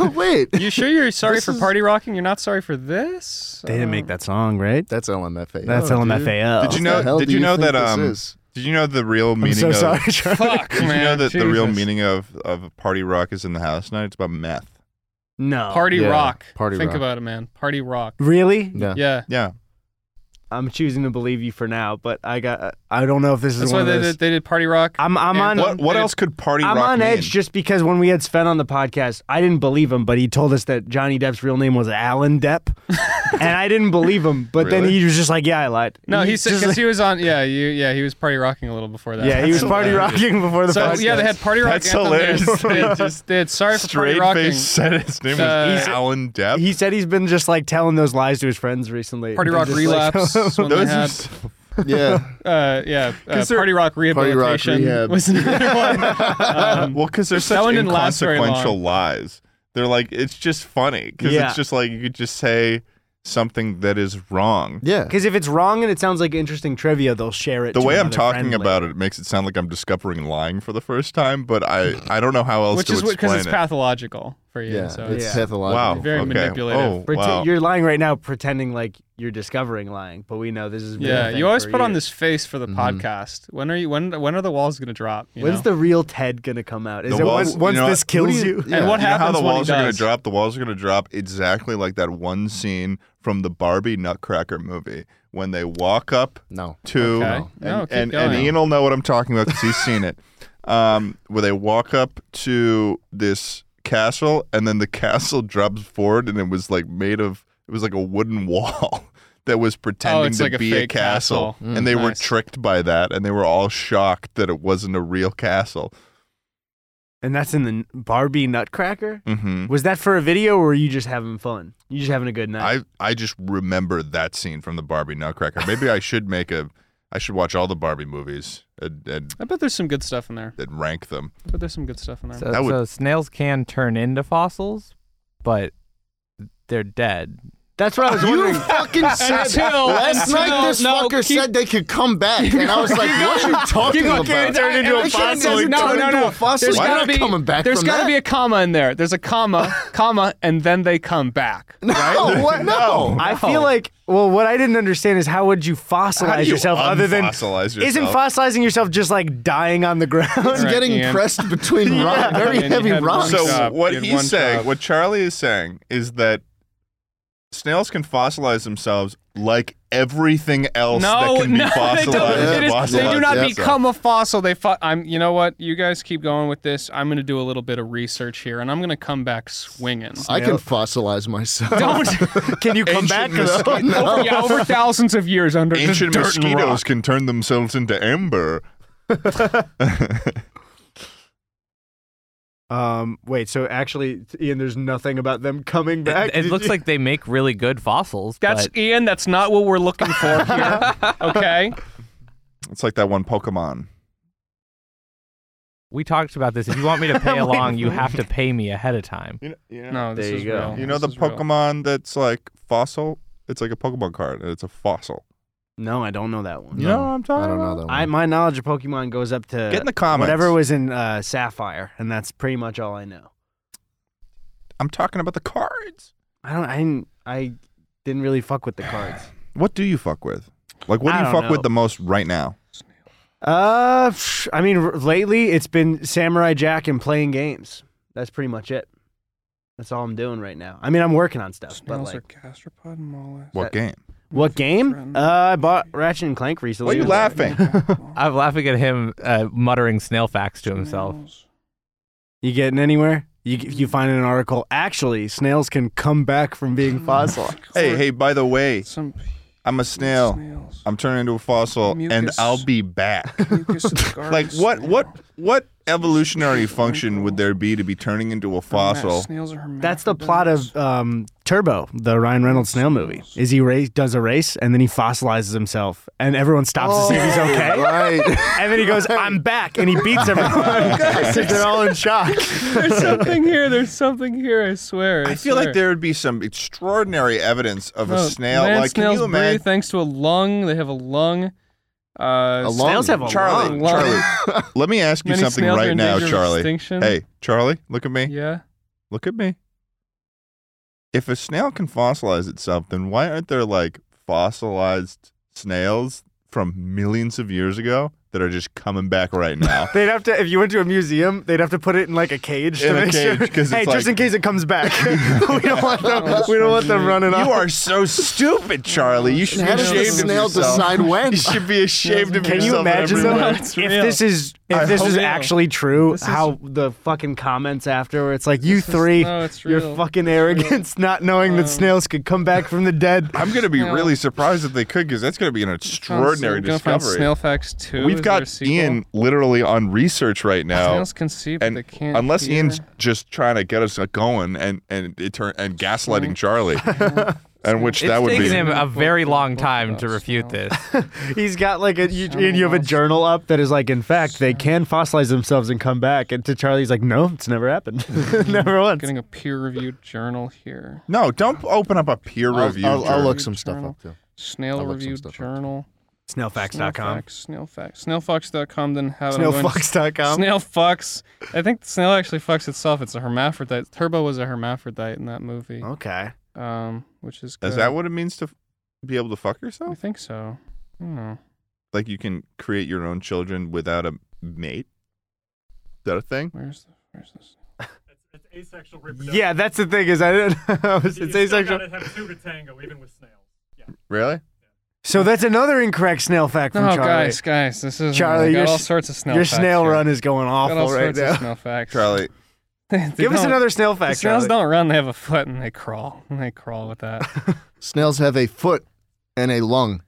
Speaker 1: Oh, wait.
Speaker 4: You sure you're sorry
Speaker 1: This
Speaker 4: for
Speaker 1: is-
Speaker 4: party rocking? You're not sorry for this? Uh,
Speaker 2: They didn't make that song, right?
Speaker 1: That's LMFAO.
Speaker 2: That's
Speaker 1: Oh, dude.
Speaker 2: LMFAO.
Speaker 7: Did you
Speaker 1: Uh, What
Speaker 7: know-
Speaker 1: the hell
Speaker 7: did
Speaker 1: do
Speaker 7: you know
Speaker 1: think
Speaker 7: that,
Speaker 1: this
Speaker 7: um,
Speaker 1: is?
Speaker 7: "Did you know the real
Speaker 2: I'm
Speaker 7: meaning
Speaker 2: so
Speaker 7: of
Speaker 2: sorry. Charlie.
Speaker 4: Fuck,
Speaker 7: Did
Speaker 4: man.
Speaker 7: you know that the real
Speaker 4: Jesus.
Speaker 7: meaning of, of party rock is in the house tonight? It's about meth.
Speaker 2: No.
Speaker 4: Party
Speaker 1: Yeah,
Speaker 4: rock.
Speaker 1: party
Speaker 4: Think
Speaker 1: rock.
Speaker 4: about it, man. Party rock.
Speaker 2: Really?
Speaker 1: Yeah.
Speaker 4: Yeah.
Speaker 7: Yeah.
Speaker 2: I'm choosing to believe you for now, but I got. I don't know if this is
Speaker 4: That's
Speaker 2: one
Speaker 4: why
Speaker 2: of
Speaker 4: they
Speaker 2: those.
Speaker 4: did, they did party rock.
Speaker 2: I'm. I'm on.
Speaker 4: And
Speaker 7: What what
Speaker 4: it-
Speaker 7: else could party
Speaker 2: I'm
Speaker 7: rock
Speaker 2: on
Speaker 7: mean?
Speaker 2: edge just because when we had Sven on the podcast, I didn't believe him, but he told us that Johnny Depp's real name was Alan Depp, and I didn't believe him. But then
Speaker 7: Really?
Speaker 2: he was just like, "Yeah, I lied."
Speaker 4: no, he
Speaker 2: He's
Speaker 4: said
Speaker 2: just
Speaker 4: because
Speaker 2: like-
Speaker 4: he was on. Yeah, you. Yeah, he was party rocking a little before that.
Speaker 2: yeah, he was party
Speaker 4: Yeah.
Speaker 2: rocking before the
Speaker 4: So
Speaker 2: podcast.
Speaker 4: yeah, they had party rock.
Speaker 7: That's
Speaker 4: anthem. They
Speaker 7: hilarious.
Speaker 4: just- They just did sorry for party
Speaker 7: Straight
Speaker 4: rocking.
Speaker 7: face said his name was
Speaker 4: Uh, He's-
Speaker 7: Alan Depp.
Speaker 2: He said he's been just like telling those lies to his friends recently.
Speaker 4: Party
Speaker 2: They're
Speaker 4: rock
Speaker 2: just
Speaker 4: relapse.
Speaker 2: Like,
Speaker 4: is when they
Speaker 7: Those are
Speaker 4: had,
Speaker 7: so-
Speaker 1: Yeah.
Speaker 4: uh, yeah, uh,
Speaker 7: 'Cause they're-
Speaker 4: party rock rehabilitation
Speaker 1: rehab.
Speaker 4: was another one. Um,
Speaker 7: well, because they're such
Speaker 4: one didn't last very long.
Speaker 7: inconsequential lies. They're like it's just funny because
Speaker 2: Yeah.
Speaker 7: it's just like you could just say something that is wrong.
Speaker 1: Yeah.
Speaker 2: Because if it's wrong and it sounds like interesting trivia, they'll share it.
Speaker 7: The
Speaker 2: to
Speaker 7: way I'm
Speaker 2: another
Speaker 7: talking
Speaker 2: friend
Speaker 7: about
Speaker 2: later.
Speaker 7: it, it makes it sound like I'm discovering lying for the first time, but I, I don't know how else
Speaker 4: which
Speaker 7: to
Speaker 4: is
Speaker 7: explain
Speaker 4: because it's
Speaker 7: it.
Speaker 4: pathological for you.
Speaker 1: Yeah.
Speaker 4: So
Speaker 1: It's
Speaker 4: it's,
Speaker 7: wow,
Speaker 1: pathological.
Speaker 4: Very
Speaker 7: okay.
Speaker 4: manipulative.
Speaker 7: Oh,
Speaker 2: Prete-
Speaker 7: wow.
Speaker 2: You're lying right now, pretending like you're discovering lying, but we know this is.
Speaker 4: yeah, you always put on this face for the podcast. When are you? When when are the walls going to drop? you
Speaker 2: When's
Speaker 4: know?
Speaker 2: the real Ted gonna come out? Is
Speaker 7: The
Speaker 2: it
Speaker 7: wall-
Speaker 2: once,
Speaker 7: you
Speaker 2: once
Speaker 7: know
Speaker 2: this
Speaker 7: what? What do
Speaker 2: kills you?
Speaker 1: Yeah.
Speaker 4: And what
Speaker 7: You know how
Speaker 4: happens when
Speaker 7: the
Speaker 4: he
Speaker 7: walls are going
Speaker 4: does?
Speaker 7: to drop? The walls are going to drop exactly like that one scene from the Barbie Nutcracker movie when they walk up
Speaker 1: No.
Speaker 7: to
Speaker 4: Okay.
Speaker 7: and,
Speaker 4: No, keep
Speaker 7: and, and
Speaker 4: going.
Speaker 7: Ian will know what I'm talking about because he's seen it. Um, where they walk up to this castle and then the castle drops forward and it was like made of it was like a wooden wall that was pretending
Speaker 4: it's
Speaker 7: to
Speaker 4: like a
Speaker 7: be a,
Speaker 4: fake
Speaker 7: castle,
Speaker 4: castle. Mm,
Speaker 7: and they were
Speaker 4: nice.
Speaker 7: tricked by that and they were all shocked that it wasn't a real castle.
Speaker 2: And that's in the Barbie Nutcracker.
Speaker 7: hmm
Speaker 2: Was that for a video, or were you just having fun? You just having a good night?
Speaker 7: I, I just remember that scene from the Barbie Nutcracker. Maybe I should make a, I should watch all the Barbie movies and and,
Speaker 4: I bet there's some good stuff in there.
Speaker 7: and rank them.
Speaker 4: I bet there's some good stuff in there.
Speaker 6: So,
Speaker 7: That would-
Speaker 6: so snails can turn into fossils, but they're dead.
Speaker 2: that's what I was
Speaker 1: You
Speaker 2: wondering.
Speaker 1: fucking said
Speaker 4: Until-
Speaker 1: last
Speaker 4: until-
Speaker 1: night this
Speaker 4: no,
Speaker 1: fucker
Speaker 4: keep-
Speaker 1: said they could come back, and I was like, "What are you talking
Speaker 4: going.
Speaker 1: about?"
Speaker 4: Can't turn into a
Speaker 1: They can't
Speaker 4: fossil.
Speaker 1: turn
Speaker 4: No, no,
Speaker 1: into
Speaker 4: no.
Speaker 1: a fossil.
Speaker 4: There's
Speaker 1: You're
Speaker 4: gotta
Speaker 1: not
Speaker 4: be
Speaker 1: coming back.
Speaker 4: There's
Speaker 1: from
Speaker 4: gotta
Speaker 1: that.
Speaker 4: be a comma in there. There's a comma, comma, and then they come back.
Speaker 1: no. What? No.
Speaker 2: I feel like well, what I didn't understand is how would you fossilize
Speaker 7: How do you
Speaker 2: yourself other than
Speaker 7: unfossilize
Speaker 2: isn't
Speaker 7: yourself?
Speaker 2: fossilizing yourself just like dying on the ground?
Speaker 1: It's
Speaker 4: Right,
Speaker 1: getting
Speaker 4: Ian.
Speaker 1: pressed between rock, very
Speaker 4: Ian, you
Speaker 1: heavy
Speaker 4: had one
Speaker 1: rocks.
Speaker 7: So
Speaker 4: job.
Speaker 7: what
Speaker 4: You had
Speaker 7: he's
Speaker 4: one
Speaker 7: saying,
Speaker 4: job.
Speaker 7: what Charlie is saying, is that snails can fossilize themselves like everything else
Speaker 4: No,
Speaker 7: that can be
Speaker 4: no, they
Speaker 7: fossilized.
Speaker 4: don't.
Speaker 1: Yeah,
Speaker 4: It is, they do
Speaker 7: fossilized.
Speaker 4: not
Speaker 1: yeah, so-
Speaker 4: become a fossil. They, fo- I'm. You know what? You guys keep going with this. I'm going to do a little bit of research here, and I'm going to come back swinging.
Speaker 1: I can fossilize myself.
Speaker 4: Don't.
Speaker 2: Can you come
Speaker 7: Ancient
Speaker 2: back?
Speaker 7: mosquito-
Speaker 4: over, yeah, over thousands of years under just
Speaker 7: Ancient
Speaker 4: dirt and rock.
Speaker 7: mosquitoes can turn themselves into amber.
Speaker 2: Um, wait, so actually, Ian, there's nothing about them coming back.
Speaker 6: It, it
Speaker 2: Did
Speaker 6: looks
Speaker 2: you-
Speaker 6: like they make really good fossils.
Speaker 4: That's
Speaker 6: but
Speaker 4: Ian. That's not what we're looking for here. Okay.
Speaker 7: It's like that one Pokemon.
Speaker 6: we talked about this. If you want me to pay along, you have to pay me ahead of time.
Speaker 7: You know, you know,
Speaker 4: No, this
Speaker 2: There you
Speaker 4: is
Speaker 2: go.
Speaker 4: real.
Speaker 7: you know the
Speaker 4: This is real.
Speaker 7: Pokemon that's like fossil. It's like a Pokemon card, and it's a fossil.
Speaker 2: no, I don't know that one.
Speaker 7: You know what I'm talking
Speaker 1: I don't know
Speaker 7: about?
Speaker 1: that one.
Speaker 2: I my knowledge of Pokemon goes up to
Speaker 7: Get in the comments.
Speaker 2: whatever was in uh, Sapphire, and that's pretty much all I know.
Speaker 7: I'm talking about the cards.
Speaker 2: I don't. I didn't. I didn't really fuck with the cards.
Speaker 7: What do you fuck with? Like, what
Speaker 2: I
Speaker 7: do you
Speaker 2: don't
Speaker 7: fuck
Speaker 2: know.
Speaker 7: with the most right now?
Speaker 2: Uh, psh, I mean, r- lately it's been Samurai Jack and playing games. That's pretty much it. That's all I'm doing right now. I mean, I'm working on stuff, but like,
Speaker 4: gastropod and mollusk.
Speaker 7: What game?
Speaker 2: what game?
Speaker 4: friend.
Speaker 2: Uh, I bought Ratchet and Clank recently.
Speaker 7: Why are you laughing?
Speaker 6: I'm laughing at him uh, muttering snail facts to himself.
Speaker 2: You getting anywhere? You you find an article. Actually, snails can come back from being fossil.
Speaker 7: hey, hey! By the way,
Speaker 4: Some
Speaker 7: I'm a snail.
Speaker 4: snails.
Speaker 7: I'm turning into a fossil, and
Speaker 4: Mucus.
Speaker 7: I'll be back. like, what? What? What evolutionary function would there be to be turning into a fossil?
Speaker 2: That's the plot of um, Turbo, the Ryan Reynolds snail movie. Is he race, does a race and then he fossilizes himself, and everyone stops to see if he's
Speaker 7: Oh.
Speaker 2: okay.
Speaker 1: Right.
Speaker 2: And then he goes, "I'm back," and he beats
Speaker 7: Oh
Speaker 2: everyone. They're all in shock.
Speaker 4: There's something here. There's something here. I swear. Oh,
Speaker 7: I feel like there would be some extraordinary evidence of a snail.
Speaker 4: Land
Speaker 7: Like, can
Speaker 4: snails
Speaker 7: you imagine?
Speaker 4: breathe thanks to a lung. They have a lung. Uh,
Speaker 1: A
Speaker 4: s-
Speaker 1: lung?
Speaker 2: Snails have a
Speaker 7: Charlie,
Speaker 4: Long,
Speaker 2: lung.
Speaker 4: long.
Speaker 7: Charlie, let me ask you
Speaker 4: Many
Speaker 7: something
Speaker 4: snails are
Speaker 7: right
Speaker 4: in
Speaker 7: now,
Speaker 4: danger of
Speaker 7: Charlie.
Speaker 4: extinction.
Speaker 7: Hey, Charlie, look at me.
Speaker 4: Yeah.
Speaker 7: Look at me. If a snail can fossilize itself, then why aren't there like fossilized snails from millions of years ago that are just coming back right now?
Speaker 2: They'd have to, if you went to a museum, they'd have to put it in like a cage
Speaker 7: In
Speaker 2: to
Speaker 7: a
Speaker 2: make
Speaker 7: cage,
Speaker 2: sure.
Speaker 7: 'cause it's
Speaker 2: hey,
Speaker 7: like- Oh,
Speaker 2: just in case it comes back, we don't want them. we don't want them running
Speaker 7: you
Speaker 2: off.
Speaker 7: are so stupid, Charlie. You should be
Speaker 1: How does the
Speaker 7: ashamed
Speaker 1: snail
Speaker 7: of yourself.
Speaker 1: decide when?
Speaker 7: You should be ashamed of
Speaker 2: Can you
Speaker 7: yourself.
Speaker 2: imagine
Speaker 7: everywhere.
Speaker 2: though,
Speaker 4: No,
Speaker 2: if
Speaker 4: it's real.
Speaker 2: this is if
Speaker 7: I
Speaker 2: this
Speaker 7: hope
Speaker 2: is
Speaker 7: so.
Speaker 2: actually true,
Speaker 4: This is-
Speaker 2: how the fucking comments after where it's like you three,
Speaker 4: no, it's
Speaker 2: your
Speaker 4: real.
Speaker 2: fucking
Speaker 4: It's real.
Speaker 2: arrogance, not knowing
Speaker 4: Um,
Speaker 2: that snails could come back from the dead.
Speaker 7: I'm going to be
Speaker 4: Snail.
Speaker 7: really surprised if they could because that's going to be an extraordinary
Speaker 4: Gonna find
Speaker 7: discovery.
Speaker 4: Snail facts too.
Speaker 7: We've got Ian literally on research right now.
Speaker 4: Snails can see, but
Speaker 7: and
Speaker 4: they can't.
Speaker 7: unless
Speaker 4: hear.
Speaker 7: Ian's just trying to get us going and and it turn and gaslighting Charlie, and which
Speaker 6: It's
Speaker 7: that would
Speaker 6: taken
Speaker 7: be.
Speaker 6: him a very long
Speaker 4: Book
Speaker 6: time
Speaker 4: about
Speaker 6: to refute
Speaker 4: snails.
Speaker 6: this.
Speaker 2: He's got like a you,
Speaker 4: Someone
Speaker 2: and you have a
Speaker 4: else.
Speaker 2: journal up that is like, in fact, they can fossilize themselves and come back. And to Charlie's like, no, it's never happened,
Speaker 8: Mm-hmm.
Speaker 2: never once.
Speaker 4: Getting a peer-reviewed journal here.
Speaker 7: No, don't open up a peer review.
Speaker 1: I'll, I'll
Speaker 7: journal.
Speaker 1: look some stuff up too.
Speaker 4: Snail
Speaker 1: I'll look some
Speaker 4: reviewed
Speaker 1: stuff up, too.
Speaker 4: journal.
Speaker 2: Snailfax.com.
Speaker 4: Snail facts. Snailfox.com didn't have it. I'm going to
Speaker 2: Snailfox.com.
Speaker 4: Snail fucks. I think the snail actually fucks itself. It's a hermaphrodite. Turbo was a hermaphrodite in that movie,
Speaker 2: Okay.
Speaker 4: um, which is good.
Speaker 7: Is that what it means to f- be able to fuck
Speaker 4: I
Speaker 7: yourself?
Speaker 4: think so. I don't know.
Speaker 7: Like you can create your own children without a mate. Is that a thing?
Speaker 4: Where's the, where's this?
Speaker 8: It's asexual reproduction.
Speaker 2: Yeah, that's the thing is I didn't. I was-
Speaker 8: You-
Speaker 2: it's
Speaker 8: you still
Speaker 2: asexual.
Speaker 8: gotta have two to tango, even with snails. Yeah.
Speaker 7: Really?
Speaker 2: So that's another incorrect snail fact from
Speaker 4: No,
Speaker 2: Charlie.
Speaker 4: Oh, guys, guys, this is
Speaker 2: Charlie,
Speaker 4: I got
Speaker 2: your
Speaker 4: all
Speaker 2: s-
Speaker 4: sorts of snail.
Speaker 2: Your
Speaker 4: facts
Speaker 2: snail
Speaker 4: here.
Speaker 2: run is going
Speaker 4: Got all
Speaker 2: awful right
Speaker 4: sorts of
Speaker 2: now.
Speaker 4: snail facts.
Speaker 7: Charlie,
Speaker 4: They
Speaker 2: Give us
Speaker 4: don't-
Speaker 2: another snail
Speaker 4: the
Speaker 2: fact.
Speaker 4: Snails
Speaker 2: Charlie.
Speaker 4: don't run. They have a foot and they crawl. And they crawl with that.
Speaker 1: Snails have a foot and a lung.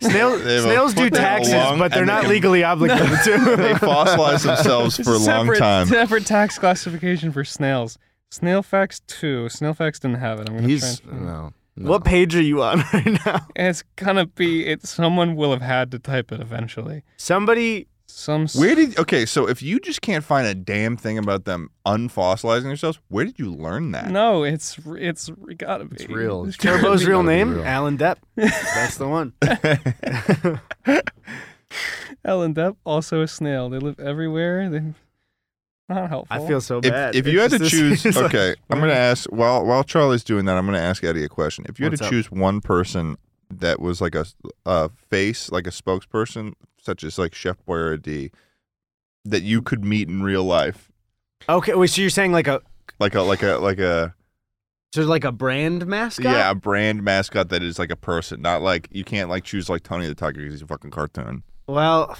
Speaker 2: Snail-
Speaker 7: They have a
Speaker 2: snails do
Speaker 7: foot and a
Speaker 2: taxes,
Speaker 7: lung,
Speaker 2: but they're
Speaker 7: and they
Speaker 2: not
Speaker 7: can-
Speaker 2: legally obligated
Speaker 7: they
Speaker 2: to.
Speaker 7: fossilize themselves for a long
Speaker 4: separate,
Speaker 7: time.
Speaker 4: Separate tax classification for snails. Snail facts two. Snail facts didn't have it. I'm gonna
Speaker 1: He's
Speaker 4: try. And, find-
Speaker 1: no. no.
Speaker 2: What page are you on right now?
Speaker 4: It's gonna be. It. Someone will have had to type it eventually.
Speaker 2: Somebody
Speaker 4: Some. s-
Speaker 7: Where did okay? So if you just can't find a damn thing about them unfossilizing themselves, where did you learn that?
Speaker 4: No, it's r- it's r- gotta be.
Speaker 1: It's real. It's
Speaker 4: gotta
Speaker 2: Turbo's
Speaker 4: be.
Speaker 2: real
Speaker 1: Gotta be
Speaker 2: name
Speaker 1: real.
Speaker 2: Alan Depp. That's the one.
Speaker 4: Ellen Depp also a snail. They live everywhere. They not helpful.
Speaker 2: I feel so bad.
Speaker 7: if, if
Speaker 2: It's
Speaker 7: you had to
Speaker 2: just this-
Speaker 7: choose,
Speaker 2: it's like-
Speaker 7: okay, I'm going to ask while while Charlie's doing that, I'm going to ask Eddie a question. If you had
Speaker 2: What's
Speaker 7: to
Speaker 2: up?
Speaker 7: choose one person that was like a, a face, like a spokesperson, such as like Chef Boyardee, that you could meet in real life,
Speaker 2: Okay, wait. So you're saying like a
Speaker 7: like a like a like a
Speaker 2: so like a brand mascot?
Speaker 7: yeah, a brand mascot that is like a person, not like you can't like choose like Tony the Tiger because he's a fucking cartoon.
Speaker 2: Well,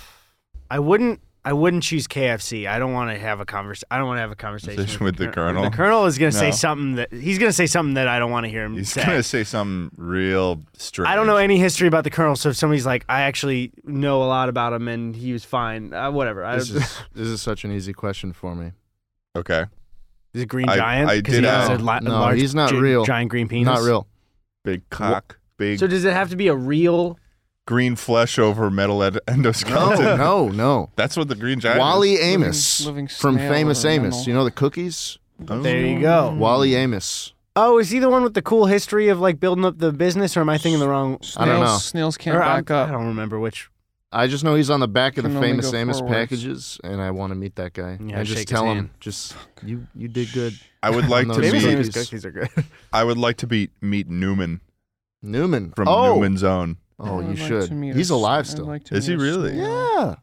Speaker 2: I wouldn't. I wouldn't choose KFC. I don't want to have a convers. I don't want to have a conversation
Speaker 7: Conversation with the
Speaker 2: Col-
Speaker 7: Colonel?
Speaker 2: The Colonel is going to
Speaker 7: No.
Speaker 2: say something that he's going to say something that I don't want to hear him
Speaker 7: He's
Speaker 2: say.
Speaker 7: gonna say something real strange.
Speaker 2: I don't know any history about the Colonel, so if somebody's like, I actually know a lot about him and he was fine, uh, whatever. I,
Speaker 1: This is this is such an easy question for me.
Speaker 7: Okay,
Speaker 2: The green
Speaker 7: I-
Speaker 2: giant?
Speaker 7: I
Speaker 2: 'Cause
Speaker 7: did
Speaker 2: he has
Speaker 7: not.
Speaker 2: a li-
Speaker 1: No,
Speaker 2: large
Speaker 1: he's not
Speaker 2: gi-
Speaker 1: real.
Speaker 2: Giant green penis.
Speaker 1: Not real.
Speaker 7: Big cock, big
Speaker 2: So does it have to be a real?
Speaker 7: green flesh over metal ed-
Speaker 1: No,
Speaker 7: endoskeleton.
Speaker 1: no, no.
Speaker 7: That's what the green giant.
Speaker 1: Wally
Speaker 7: is.
Speaker 1: Amos
Speaker 4: living
Speaker 1: from
Speaker 4: snail
Speaker 1: Famous
Speaker 4: or a
Speaker 1: Amos.
Speaker 4: mammal.
Speaker 1: You know the cookies?
Speaker 7: Oh.
Speaker 2: There you go.
Speaker 1: Wally Amos.
Speaker 2: Oh, is he the one with the cool history of like building up the business, or am I thinking the wrong?
Speaker 1: I don't know.
Speaker 4: Snails can't
Speaker 2: or I-
Speaker 4: back up.
Speaker 2: I don't remember which.
Speaker 1: I just know he's on the back of
Speaker 4: Can
Speaker 1: the
Speaker 4: only
Speaker 1: famous
Speaker 4: go
Speaker 1: Amos
Speaker 4: forwards.
Speaker 1: packages, and I want to meet that guy.
Speaker 2: Yeah,
Speaker 1: and just
Speaker 2: shake his
Speaker 1: tell him,
Speaker 2: hand.
Speaker 1: just you, you did good.
Speaker 7: I would like
Speaker 1: No,
Speaker 7: to
Speaker 1: Maybe his
Speaker 2: Famous
Speaker 7: meet.
Speaker 1: name
Speaker 2: Amos
Speaker 1: is-
Speaker 2: cookies are good.
Speaker 7: I would like to meet meet Newman
Speaker 1: Newman
Speaker 7: from
Speaker 1: oh.
Speaker 7: Newman's Own.
Speaker 1: Oh,
Speaker 4: I
Speaker 1: you
Speaker 4: would like
Speaker 1: should.
Speaker 4: to meet a
Speaker 1: He's alive
Speaker 4: sna- I'd
Speaker 1: still.
Speaker 4: like to
Speaker 7: Is
Speaker 4: meet
Speaker 7: he
Speaker 4: a
Speaker 7: really?
Speaker 4: snail.
Speaker 1: yeah.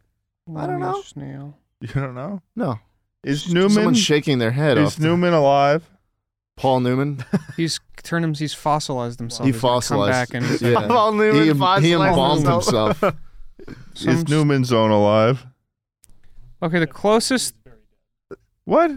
Speaker 4: Let
Speaker 1: I don't
Speaker 4: me a
Speaker 1: know.
Speaker 4: Snail.
Speaker 7: You don't know?
Speaker 1: No.
Speaker 7: Is Newman?
Speaker 1: Someone's shaking their head off.
Speaker 7: Is Newman alive?
Speaker 1: Paul Newman.
Speaker 4: He's turned him. He's fossilized himself.
Speaker 1: He
Speaker 4: He's gonna
Speaker 1: fossilized.
Speaker 4: Come back and he's
Speaker 1: Yeah.
Speaker 4: like,
Speaker 1: Paul
Speaker 2: Newman
Speaker 1: he, em- he
Speaker 2: fossilized
Speaker 1: embalmed
Speaker 2: himself.
Speaker 1: himself.
Speaker 4: some
Speaker 7: is Newman's Own alive?
Speaker 4: Okay, the closest.
Speaker 7: What?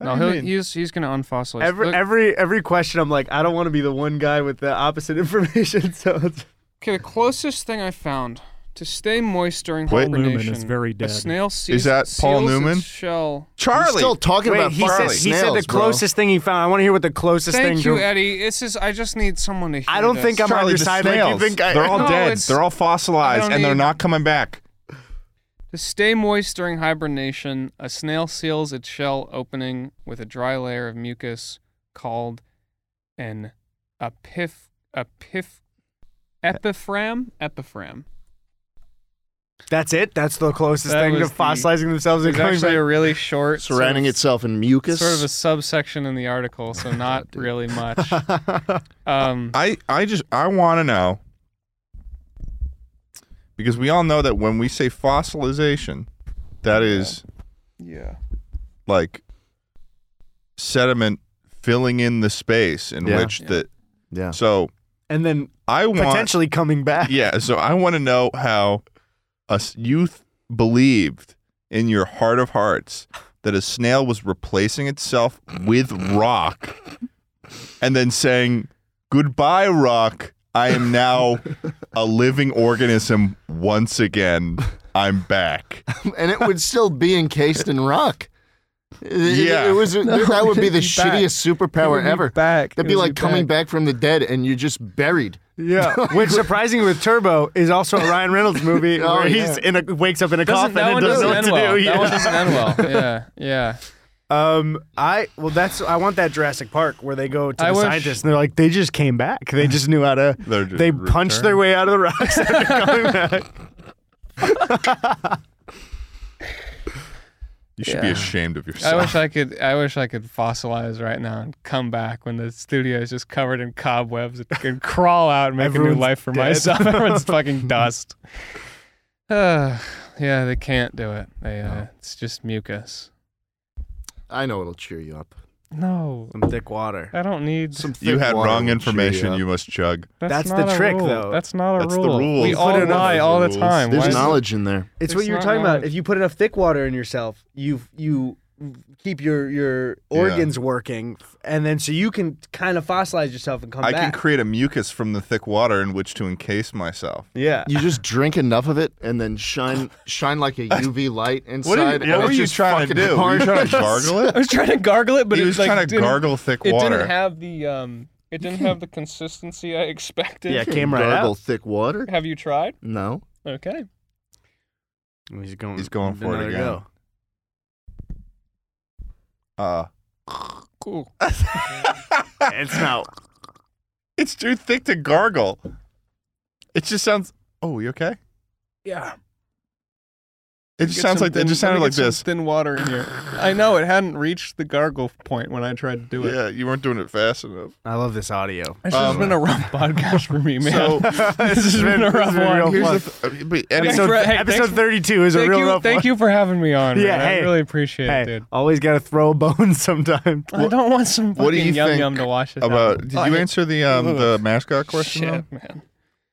Speaker 4: No,
Speaker 7: What do you
Speaker 4: he'll,
Speaker 7: mean?
Speaker 4: he's he's gonna unfossilize.
Speaker 2: Every
Speaker 4: Look-
Speaker 2: every every question, I'm like, I don't want to be the one guy with the opposite information. So it's,
Speaker 4: okay, the closest thing I found to stay moist during
Speaker 7: Wait. Paul
Speaker 9: Newman
Speaker 4: hibernation.
Speaker 9: is very
Speaker 4: a
Speaker 9: dead.
Speaker 4: snail seals,
Speaker 7: that Paul
Speaker 4: seals its
Speaker 7: Newman?
Speaker 4: Shell.
Speaker 1: He's still talking
Speaker 2: wait,
Speaker 1: about
Speaker 2: he said
Speaker 1: Bartley.
Speaker 2: he said the
Speaker 1: Snails, bro.
Speaker 2: closest thing he found. I want to hear what the closest
Speaker 4: Thank
Speaker 2: thing.
Speaker 4: you,
Speaker 2: to-
Speaker 4: Eddie. This is. I just need someone to. Hear
Speaker 2: I don't
Speaker 4: this.
Speaker 2: think I'm on
Speaker 7: Charlie,
Speaker 2: your
Speaker 7: the
Speaker 2: side. Like you
Speaker 7: snails.
Speaker 2: think I,
Speaker 7: they're all
Speaker 4: No,
Speaker 7: dead.
Speaker 4: it's-
Speaker 7: They're all
Speaker 4: I
Speaker 7: fossilized,
Speaker 4: don't
Speaker 7: and they're
Speaker 4: need-
Speaker 7: not coming back.
Speaker 4: To stay moist during hibernation, a snail seals its shell opening with a dry layer of mucus called an epiph epiph epiphragm epiphragm.
Speaker 2: That's it. That's the closest
Speaker 4: That
Speaker 2: thing to
Speaker 4: was the-
Speaker 2: fossilizing themselves and
Speaker 4: It's
Speaker 2: coming
Speaker 4: actually
Speaker 2: back.
Speaker 4: a really short, sort
Speaker 1: surrounding
Speaker 4: of-
Speaker 1: itself in mucus.
Speaker 4: sort of a subsection in the article, so not really much. Um,
Speaker 7: I, I just I want to know because we all know that when we say fossilization, that is
Speaker 4: yeah.
Speaker 7: like sediment filling in the space in
Speaker 1: Yeah.
Speaker 7: which the
Speaker 1: yeah.
Speaker 7: so
Speaker 2: and then
Speaker 7: I want
Speaker 2: potentially coming back.
Speaker 7: yeah so I want to know how a s- youth believed in your heart of hearts that a snail was replacing itself with rock and then saying goodbye rock I am now a living organism once again I'm back
Speaker 1: and it would still be encased in rock. It- it-
Speaker 7: Yeah.
Speaker 1: it, was that would be the shittiest superpower ever.
Speaker 6: Back.
Speaker 1: That'd be like coming back from the dead, and you're just buried.
Speaker 2: Yeah, which surprisingly with Turbo is also a Ryan Reynolds movie
Speaker 1: Oh,
Speaker 2: where
Speaker 1: yeah.
Speaker 2: he's in a wakes up in a
Speaker 4: Doesn't,
Speaker 2: coffin
Speaker 4: that
Speaker 2: and
Speaker 4: one
Speaker 2: doesn't
Speaker 4: doesn't
Speaker 2: know what to
Speaker 4: end well.
Speaker 2: do.
Speaker 4: That
Speaker 2: yeah.
Speaker 4: one doesn't end well. Yeah, yeah.
Speaker 2: Um, I well, that's I want that Jurassic Park where they go to
Speaker 4: I
Speaker 2: the
Speaker 4: wish-
Speaker 2: scientists and they're like, they just came back. They just knew how to.
Speaker 7: They're just
Speaker 2: They punched their
Speaker 7: returned.
Speaker 2: way out of the rocks. and they're coming back.
Speaker 7: you should be
Speaker 4: Yeah.
Speaker 7: ashamed of
Speaker 4: I
Speaker 7: yourself
Speaker 4: wish I could. I wish I could fossilize right now and come back when the studio is just covered in cobwebs and could crawl out and make a
Speaker 2: Everyone's
Speaker 4: new life for
Speaker 2: dead.
Speaker 4: myself. Everyone's fucking dust. Uh, yeah, they can't do it. They, uh, It's just mucus.
Speaker 1: I know it'll cheer you up.
Speaker 4: No,
Speaker 2: Some thick water.
Speaker 4: I don't need.
Speaker 1: Some thick
Speaker 7: you had
Speaker 1: water will
Speaker 7: wrong
Speaker 1: cheer
Speaker 7: information
Speaker 1: up.
Speaker 7: you must chug
Speaker 4: That's,
Speaker 2: That's the
Speaker 4: not a
Speaker 2: trick,
Speaker 4: rule.
Speaker 2: though.
Speaker 4: That's not a
Speaker 7: That's the
Speaker 4: rule.
Speaker 7: rule.
Speaker 4: We
Speaker 7: You
Speaker 4: all
Speaker 2: put it
Speaker 4: lie
Speaker 7: on
Speaker 4: all the
Speaker 7: rules.
Speaker 4: time.
Speaker 1: There's
Speaker 4: Why is-
Speaker 1: knowledge in there.
Speaker 2: It's
Speaker 4: It's
Speaker 2: what you're
Speaker 4: not
Speaker 2: talking about.
Speaker 4: knowledge.
Speaker 2: If you put enough thick water in yourself, you you keep your your
Speaker 7: Yeah.
Speaker 2: organs working, and then so you can kind of fossilize yourself and come
Speaker 7: I can
Speaker 2: back.
Speaker 7: create a mucus from the thick water in which to encase myself
Speaker 2: yeah.
Speaker 1: You just drink enough of it and then shine shine like a UV light inside.
Speaker 7: What, are you,
Speaker 1: and
Speaker 7: what
Speaker 1: it's
Speaker 7: were you
Speaker 1: just
Speaker 7: trying to
Speaker 1: fucking
Speaker 7: do? Were you
Speaker 1: hard.
Speaker 7: trying to gargle
Speaker 4: I
Speaker 7: it?
Speaker 4: was trying to gargle it, but
Speaker 7: he
Speaker 4: it
Speaker 7: was
Speaker 4: like,
Speaker 7: trying to
Speaker 4: didn't-
Speaker 7: gargle thick
Speaker 4: It
Speaker 7: water.
Speaker 4: didn't have the um. It didn't have the consistency I expected.
Speaker 2: Yeah, came right
Speaker 1: Gargle
Speaker 2: out.
Speaker 1: thick water?
Speaker 4: Have you tried?
Speaker 1: No.
Speaker 4: Okay.
Speaker 2: He's going.
Speaker 7: He's going for it
Speaker 2: another
Speaker 7: again.
Speaker 2: go.
Speaker 7: uh,
Speaker 4: Cool.
Speaker 2: It's not.
Speaker 7: it's too thick to gargle. It just sounds. Oh, you okay?
Speaker 4: Yeah.
Speaker 7: It just sounds like. It just sounded like this.
Speaker 4: Thin water in here. I know it hadn't reached the gargle point when I tried to do it.
Speaker 7: Yeah, you weren't doing it fast enough.
Speaker 2: I love this audio.
Speaker 4: This has
Speaker 7: Um,
Speaker 4: been a rough podcast for me, man.
Speaker 7: So
Speaker 4: this has been, a rough one.
Speaker 2: real fun.
Speaker 7: here's the. Th- uh, but Eddie,
Speaker 4: Thanks
Speaker 2: episode,
Speaker 4: for- hey, thanks
Speaker 2: episode
Speaker 4: for-
Speaker 2: 32 is a
Speaker 4: Thank
Speaker 2: real
Speaker 4: you,
Speaker 2: rough
Speaker 4: thank
Speaker 2: one.
Speaker 4: you for having me on.
Speaker 2: Yeah,
Speaker 4: man.
Speaker 2: hey.
Speaker 4: I really appreciate
Speaker 2: Hey,
Speaker 4: it, dude.
Speaker 2: always got to throw a bone sometime.
Speaker 4: I don't want some
Speaker 7: What do
Speaker 4: fucking
Speaker 7: you
Speaker 4: yum
Speaker 7: think
Speaker 4: yum to watch this
Speaker 7: about
Speaker 4: album.
Speaker 7: did you answer the um the mascot question?
Speaker 4: Oh, Shit,
Speaker 7: though?
Speaker 4: man.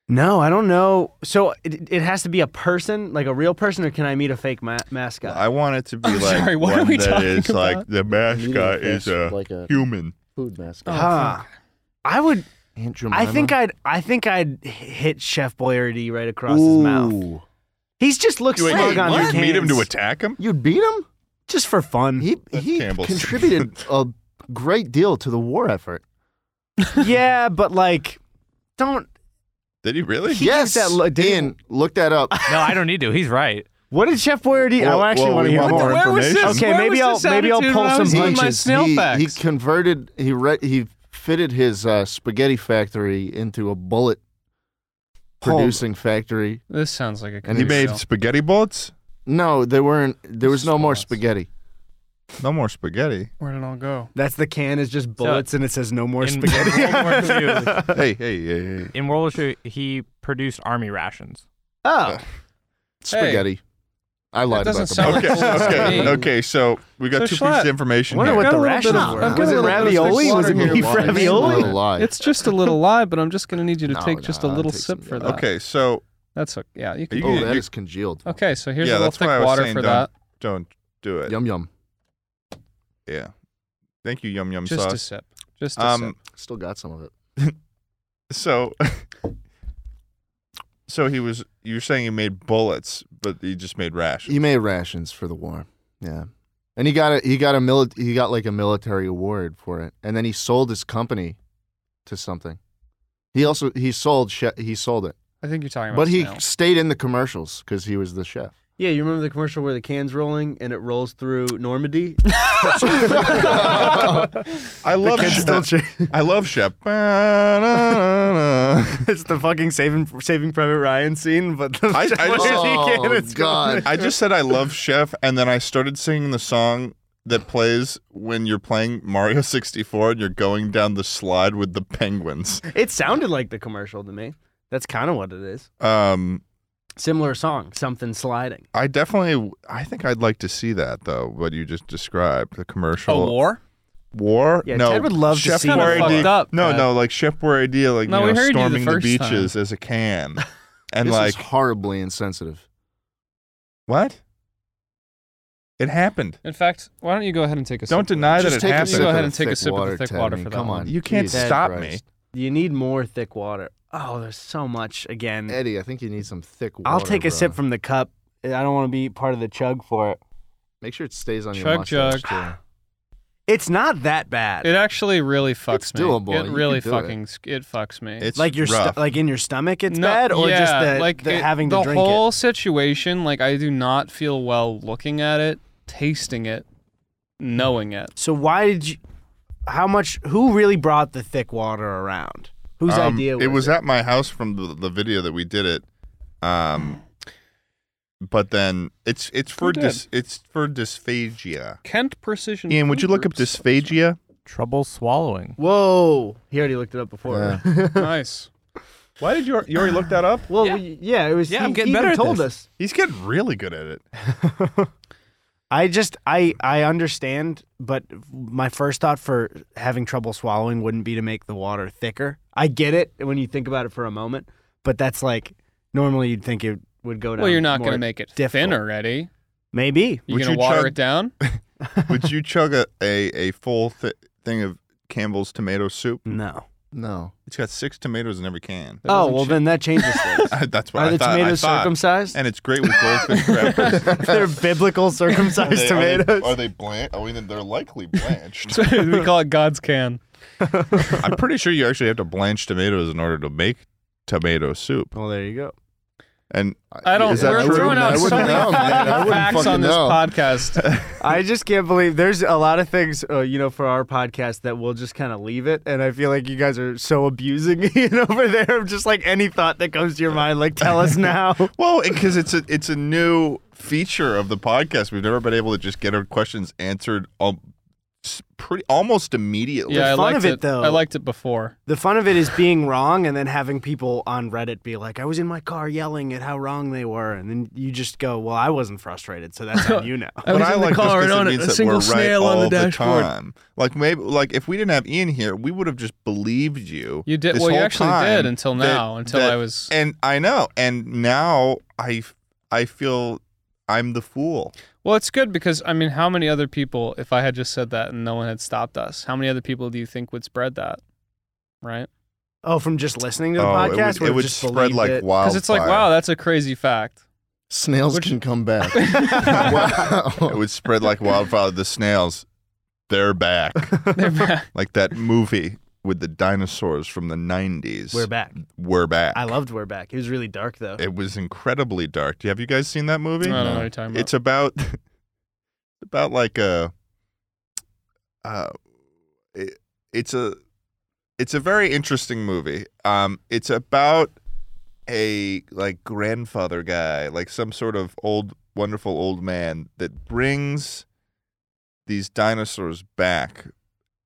Speaker 2: No, I don't know. So it, it has to be a person, like a real person, or can I meet a fake ma- mascot?
Speaker 7: I want it to be
Speaker 4: I'm
Speaker 7: like
Speaker 4: sorry, what are
Speaker 7: one
Speaker 4: we
Speaker 7: that
Speaker 4: talking
Speaker 7: is like
Speaker 4: about?
Speaker 7: the mascot is uh, a
Speaker 1: like a
Speaker 7: human.
Speaker 1: food mascot.
Speaker 2: Huh. I would.
Speaker 1: Aunt Jemima.
Speaker 2: Oh, I think I'd. I think I'd h- hit Chef Boyardee right across his mouth. He's just looks
Speaker 7: Wait,
Speaker 2: smug on your
Speaker 7: you
Speaker 2: cans.
Speaker 7: meet him to attack him?
Speaker 1: You'd beat him?
Speaker 2: just for fun.
Speaker 1: He
Speaker 7: That's
Speaker 1: he
Speaker 7: Campbell's.
Speaker 1: contributed a great deal to the war effort.
Speaker 2: yeah, but like, don't.
Speaker 7: Did he really?
Speaker 2: He
Speaker 1: yes,
Speaker 2: gives that lo- did he-
Speaker 1: Ian, look that up.
Speaker 6: No, I don't need to. He's right.
Speaker 2: What did Chef Boyardee?
Speaker 7: Well-
Speaker 2: I actually
Speaker 7: well,
Speaker 2: want to
Speaker 7: we
Speaker 2: hear
Speaker 7: want
Speaker 2: more.
Speaker 7: more
Speaker 4: Where was this?
Speaker 7: information.
Speaker 2: Okay,
Speaker 4: Where
Speaker 2: maybe
Speaker 4: was
Speaker 2: I'll-
Speaker 4: this
Speaker 2: maybe I'll
Speaker 4: attitude
Speaker 2: pull
Speaker 4: when I was
Speaker 2: some
Speaker 4: eating My
Speaker 1: Punches.
Speaker 4: snail
Speaker 1: he,
Speaker 4: facts.
Speaker 1: he converted. He re- he fitted his uh, spaghetti factory into a bullet
Speaker 2: Hold-
Speaker 1: producing factory.
Speaker 4: This sounds like a.
Speaker 1: And
Speaker 7: He
Speaker 1: he
Speaker 4: comedy
Speaker 7: made
Speaker 4: show.
Speaker 7: spaghetti bullets?
Speaker 1: No, there weren't. There was no more
Speaker 4: Spots.
Speaker 1: spaghetti.
Speaker 7: No more spaghetti.
Speaker 4: Where did it all go?
Speaker 2: That's the can is just bullets and it says no more
Speaker 6: In-
Speaker 2: spaghetti.
Speaker 6: in World War II,
Speaker 7: hey, hey, hey, hey.
Speaker 6: in World War II, he produced army rations.
Speaker 2: Oh,
Speaker 1: Spaghetti. I lied
Speaker 4: doesn't
Speaker 1: about the
Speaker 4: sound
Speaker 1: bullet.
Speaker 7: Okay,
Speaker 4: Bullets to
Speaker 7: okay,
Speaker 4: me.
Speaker 7: okay. So we got
Speaker 4: So
Speaker 7: two pieces
Speaker 4: Schlatt,
Speaker 7: of information
Speaker 2: wonder
Speaker 7: here.
Speaker 2: what
Speaker 4: Got
Speaker 2: the
Speaker 4: a little bit
Speaker 2: rationale
Speaker 4: of-
Speaker 2: were.
Speaker 4: I've got
Speaker 2: Was
Speaker 4: a
Speaker 2: it
Speaker 4: little bit of
Speaker 2: ravioli? Was it
Speaker 4: slaughter
Speaker 2: beef
Speaker 1: It's
Speaker 4: here.
Speaker 1: a little
Speaker 2: ravioli?
Speaker 1: lie.
Speaker 4: It's just a little lie, but I'm just going to need you to
Speaker 1: No,
Speaker 4: take just
Speaker 1: no,
Speaker 4: a little
Speaker 1: I'll take
Speaker 4: sip
Speaker 1: some
Speaker 4: for
Speaker 1: yellow.
Speaker 4: that.
Speaker 7: Okay, so
Speaker 4: That's a, yeah, you can.
Speaker 7: you,
Speaker 1: oh,
Speaker 7: you-
Speaker 1: that is congealed.
Speaker 4: Okay, so here's a
Speaker 7: Yeah,
Speaker 4: little
Speaker 7: that's why I
Speaker 4: thick
Speaker 7: was
Speaker 4: water
Speaker 7: saying
Speaker 4: for
Speaker 7: don't-
Speaker 4: that.
Speaker 7: don't do it.
Speaker 1: Yum yum.
Speaker 7: Yeah. Thank you, yum yum
Speaker 4: Just a
Speaker 7: sauce.
Speaker 4: sip. Just a
Speaker 7: Um,
Speaker 1: Still got some of it.
Speaker 7: so, so he was. You were saying he made bullets, but he just made rations.
Speaker 1: He made rations for the war. Yeah. And he got a he got a mili- he got like a military award for it. And then he sold his company to something. He also he sold she- he sold it.
Speaker 4: sip. I think you're talking about
Speaker 1: But he
Speaker 4: snail.
Speaker 1: stayed in the commercials cuz he was the chef.
Speaker 2: yeah. You remember the commercial where the can's rolling and it rolls through Normandy?
Speaker 7: I love.
Speaker 2: It's still
Speaker 7: Shep.
Speaker 2: ch-
Speaker 7: I love Shep. I
Speaker 2: it's the fucking Saving Saving Private Ryan scene, but the
Speaker 7: I- I
Speaker 2: Chef
Speaker 7: just-
Speaker 2: Boyardee can,
Speaker 1: Oh,
Speaker 2: it's
Speaker 1: God.
Speaker 7: just said I love Chef, and then I started singing the song that plays when you're playing Mario 64 and you're going down the slide with the penguins.
Speaker 2: It sounded like the commercial to me. That's kind of what it is.
Speaker 7: Um,
Speaker 2: Similar song, something sliding.
Speaker 7: I definitely. I think I'd like to see that though. What you just described, the commercial.
Speaker 4: a war?
Speaker 7: war?
Speaker 2: Yeah,
Speaker 7: no,
Speaker 2: Ted would love to
Speaker 7: Chef
Speaker 2: see that.
Speaker 7: Boyardee-
Speaker 4: Kinda fucked up,
Speaker 7: no,
Speaker 4: Pat.
Speaker 7: no, like Chef Boyardee, like
Speaker 4: No,
Speaker 7: you
Speaker 4: we
Speaker 7: know,
Speaker 4: heard you the
Speaker 7: storming the,
Speaker 4: first
Speaker 7: beaches as a can, and
Speaker 1: this
Speaker 7: like
Speaker 1: is horribly insensitive.
Speaker 7: what? It happened.
Speaker 4: In fact, why don't you go ahead and take a
Speaker 7: Don't
Speaker 4: sip?
Speaker 7: deny that
Speaker 1: Just
Speaker 7: it
Speaker 1: take a
Speaker 7: happened.
Speaker 1: sip
Speaker 4: You go
Speaker 1: of
Speaker 4: ahead
Speaker 1: the
Speaker 4: and take a
Speaker 1: thick
Speaker 4: sip of the
Speaker 1: water,
Speaker 4: thick
Speaker 1: Ted,
Speaker 4: water
Speaker 1: I mean,
Speaker 4: for that
Speaker 1: Come
Speaker 4: one.
Speaker 1: on.
Speaker 7: You can't
Speaker 1: Jesus
Speaker 7: stop
Speaker 1: Christ.
Speaker 7: me.
Speaker 2: You need more thick water. Oh, there's so much. Again,
Speaker 1: Eddie, I think you need some thick water.
Speaker 2: I'll take a
Speaker 1: bro.
Speaker 2: sip from the cup. I don't want to be part of the chug for it.
Speaker 1: Make sure it stays on your
Speaker 4: Chug
Speaker 1: mustache.
Speaker 4: jug.
Speaker 1: too.
Speaker 2: It's not that bad.
Speaker 4: It actually really fucks
Speaker 1: It's
Speaker 4: me.
Speaker 1: doable. You
Speaker 4: It
Speaker 1: can
Speaker 4: really
Speaker 1: do it.
Speaker 4: fucking s- it. fucks me.
Speaker 7: It's
Speaker 2: like your
Speaker 7: rough.
Speaker 2: stu- like in your stomach, it's
Speaker 4: No-
Speaker 2: bad, or just
Speaker 4: yeah,
Speaker 2: the,
Speaker 4: like
Speaker 2: the
Speaker 4: it-
Speaker 2: having to
Speaker 4: the
Speaker 2: drink
Speaker 4: whole
Speaker 2: it.
Speaker 4: situation. Like I do not feel well looking at it, tasting it, knowing it.
Speaker 2: So why did you? How much? Who really brought the thick water around? Whose
Speaker 7: Um,
Speaker 2: idea was
Speaker 7: it was
Speaker 2: it?
Speaker 7: at my house from the, the video that we did it. Um, but then it's it's for
Speaker 4: did?
Speaker 7: dys, it's for dysphagia.
Speaker 4: Kent Precision.
Speaker 7: Ian,
Speaker 4: Food
Speaker 7: would you look up
Speaker 4: Groups.
Speaker 7: dysphagia?
Speaker 6: Trouble swallowing.
Speaker 2: Whoa! He already looked it up before.
Speaker 4: nice.
Speaker 7: Why did you you already looked that up?
Speaker 2: well, yeah. yeah, it was.
Speaker 6: Yeah,
Speaker 2: he,
Speaker 6: I'm getting
Speaker 2: he even
Speaker 6: better at
Speaker 2: told
Speaker 6: this.
Speaker 2: us.
Speaker 7: He's getting really good at it.
Speaker 2: I just I I understand, but my first thought for having trouble swallowing wouldn't be to make the water thicker. I get it when you think about it for a moment, but that's like normally you'd think it would go down.
Speaker 4: Well, you're not
Speaker 2: going to
Speaker 4: make it
Speaker 2: difficult.
Speaker 4: thin already.
Speaker 2: Maybe.
Speaker 4: You're
Speaker 7: Would
Speaker 4: gonna
Speaker 7: you
Speaker 4: water
Speaker 7: chug-
Speaker 4: it down.
Speaker 7: Would you chug a a, a full th- thing of Campbell's tomato soup?
Speaker 2: No.
Speaker 1: No.
Speaker 7: It's got six tomatoes in every can.
Speaker 4: That
Speaker 2: Oh
Speaker 4: doesn't
Speaker 2: well,
Speaker 4: ch-
Speaker 2: then that changes things.
Speaker 7: That's what
Speaker 2: Are
Speaker 7: I
Speaker 2: the
Speaker 7: thought. I
Speaker 2: tomatoes
Speaker 7: thought.
Speaker 2: circumcised?
Speaker 7: And it's great with goldfish crackers.
Speaker 2: They're biblical circumcised tomatoes.
Speaker 7: Are they, blanched? I mean, they're likely blanched.
Speaker 4: we call it God's can.
Speaker 7: I'm pretty sure you actually have to blanch tomatoes in order to make tomato soup.
Speaker 2: well, there you go.
Speaker 7: And
Speaker 4: I don't.
Speaker 1: Is that
Speaker 4: We're
Speaker 1: true?
Speaker 4: throwing out
Speaker 1: I
Speaker 4: so
Speaker 1: wouldn't
Speaker 4: many
Speaker 1: know, man. I
Speaker 4: fucking
Speaker 1: wouldn't
Speaker 4: facts on
Speaker 1: fucking
Speaker 4: this
Speaker 1: know.
Speaker 4: podcast.
Speaker 2: I just can't believe there's a lot of things, uh, you know, for our podcast that we'll just kind of leave it. And I feel like you guys are so abusing me over there of just like any thought that comes to your mind. Like, tell us now.
Speaker 7: well, because it's a it's a new feature of the podcast. We've never been able to just get our questions answered all, s- pretty almost immediately.
Speaker 4: Yeah, I
Speaker 2: fun
Speaker 4: liked
Speaker 2: of it, though-
Speaker 4: I liked it before.
Speaker 2: the fun of it is being wrong and then having people on Reddit be like, I was in my car yelling at how wrong they were. And then you just go, well, I wasn't frustrated. So that's on you now.
Speaker 7: but I like this 'cause it means that we're right all the, time. Like maybe, like if we didn't have Ian here, we would have just believed you.
Speaker 4: You did-
Speaker 7: this
Speaker 4: well, you
Speaker 7: whole
Speaker 4: actually
Speaker 7: time
Speaker 4: did until
Speaker 7: that-
Speaker 4: now, until
Speaker 7: that-
Speaker 4: I was-
Speaker 7: and I know, and now I, I feel I'm the fool.
Speaker 4: Well, it's good because I mean, how many other people, if I had just said that and no one had stopped us, how many other people do you think would spread that? Right?
Speaker 2: Oh, from just listening to the
Speaker 7: Oh,
Speaker 2: podcast?
Speaker 7: it would,
Speaker 2: or
Speaker 7: it would
Speaker 2: just
Speaker 7: spread
Speaker 2: believed
Speaker 7: like
Speaker 2: it?
Speaker 7: wildfire.
Speaker 4: Because it's like, wow, that's a crazy fact.
Speaker 1: Snails can come back.
Speaker 7: It
Speaker 1: wow.
Speaker 7: would spread like wildfire. The snails, they're back.
Speaker 4: They're back.
Speaker 7: like that movie with the dinosaurs from the 90s.
Speaker 2: We're back.
Speaker 7: We're back.
Speaker 2: I loved We're Back. It was really dark though.
Speaker 7: It was incredibly dark. Have you guys seen that
Speaker 4: I
Speaker 7: movie?
Speaker 4: don't know what you're talking about.
Speaker 7: It's about about like a uh it, it's a it's a very interesting movie. Um it's about a like grandfather guy, like some sort of old wonderful old man that brings these dinosaurs back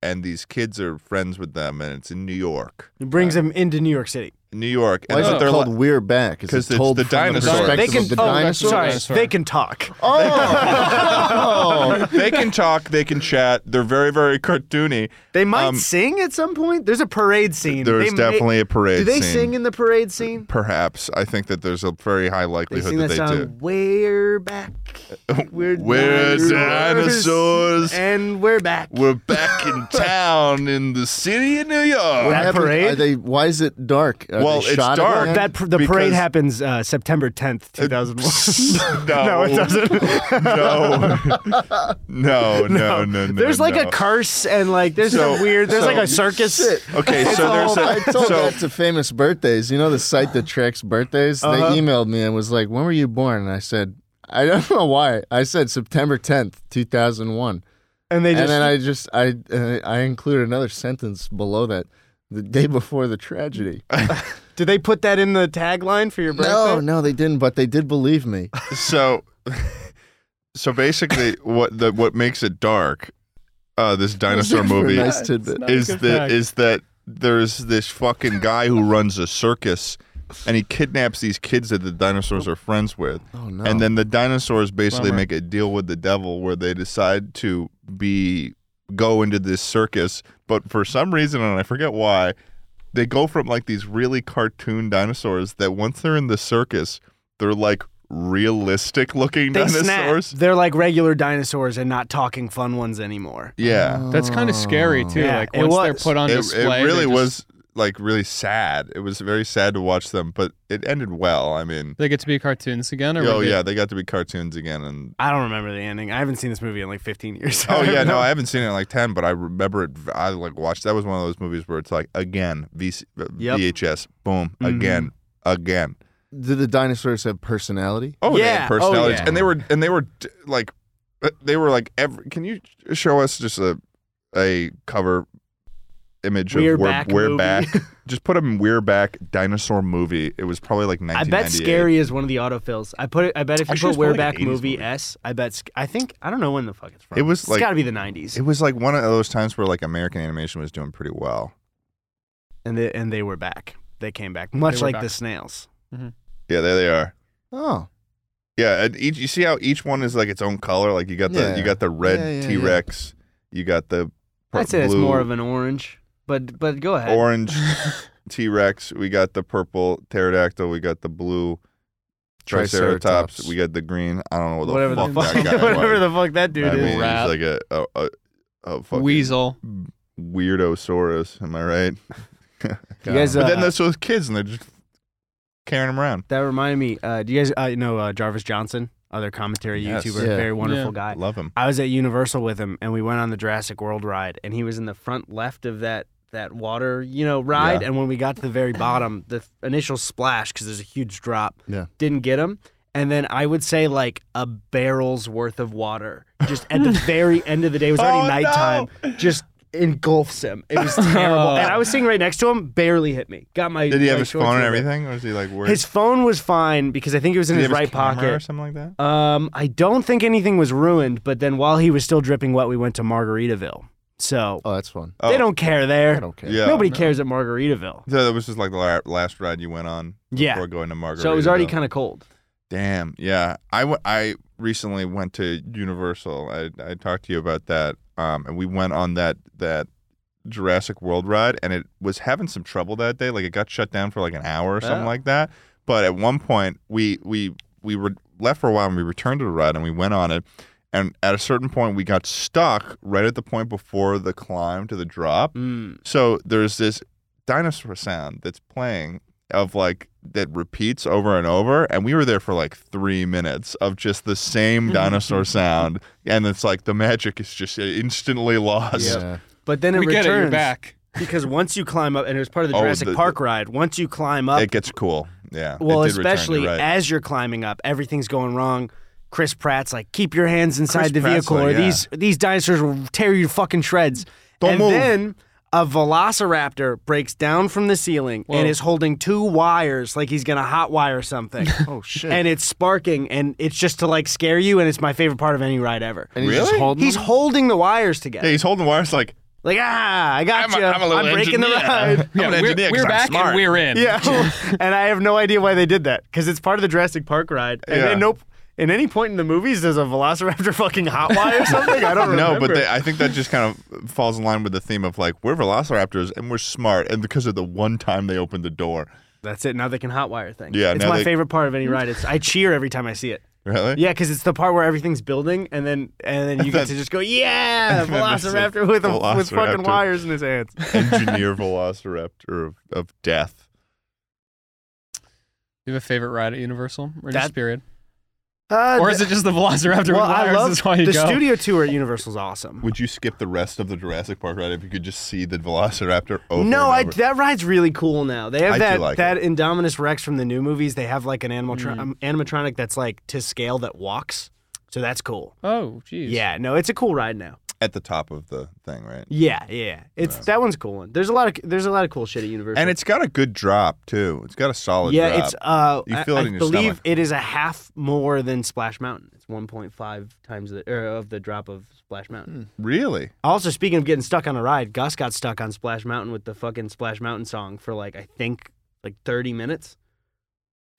Speaker 7: and these kids are friends with them and it's in New York.
Speaker 2: It brings them into New York City.
Speaker 7: New York.
Speaker 1: Why
Speaker 7: And
Speaker 1: is
Speaker 7: then
Speaker 1: it
Speaker 7: they're
Speaker 1: called
Speaker 7: like-
Speaker 1: We're Back? Is
Speaker 7: 'Cause
Speaker 1: it
Speaker 7: it's
Speaker 1: told
Speaker 7: the
Speaker 1: from the
Speaker 7: dinosaurs.
Speaker 1: perspective
Speaker 2: They can.
Speaker 1: of the
Speaker 2: oh,
Speaker 1: dinosaurs?
Speaker 2: sorry.
Speaker 4: Dinosaur.
Speaker 2: They can talk.
Speaker 1: Oh.
Speaker 7: they can talk, they can chat. They're very, very cartoony.
Speaker 2: They might
Speaker 7: Um,
Speaker 2: sing at some point. There's a parade scene.
Speaker 7: There
Speaker 2: They
Speaker 7: is
Speaker 2: may-
Speaker 7: definitely a parade.
Speaker 2: Do they
Speaker 7: scene.
Speaker 2: sing in the parade scene?
Speaker 7: Perhaps I think that there's a very high
Speaker 2: They
Speaker 7: likelihood
Speaker 2: sing
Speaker 7: that
Speaker 2: that
Speaker 7: they
Speaker 2: song. We're back.
Speaker 7: do.
Speaker 2: We're,
Speaker 7: We're dinosaurs.
Speaker 2: and we're back.
Speaker 7: We're back in town in the city of New
Speaker 1: What
Speaker 7: York.
Speaker 2: That
Speaker 1: happened-
Speaker 2: parade?
Speaker 1: Are they, why is it dark? Are
Speaker 7: Well,
Speaker 1: they
Speaker 7: it's
Speaker 1: shot at
Speaker 7: dark.
Speaker 1: them?
Speaker 2: that pr- the
Speaker 7: Because-
Speaker 2: parade happens uh, September 10th, 2001.
Speaker 7: no, no, it doesn't. no. no, no, no, no.
Speaker 2: there's like
Speaker 7: no.
Speaker 2: a curse and like there's
Speaker 7: So-
Speaker 2: a weird. There's
Speaker 7: so-
Speaker 2: like a circus.
Speaker 1: Shit.
Speaker 7: Okay,
Speaker 1: I
Speaker 7: so
Speaker 1: told,
Speaker 7: there's a,
Speaker 1: I told
Speaker 7: so
Speaker 1: that to famous birthdays. You know the site that tracks birthdays?
Speaker 2: Uh-huh.
Speaker 1: They emailed me and was like, "When were you born?" And I said, "I don't know why." I said September tenth, two thousand one,
Speaker 2: And they
Speaker 1: and
Speaker 2: just
Speaker 1: then I just I uh, I included another sentence below that. The day before the tragedy.
Speaker 2: did they put that in the tagline for your birthday?
Speaker 1: No, no, they didn't, but they did believe me.
Speaker 7: so so basically what the what makes it dark uh this dinosaur movie
Speaker 1: nice tidbit.
Speaker 7: is
Speaker 4: good
Speaker 7: that
Speaker 4: fact.
Speaker 7: is that there's this fucking guy who runs a circus and he kidnaps these kids that the dinosaurs are friends with
Speaker 1: Oh no!
Speaker 7: and then the dinosaurs basically
Speaker 4: Bummer.
Speaker 7: make a deal with the devil where they decide to be go into this circus but for some reason and i forget why they go from like these really cartoon dinosaurs that once they're in the circus they're like realistic looking
Speaker 2: They
Speaker 7: dinosaurs
Speaker 2: snap. They're like regular dinosaurs and not talking fun ones anymore.
Speaker 7: yeah
Speaker 4: That's kind of scary too.
Speaker 2: Yeah,
Speaker 4: like
Speaker 2: it
Speaker 4: once they're
Speaker 2: was.
Speaker 4: put on
Speaker 7: it, it
Speaker 4: display,
Speaker 7: really
Speaker 4: they just-
Speaker 7: was like really sad it was very sad to watch them but it ended well i mean
Speaker 4: They get to be cartoons again, or
Speaker 7: oh
Speaker 4: were they-
Speaker 7: yeah they got to be cartoons again and
Speaker 2: I don't remember the ending. I haven't seen this movie in like 15 years.
Speaker 7: Oh yeah, no, I haven't seen it in like ten, but I remember it. I like watched. That was one of those movies where it's like again uh, VC,
Speaker 2: Yep. Mm-hmm.
Speaker 7: VHS, boom, again, again.
Speaker 1: Did the dinosaurs have personality?
Speaker 7: Oh yeah,
Speaker 2: Yeah, oh,
Speaker 7: personalities,
Speaker 2: yeah.
Speaker 7: and they were and they were d- like, uh, they were like. Every, can you show us just a a cover image
Speaker 2: We're
Speaker 7: of we're,
Speaker 2: Back
Speaker 7: we're
Speaker 2: movie.
Speaker 7: back? just put a we're back dinosaur movie. It was probably like
Speaker 2: I
Speaker 7: 1998.
Speaker 2: bet scary is one of the autofills. I put it. I bet if you
Speaker 7: Actually,
Speaker 2: put
Speaker 7: it's probably
Speaker 2: "We're
Speaker 7: like an
Speaker 2: Back
Speaker 7: 80s
Speaker 2: Movie
Speaker 7: movie.
Speaker 2: S, I bet. sc- I think I don't know when the fuck it's from.
Speaker 7: It was, like-
Speaker 2: it's got to be the 90s.
Speaker 7: It was like one of those times where like American animation was doing pretty well.
Speaker 2: and they and they were back. They came back, much
Speaker 4: were
Speaker 2: like
Speaker 4: back.
Speaker 2: the snails.
Speaker 7: Yeah, there they are.
Speaker 1: Oh,
Speaker 7: Yeah, and each you see how each one is like its own color. Like you got the
Speaker 1: Yeah.
Speaker 7: you got the red
Speaker 1: Yeah, yeah, yeah.
Speaker 7: T Rex, you got the pur-
Speaker 2: I'd say it's
Speaker 7: blue,
Speaker 2: more of an orange, but but go ahead.
Speaker 7: orange T Rex. We got the purple pterodactyl. We got the blue triceratops.
Speaker 1: Triceratops.
Speaker 7: We got the green. I don't know what the
Speaker 2: whatever
Speaker 7: fuck
Speaker 2: the fuck,
Speaker 7: that guy
Speaker 2: whatever
Speaker 7: was.
Speaker 2: the fuck that dude
Speaker 7: I
Speaker 2: is.
Speaker 7: mean,
Speaker 4: Rat.
Speaker 7: he's like a a, a, a fucking
Speaker 4: weasel.
Speaker 7: weirdosaurus. Am I right?
Speaker 2: you guys,
Speaker 7: But
Speaker 2: uh,
Speaker 7: then there's those kids, and they're just carrying them around.
Speaker 2: that reminded me. Uh, do you guys uh, know uh, Jarvis Johnson, other commentary
Speaker 7: Yes.
Speaker 2: YouTuber,
Speaker 1: Yeah.
Speaker 2: very wonderful guy.
Speaker 4: Yeah.
Speaker 7: love them.
Speaker 2: I was at Universal with him, and we went on the Jurassic World ride, and he was in the front left of that that water, you know, ride.
Speaker 7: Yeah.
Speaker 2: And when we got to the very bottom, the initial splash because there's a huge drop,
Speaker 1: Yeah.
Speaker 2: didn't get him. And then I would say like a barrel's worth of water, just at the very end of the day, it was already
Speaker 7: Oh,
Speaker 2: nighttime, just engulfs him. It was terrible, and I was sitting right next to him, barely hit me. Got my
Speaker 7: Did he
Speaker 2: my
Speaker 7: have his
Speaker 2: shorts
Speaker 7: phone and
Speaker 2: over.
Speaker 7: everything, or is he like worried?
Speaker 2: His phone was fine because I think it was in
Speaker 7: Did he
Speaker 2: his
Speaker 7: have
Speaker 2: right
Speaker 7: camera
Speaker 2: pocket.
Speaker 7: or something like that?
Speaker 2: Um, I don't think anything was ruined, but then while he was still dripping wet, we went to Margaritaville. So
Speaker 1: oh, that's fun.
Speaker 7: Oh,
Speaker 2: they don't care there.
Speaker 1: I don't care.
Speaker 7: Yeah.
Speaker 2: Nobody cares at Margaritaville.
Speaker 7: So that was just like the la- last ride you went on
Speaker 2: Yeah.
Speaker 7: before going to Margaret.
Speaker 2: So it was already kind of cold.
Speaker 7: Damn. Yeah. I, w- I recently went to Universal. I, I talked to you about that. Um, and we went on that, that Jurassic World ride, and it was having some trouble that day. Like it got shut down for like an hour or something
Speaker 4: Oh.
Speaker 7: like that. But at one point, we we we were left for a while, and we returned to the ride, and we went on it. And at a certain point, we got stuck right at the point before the climb to the drop.
Speaker 2: Mm.
Speaker 7: So there's this dinosaur sound that's playing, of like that repeats over and over and we were there for like 3 minutes of just the same dinosaur sound and it's like the magic is just instantly lost.
Speaker 1: Yeah.
Speaker 2: But then it
Speaker 4: we
Speaker 2: returns
Speaker 4: get it. You're back.
Speaker 2: because once you climb up, and it was part of the
Speaker 7: Oh,
Speaker 2: Jurassic
Speaker 7: the-
Speaker 2: Park ride. Once you climb up,
Speaker 7: It gets cool. Yeah. It
Speaker 2: well,
Speaker 7: did return, you're
Speaker 2: especially
Speaker 7: right.
Speaker 2: as you're climbing up, everything's going wrong. Chris Pratt's like, keep your hands inside the
Speaker 7: Pratt's
Speaker 2: vehicle,
Speaker 7: like,
Speaker 2: or
Speaker 7: yeah.
Speaker 2: these these dinosaurs will tear you to fucking shreds.
Speaker 7: Don't
Speaker 2: and
Speaker 7: move.
Speaker 2: then a velociraptor breaks down from the ceiling
Speaker 4: Whoa.
Speaker 2: and is holding two wires like he's gonna hotwire something.
Speaker 1: Oh shit.
Speaker 2: and it's sparking and it's just to like scare you, and it's my favorite part of any ride ever.
Speaker 1: And he's just
Speaker 7: Really?
Speaker 1: holding
Speaker 2: He's
Speaker 1: them?
Speaker 2: holding the wires together.
Speaker 7: yeah, he's holding wires like
Speaker 2: Like, ah, I got
Speaker 7: I'm a-
Speaker 2: you.
Speaker 7: I'm a little
Speaker 2: breaking the
Speaker 7: engineer.
Speaker 2: ride.
Speaker 7: I'm
Speaker 4: Yeah,
Speaker 7: an
Speaker 4: we're,
Speaker 7: engineer 'cause
Speaker 4: we're
Speaker 7: I'm
Speaker 4: back
Speaker 7: smart.
Speaker 4: and we're in.
Speaker 2: Yeah. and I have no idea why they did that because it's part of the Jurassic Park ride. And
Speaker 7: Yeah.
Speaker 2: then, nope. In any point in the movies, there's a Velociraptor fucking hotwire or something. I don't remember.
Speaker 7: No, but they, I think that just kind of falls in line with the theme of like we're velociraptors and we're smart, and because of the one time they opened the door,
Speaker 2: that's it. Now they can hotwire things.
Speaker 7: Yeah,
Speaker 2: it's
Speaker 7: now
Speaker 2: my
Speaker 7: they-
Speaker 2: favorite part of any ride. It's I cheer every time I see it.
Speaker 7: really?
Speaker 2: Yeah, because it's the part where everything's building, and then and then you get to just go, yeah,
Speaker 7: And then there's a
Speaker 2: Velociraptor with a, with
Speaker 7: Velociraptor.
Speaker 2: fucking wires in his hands.
Speaker 7: Engineer velociraptor of, of death.
Speaker 4: Do you have a favorite ride at Universal or
Speaker 2: That-
Speaker 4: just Spirit?
Speaker 2: Uh,
Speaker 4: Or is it just the Velociraptor
Speaker 2: well,
Speaker 4: with
Speaker 2: I
Speaker 4: wires?
Speaker 2: love
Speaker 4: is why you
Speaker 2: the
Speaker 4: go.
Speaker 2: studio tour at Universal's awesome.
Speaker 7: Would you skip the rest of the Jurassic Park ride if you could just see the velociraptor over?
Speaker 2: No, I,
Speaker 7: and over?
Speaker 2: that ride's really cool now. They have
Speaker 7: I do
Speaker 2: that
Speaker 7: like
Speaker 2: that Indominus Rex from the new movies. They have like an animal um, animatronic that's like to scale that walks. So that's cool.
Speaker 4: Oh, geez.
Speaker 2: Yeah, no, it's a cool ride now.
Speaker 7: at the top of the thing, right?
Speaker 2: Yeah, yeah, it's that one's a cool one. There's a lot of there's a lot of cool shit at Universal.
Speaker 7: And it's got a good drop too. It's got a solid.
Speaker 2: yeah,
Speaker 7: drop.
Speaker 2: it's uh,
Speaker 7: You
Speaker 2: I-
Speaker 7: feel it
Speaker 2: I,
Speaker 7: in your
Speaker 2: believe
Speaker 7: stomach.
Speaker 2: it is a half more than Splash Mountain. It's 1.5 times the or of the drop of Splash Mountain.
Speaker 7: really.
Speaker 2: Also, speaking of getting stuck on a ride, Gus got stuck on Splash Mountain with the fucking Splash Mountain song for like I think like 30 minutes.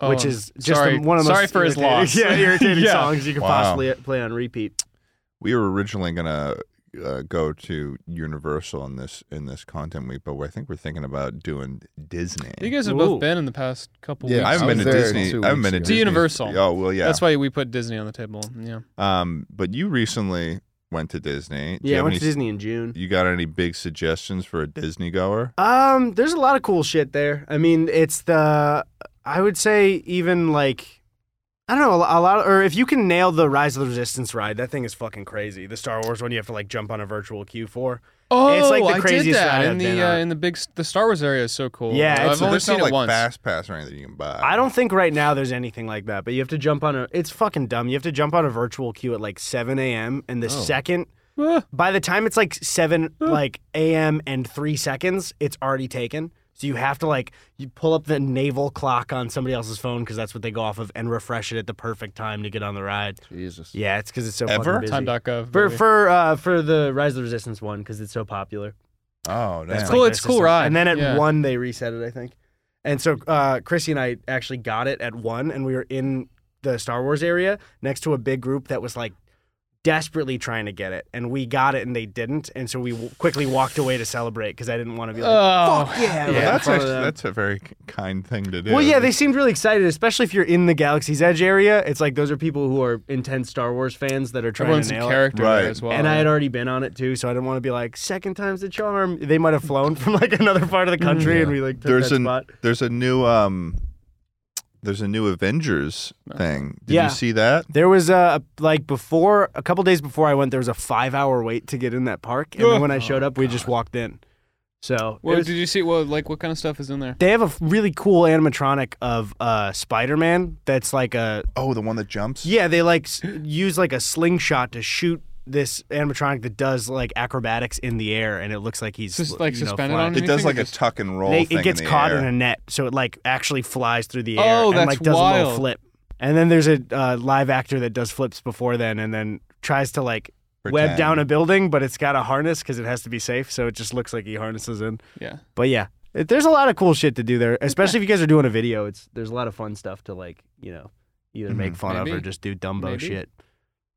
Speaker 4: Oh,
Speaker 2: which is just
Speaker 4: sorry,
Speaker 2: the- one of the
Speaker 4: sorry
Speaker 2: most
Speaker 4: for his
Speaker 2: irritating-
Speaker 4: loss.
Speaker 2: Yeah, irritating
Speaker 4: Yeah.
Speaker 2: songs you could
Speaker 7: Wow.
Speaker 2: possibly play on repeat.
Speaker 7: We were originally gonna uh, go to Universal in this in this content week, but I think we're thinking about doing Disney.
Speaker 4: You guys have
Speaker 2: Ooh.
Speaker 4: both been in the past couple
Speaker 1: Yeah,
Speaker 4: weeks.
Speaker 7: I haven't been
Speaker 1: was
Speaker 7: to
Speaker 1: there
Speaker 7: Disney.
Speaker 1: two
Speaker 7: I haven't
Speaker 1: weeks
Speaker 7: been
Speaker 1: ago.
Speaker 7: to
Speaker 4: To
Speaker 7: Disney.
Speaker 4: Universal.
Speaker 7: Oh well, yeah.
Speaker 4: That's why we put Disney on the table. Yeah.
Speaker 7: Um, but you recently went to Disney. Do you
Speaker 2: Yeah, I
Speaker 7: have
Speaker 2: went
Speaker 7: any-
Speaker 2: to Disney in June.
Speaker 7: You got any big suggestions for a Disney goer?
Speaker 2: Um, there's a lot of cool shit there. I mean, it's the I would say even like I don't know a lot of, or if you can nail the Rise of the Resistance ride, that thing is fucking crazy. The Star Wars one you have to like jump on a virtual queue for.
Speaker 4: Oh,
Speaker 2: It's like the
Speaker 4: I did
Speaker 2: craziest
Speaker 4: that
Speaker 2: ride
Speaker 4: in
Speaker 2: I've
Speaker 4: the
Speaker 2: been
Speaker 4: uh,
Speaker 2: on.
Speaker 4: in the big s- the Star Wars area is so cool.
Speaker 2: Yeah,
Speaker 4: Uh,
Speaker 2: it's-
Speaker 4: I've
Speaker 7: so
Speaker 4: only
Speaker 7: there's
Speaker 4: seen
Speaker 7: not like
Speaker 4: it once.
Speaker 7: fast pass or anything you can buy.
Speaker 2: I don't think right now there's anything like that, but you have to jump on a. It's fucking dumb. You have to jump on a virtual queue at like 7 a.m. and the
Speaker 7: Oh.
Speaker 2: second
Speaker 4: Ah.
Speaker 2: by the time it's like seven like a.m. and three seconds, it's already taken. So you have to like you pull up the naval clock on somebody else's phone because that's what they go off of and refresh it at the perfect time to get on the ride.
Speaker 1: Jesus.
Speaker 2: Yeah, it's because it's so
Speaker 7: Ever?
Speaker 2: fucking busy.
Speaker 4: Time.gov.
Speaker 2: for
Speaker 4: maybe.
Speaker 2: for uh, for the Rise of the Resistance one because it's so popular.
Speaker 7: Oh, damn.
Speaker 2: That's
Speaker 4: cool.
Speaker 2: like
Speaker 4: It's
Speaker 2: their
Speaker 4: cool
Speaker 2: system.
Speaker 4: ride.
Speaker 2: And then at
Speaker 4: Yeah.
Speaker 2: one they reset it, I think. And so uh, Chrissy and I actually got it at one, and we were in the Star Wars area next to a big group that was like desperately trying to get it, and we got it and they didn't, and so we w- quickly walked away to celebrate because I didn't want to be like,
Speaker 4: Oh,
Speaker 2: fuck yeah, right
Speaker 7: Well,
Speaker 2: in
Speaker 7: that's
Speaker 2: front of
Speaker 7: actually,
Speaker 2: them.
Speaker 7: that's a very k- kind thing to do.
Speaker 2: Well, yeah, they seemed really excited, especially if you're in the Galaxy's Edge area. It's like those are people who are intense Star Wars fans that are trying
Speaker 4: everyone's
Speaker 2: to
Speaker 4: a
Speaker 2: nail it.
Speaker 4: character
Speaker 7: Right.
Speaker 4: there as well.
Speaker 2: And I had already been on it too, so I didn't want to be like second time's the charm. They might have flown from like another part of the country, and we like took
Speaker 7: there's
Speaker 2: that
Speaker 7: an
Speaker 2: spot.
Speaker 7: there's a new um there's a new Avengers
Speaker 4: Uh-huh.
Speaker 7: thing. Did
Speaker 2: Yeah.
Speaker 7: you see that?
Speaker 2: There was a like before a couple days before I went, there was a five hour wait to get in that park, and then when I showed up, we just walked in. So it
Speaker 4: Well,
Speaker 2: was-
Speaker 4: did you see? Well, like what kind of stuff is in there?
Speaker 2: they have a f- really cool animatronic of uh, Spider Man that's like a
Speaker 7: Oh, the one that jumps.
Speaker 2: yeah they like s- use like a slingshot to shoot this animatronic that does like acrobatics in the air, and it looks like he's
Speaker 4: Just, like,
Speaker 2: you know,
Speaker 4: suspended
Speaker 2: flying.
Speaker 4: on
Speaker 7: It
Speaker 4: Anything
Speaker 7: does like
Speaker 4: or
Speaker 7: a
Speaker 4: just-
Speaker 7: tuck and roll.
Speaker 2: They,
Speaker 7: thing
Speaker 2: it gets
Speaker 7: in the
Speaker 2: caught
Speaker 7: air.
Speaker 2: in a net, so it like actually flies through the
Speaker 4: Oh,
Speaker 2: air and
Speaker 4: that's
Speaker 2: like does a little
Speaker 4: wild.
Speaker 2: flip. And then there's a uh, live actor that does flips before then, and then tries to like web
Speaker 7: Pretend.
Speaker 2: down a building, but it's got a harness because it has to be safe, so it just looks like he harnesses in.
Speaker 4: Yeah.
Speaker 2: But yeah, it, there's a lot of cool shit to do there, especially if you guys are doing a video. It's there's a lot of fun stuff to like you know either
Speaker 7: Mm-hmm.
Speaker 2: make fun of or
Speaker 4: Maybe.
Speaker 2: just do Dumbo
Speaker 4: Maybe.
Speaker 2: shit.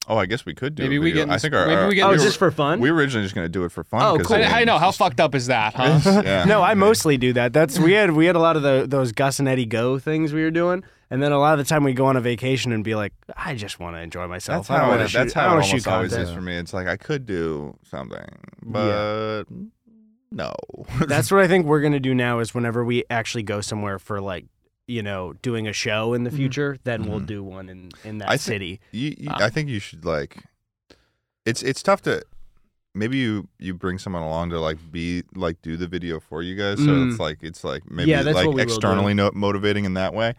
Speaker 7: Oh, I guess we could do. a
Speaker 4: Maybe we
Speaker 7: video.
Speaker 4: get in
Speaker 7: I
Speaker 4: this-
Speaker 7: think our,
Speaker 4: maybe
Speaker 7: our-
Speaker 4: we get in
Speaker 2: Oh,
Speaker 4: we
Speaker 2: just for fun?
Speaker 7: we were originally just gonna do it for fun.
Speaker 2: Oh,
Speaker 7: 'cause
Speaker 2: cool.
Speaker 7: the
Speaker 4: I, I know.
Speaker 7: name's
Speaker 4: How
Speaker 7: just-
Speaker 4: fucked up is that, huh?
Speaker 7: yeah.
Speaker 2: No, I mostly do that. That's we had we had a lot of the those Gus and Eddie Go things we were doing, and then a lot of the time we go on a vacation and be like, I just want to enjoy myself.
Speaker 7: That's
Speaker 2: I don't
Speaker 7: how
Speaker 2: wanna
Speaker 7: it,
Speaker 2: shoot-
Speaker 7: that's
Speaker 2: I
Speaker 7: how
Speaker 2: don't
Speaker 7: it
Speaker 2: wanna
Speaker 7: almost
Speaker 2: shoot
Speaker 7: always
Speaker 2: content."
Speaker 7: is for me. It's like I could do something, but No.
Speaker 2: That's what I think we're gonna do now. Is whenever we actually go somewhere for like you know doing a show in the future, then we'll do one in in that
Speaker 7: Mm-hmm. I thi-
Speaker 2: city.
Speaker 7: You, you,
Speaker 4: Ah.
Speaker 7: I think you should like. It's it's tough to. Maybe you you bring someone along to like be like do the video for you guys, so
Speaker 2: Mm.
Speaker 7: it's like it's like maybe
Speaker 2: Yeah, that's what
Speaker 7: like
Speaker 2: we will do.
Speaker 7: externally no- motivating in that way.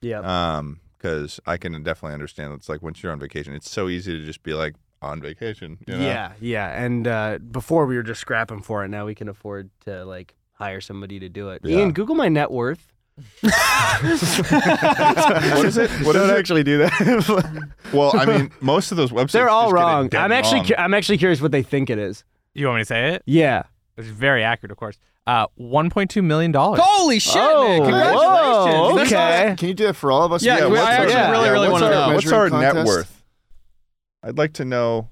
Speaker 2: Yeah.
Speaker 7: Um, because I can definitely understand. It's like once you're on vacation, it's so easy to just be like on vacation. you know?
Speaker 2: Yeah, yeah. And uh, before we were just scrapping for it. Now we can afford to like hire somebody to do it.
Speaker 7: Yeah.
Speaker 2: Ian, Google my net worth.
Speaker 7: what is it? What is
Speaker 2: Don't
Speaker 7: it?
Speaker 2: actually do that.
Speaker 7: Well, I mean, most of those websites
Speaker 2: They're all
Speaker 7: just get it
Speaker 2: wrong.
Speaker 7: dead
Speaker 2: I'm actually
Speaker 7: wrong.
Speaker 2: cu- I'm actually curious what they think it is.
Speaker 6: You want me to say it?
Speaker 2: Yeah.
Speaker 6: It's very accurate, of course. Uh, $1.2 million.
Speaker 4: Holy shit, man.
Speaker 2: Oh,
Speaker 4: Congratulations.
Speaker 2: whoa,
Speaker 4: That's
Speaker 2: okay.
Speaker 4: awesome.
Speaker 2: Eh?
Speaker 1: Can you do that for all of us?
Speaker 4: Yeah,
Speaker 7: Yeah,
Speaker 4: we-
Speaker 7: what's
Speaker 4: I
Speaker 7: our-
Speaker 4: actually
Speaker 2: yeah,
Speaker 4: really,
Speaker 2: yeah,
Speaker 4: really want
Speaker 7: what's
Speaker 4: to
Speaker 7: our,
Speaker 4: know.
Speaker 1: measure-
Speaker 7: What's our
Speaker 1: Measuring
Speaker 7: net
Speaker 1: contest?
Speaker 7: worth? I'd like to know.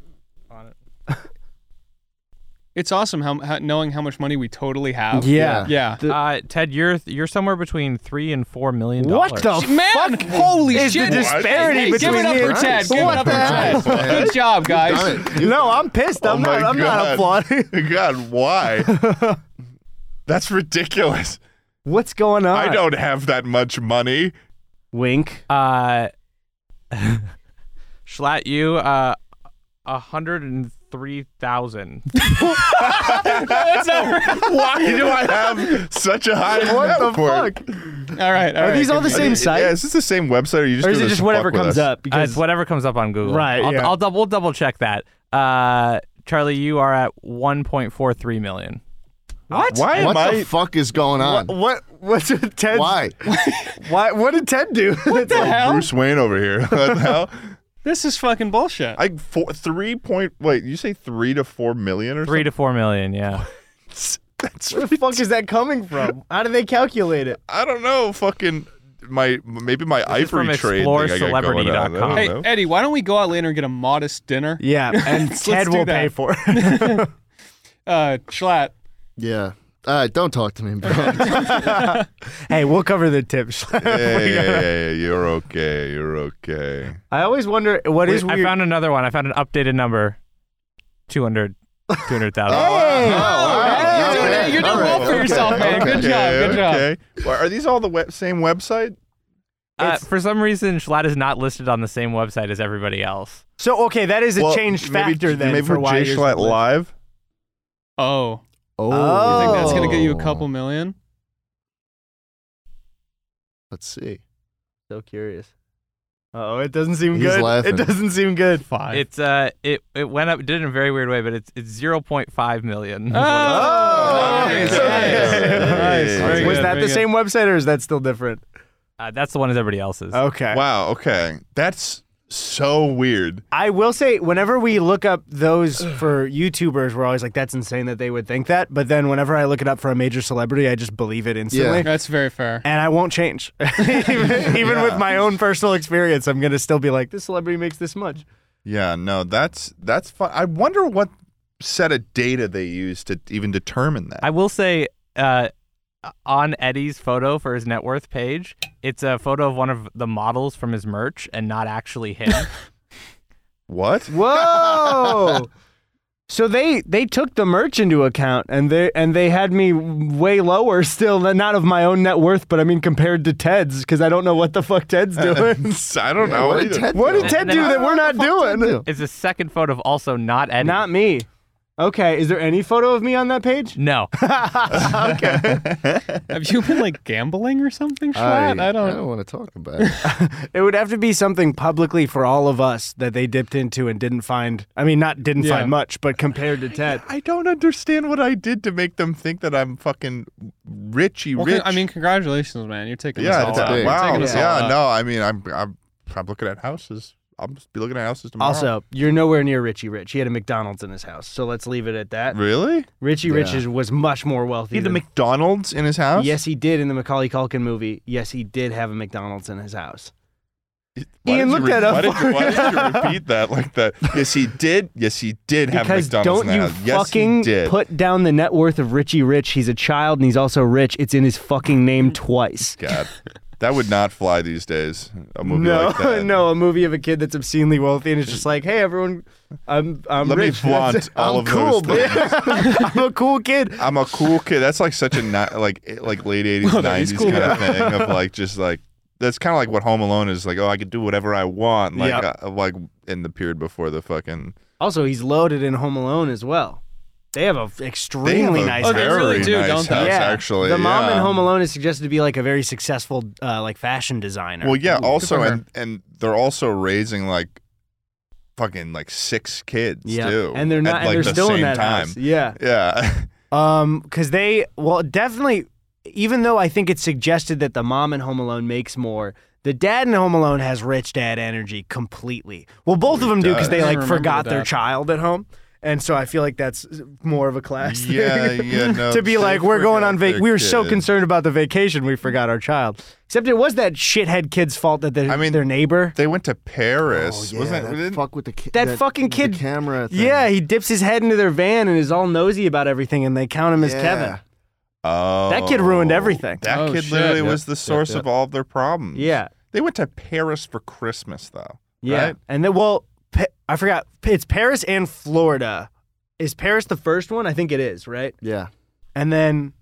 Speaker 4: It's awesome how, how knowing how much money we totally have.
Speaker 1: Yeah.
Speaker 4: Yeah.
Speaker 6: Uh, Ted, you're you're somewhere between three and four million dollars.
Speaker 2: What the
Speaker 4: Man,
Speaker 2: fuck?
Speaker 4: holy
Speaker 2: is
Speaker 4: shit.
Speaker 2: the disparity
Speaker 4: Hey, give
Speaker 2: between
Speaker 4: it up
Speaker 2: you
Speaker 4: for
Speaker 2: and
Speaker 4: Ted. Give
Speaker 2: What
Speaker 4: it up
Speaker 2: the hell?
Speaker 4: for Ted. Good job, guys.
Speaker 1: Done it.
Speaker 2: No, I'm pissed.
Speaker 7: Oh
Speaker 2: I'm
Speaker 7: my
Speaker 2: not. I'm
Speaker 7: God.
Speaker 2: not applauding.
Speaker 7: God, why? That's ridiculous.
Speaker 2: What's going on?
Speaker 7: I don't have that much money.
Speaker 2: Wink.
Speaker 6: Uh, Schlatt, you uh, a hundred and three thousand.
Speaker 7: Why do I have such a high net
Speaker 2: the
Speaker 7: worth?
Speaker 4: All right. all
Speaker 2: Are
Speaker 4: right,
Speaker 2: these all
Speaker 4: good
Speaker 2: the
Speaker 4: job.
Speaker 2: same site?
Speaker 7: Yeah, is this the same website, or you just
Speaker 2: or
Speaker 7: do
Speaker 2: is it
Speaker 7: this
Speaker 2: just
Speaker 7: to
Speaker 2: whatever
Speaker 7: fuck with
Speaker 2: comes
Speaker 7: us?
Speaker 2: up?
Speaker 6: Uh,
Speaker 2: Because
Speaker 6: it's whatever comes up on Google.
Speaker 2: Right,
Speaker 6: I'll,
Speaker 2: yeah.
Speaker 6: I'll double double check that. Uh, Charlie, you are at one point four three million.
Speaker 2: what?
Speaker 7: Why
Speaker 1: What
Speaker 7: am I?
Speaker 1: the fuck is going on?
Speaker 2: What? What's with Ted's?
Speaker 1: Why?
Speaker 2: Why? What did Ted do? What
Speaker 4: the hell?
Speaker 7: Bruce Wayne over here. What the hell?
Speaker 4: This is fucking bullshit.
Speaker 7: I four, three point. Wait, you say three to four million or
Speaker 6: Three to four million. Yeah.
Speaker 7: That's
Speaker 2: Where the fuck is that coming from? How do they calculate it?
Speaker 7: I don't know. Fucking my maybe my
Speaker 6: is
Speaker 7: ivory
Speaker 6: from
Speaker 7: trade. thing I got going on. I
Speaker 6: explorecelerity.com.
Speaker 7: don't
Speaker 4: hey,
Speaker 7: know.
Speaker 4: Eddie, why don't we go out later and get a modest dinner?
Speaker 2: Yeah, and Ted
Speaker 4: do
Speaker 2: will
Speaker 4: that.
Speaker 2: pay for it.
Speaker 4: Uh, Schlatt.
Speaker 1: Yeah. Uh, don't talk to me, bro.
Speaker 2: hey, we'll cover the tips.
Speaker 7: yeah, yeah, yeah, yeah, You're okay. You're okay.
Speaker 2: I always wonder what is
Speaker 6: Wait, I
Speaker 2: weird.
Speaker 6: found another one. I found an updated number. 200 200,000.
Speaker 7: Oh,
Speaker 4: Hey, you're doing,
Speaker 1: okay.
Speaker 4: you're doing
Speaker 1: All
Speaker 4: well
Speaker 1: right,
Speaker 4: for
Speaker 1: okay,
Speaker 4: yourself, man. Good job. Good job.
Speaker 7: job. Well, are these all the we- same website?
Speaker 6: uh, for some reason, Schlatt is not listed on the same website as everybody else.
Speaker 2: so okay, that is a
Speaker 7: Well,
Speaker 2: change
Speaker 7: maybe,
Speaker 2: factor then
Speaker 7: Maybe
Speaker 2: for
Speaker 7: we're
Speaker 2: why
Speaker 7: Jay
Speaker 2: you're
Speaker 7: Schlatt live.
Speaker 4: Oh,
Speaker 2: Oh.
Speaker 4: you think that's gonna get you a
Speaker 1: Oh.
Speaker 4: couple million?
Speaker 1: Let's see.
Speaker 2: so curious. Oh, it doesn't seem
Speaker 1: He's
Speaker 2: good.
Speaker 1: laughing.
Speaker 2: It doesn't seem good.
Speaker 4: Five.
Speaker 6: It's uh it it went up it did in a very weird way, but it's it's 0.5 million.
Speaker 2: Oh, okay.
Speaker 4: nice. nice. Nice. Very
Speaker 2: was
Speaker 4: good,
Speaker 2: that
Speaker 4: very
Speaker 2: the
Speaker 4: good.
Speaker 2: same website or is that still different?
Speaker 6: Uh, that's the one as everybody else's.
Speaker 2: Okay.
Speaker 7: Wow. Okay. That's so weird.
Speaker 2: I will say, whenever we look up those for YouTubers, we're always like, "That's insane that they would think that." But then, whenever I look it up for a major celebrity, I just believe it instantly,
Speaker 4: That's very fair.
Speaker 2: and I won't change. even even with my own personal experience, I'm gonna still be like, "This celebrity makes this much."
Speaker 7: Yeah. No. That's that's fun. I wonder what set of data they use to even determine that.
Speaker 6: I will say uh on Eddie's photo for his net worth page, it's a photo of one of the models from his merch and not actually him.
Speaker 7: what?
Speaker 2: Whoa! so they they took the merch into account, and they and they had me way lower still, not of my own net worth, but I mean compared to Ted's, because I don't know what the fuck Ted's doing.
Speaker 7: I don't know.
Speaker 1: What did
Speaker 7: either.
Speaker 1: Ted
Speaker 2: what
Speaker 1: do?
Speaker 2: did Ted do that we're not doing?
Speaker 6: it's the second photo of also not Eddie.
Speaker 2: Not me. Okay, is there any photo of me on that page?
Speaker 6: No.
Speaker 4: Have you been like gambling or something,
Speaker 1: I,
Speaker 4: Schlatt? I, don't. Oh,
Speaker 1: want to talk about it.
Speaker 2: It would have to be something publicly for all of us that they dipped into and didn't find. I mean, not didn't
Speaker 4: Yeah.
Speaker 2: find much, but compared to Ted.
Speaker 7: I don't understand what I did to make them think that I'm fucking Richie
Speaker 4: Well,
Speaker 7: Rich.
Speaker 4: con- I mean, congratulations, man. You're taking
Speaker 7: yeah,
Speaker 4: us
Speaker 7: it's
Speaker 4: all
Speaker 7: a
Speaker 4: out.
Speaker 7: big-
Speaker 4: You're
Speaker 7: wow.
Speaker 4: taking us all
Speaker 7: Yeah,
Speaker 4: out.
Speaker 7: no, I mean, I'm I'm I'm looking at houses. I'll just be looking at houses tomorrow.
Speaker 2: Also, you're nowhere near Richie Rich. He had a McDonald's in his house, so let's leave it at that.
Speaker 7: really?
Speaker 2: Richie Rich is, was much more wealthy.
Speaker 7: He had the
Speaker 2: than-
Speaker 7: McDonald's in his house.
Speaker 2: yes, he did in the Macaulay Culkin movie. Yes, he did have a McDonald's in his house.
Speaker 7: Why
Speaker 2: Ian,
Speaker 7: did you
Speaker 2: look that up
Speaker 7: Why did,
Speaker 2: for
Speaker 7: you, why
Speaker 2: me.
Speaker 7: did you repeat that like that? Yes, he did. Yes, he did have
Speaker 2: Because
Speaker 7: McDonald's
Speaker 2: don't
Speaker 7: in the
Speaker 2: you
Speaker 7: house. Yes,
Speaker 2: fucking
Speaker 7: he did.
Speaker 2: put down the net worth of Richie Rich. He's a child and he's also rich. It's in his fucking name twice.
Speaker 7: God. That would not fly these days. A movie
Speaker 2: no,
Speaker 7: like that.
Speaker 2: no, a movie of a kid that's obscenely wealthy and it's just like, hey, everyone, I'm I'm
Speaker 7: Let me
Speaker 2: rich. That's
Speaker 7: flaunt
Speaker 2: it.
Speaker 7: all
Speaker 2: I'm
Speaker 7: of
Speaker 2: cool,
Speaker 7: those things.
Speaker 2: bitch. I'm a cool kid.
Speaker 7: I'm a cool kid. That's like such a ni- like eh, like late eighties,
Speaker 4: Well, that is
Speaker 7: nineties
Speaker 4: cool.
Speaker 7: kind of thing of like just like that's kind of like what Home Alone is like. Oh, I could do whatever I want. Like
Speaker 2: Yep.
Speaker 7: uh, like in the period before the fucking
Speaker 2: Also, he's loaded in Home Alone as well. They have a
Speaker 7: they have
Speaker 2: extremely
Speaker 7: a
Speaker 2: nice.
Speaker 4: Oh,
Speaker 2: house.
Speaker 4: they
Speaker 7: very
Speaker 4: really do,
Speaker 7: nice
Speaker 4: don't they?
Speaker 7: house,
Speaker 2: yeah,
Speaker 7: actually.
Speaker 2: the mom
Speaker 7: yeah.
Speaker 2: in Home Alone is suggested to be like a very successful, uh, like fashion designer.
Speaker 7: Well, yeah. also,
Speaker 4: for her.
Speaker 7: and and they're also raising like fucking like six kids
Speaker 2: yeah,
Speaker 7: too,
Speaker 2: and they're
Speaker 7: at,
Speaker 2: not, and
Speaker 7: like,
Speaker 2: they're
Speaker 7: the
Speaker 2: still in
Speaker 7: same
Speaker 2: that
Speaker 7: time.
Speaker 2: house. Yeah,
Speaker 7: Yeah,
Speaker 2: Um, because they well definitely, even though I think it's suggested that the mom in Home Alone makes more, the dad in Home Alone has rich dad energy completely. Well, both of them do because
Speaker 7: does.
Speaker 2: they
Speaker 4: I
Speaker 2: like
Speaker 4: remember
Speaker 2: forgot their
Speaker 4: that.
Speaker 2: child at home, and so I feel like that's more of a class
Speaker 7: yeah,
Speaker 2: thing.
Speaker 7: yeah. No,
Speaker 2: to be
Speaker 7: they
Speaker 2: like, we're going
Speaker 7: forgot
Speaker 2: on vac.
Speaker 7: their
Speaker 2: We were so
Speaker 7: kid.
Speaker 2: concerned about the vacation, we forgot our child. Except it was that shithead kid's fault that the,
Speaker 7: I mean,
Speaker 2: their neighbor.
Speaker 7: They went to Paris,
Speaker 2: Oh,
Speaker 1: yeah,
Speaker 7: wasn't it?
Speaker 1: that
Speaker 7: didn't-
Speaker 1: fuck with the ki-
Speaker 2: That fucking kid-
Speaker 1: the camera. Thing.
Speaker 2: Yeah, he dips his head into their van and is all nosy about everything, and they count him as
Speaker 1: Yeah.
Speaker 2: Kevin.
Speaker 7: Oh,
Speaker 2: That kid ruined everything.
Speaker 7: That
Speaker 4: Oh,
Speaker 7: kid
Speaker 4: shit.
Speaker 7: literally
Speaker 4: Yep,
Speaker 7: was the source
Speaker 1: yep.
Speaker 7: of all of their problems.
Speaker 2: Yeah.
Speaker 7: They went to Paris for Christmas, though.
Speaker 2: Yeah,
Speaker 7: Right?
Speaker 2: and then well, pa- I forgot. It's Paris and Florida. Is Paris the first one? I think it is, right?
Speaker 1: Yeah.
Speaker 2: And then,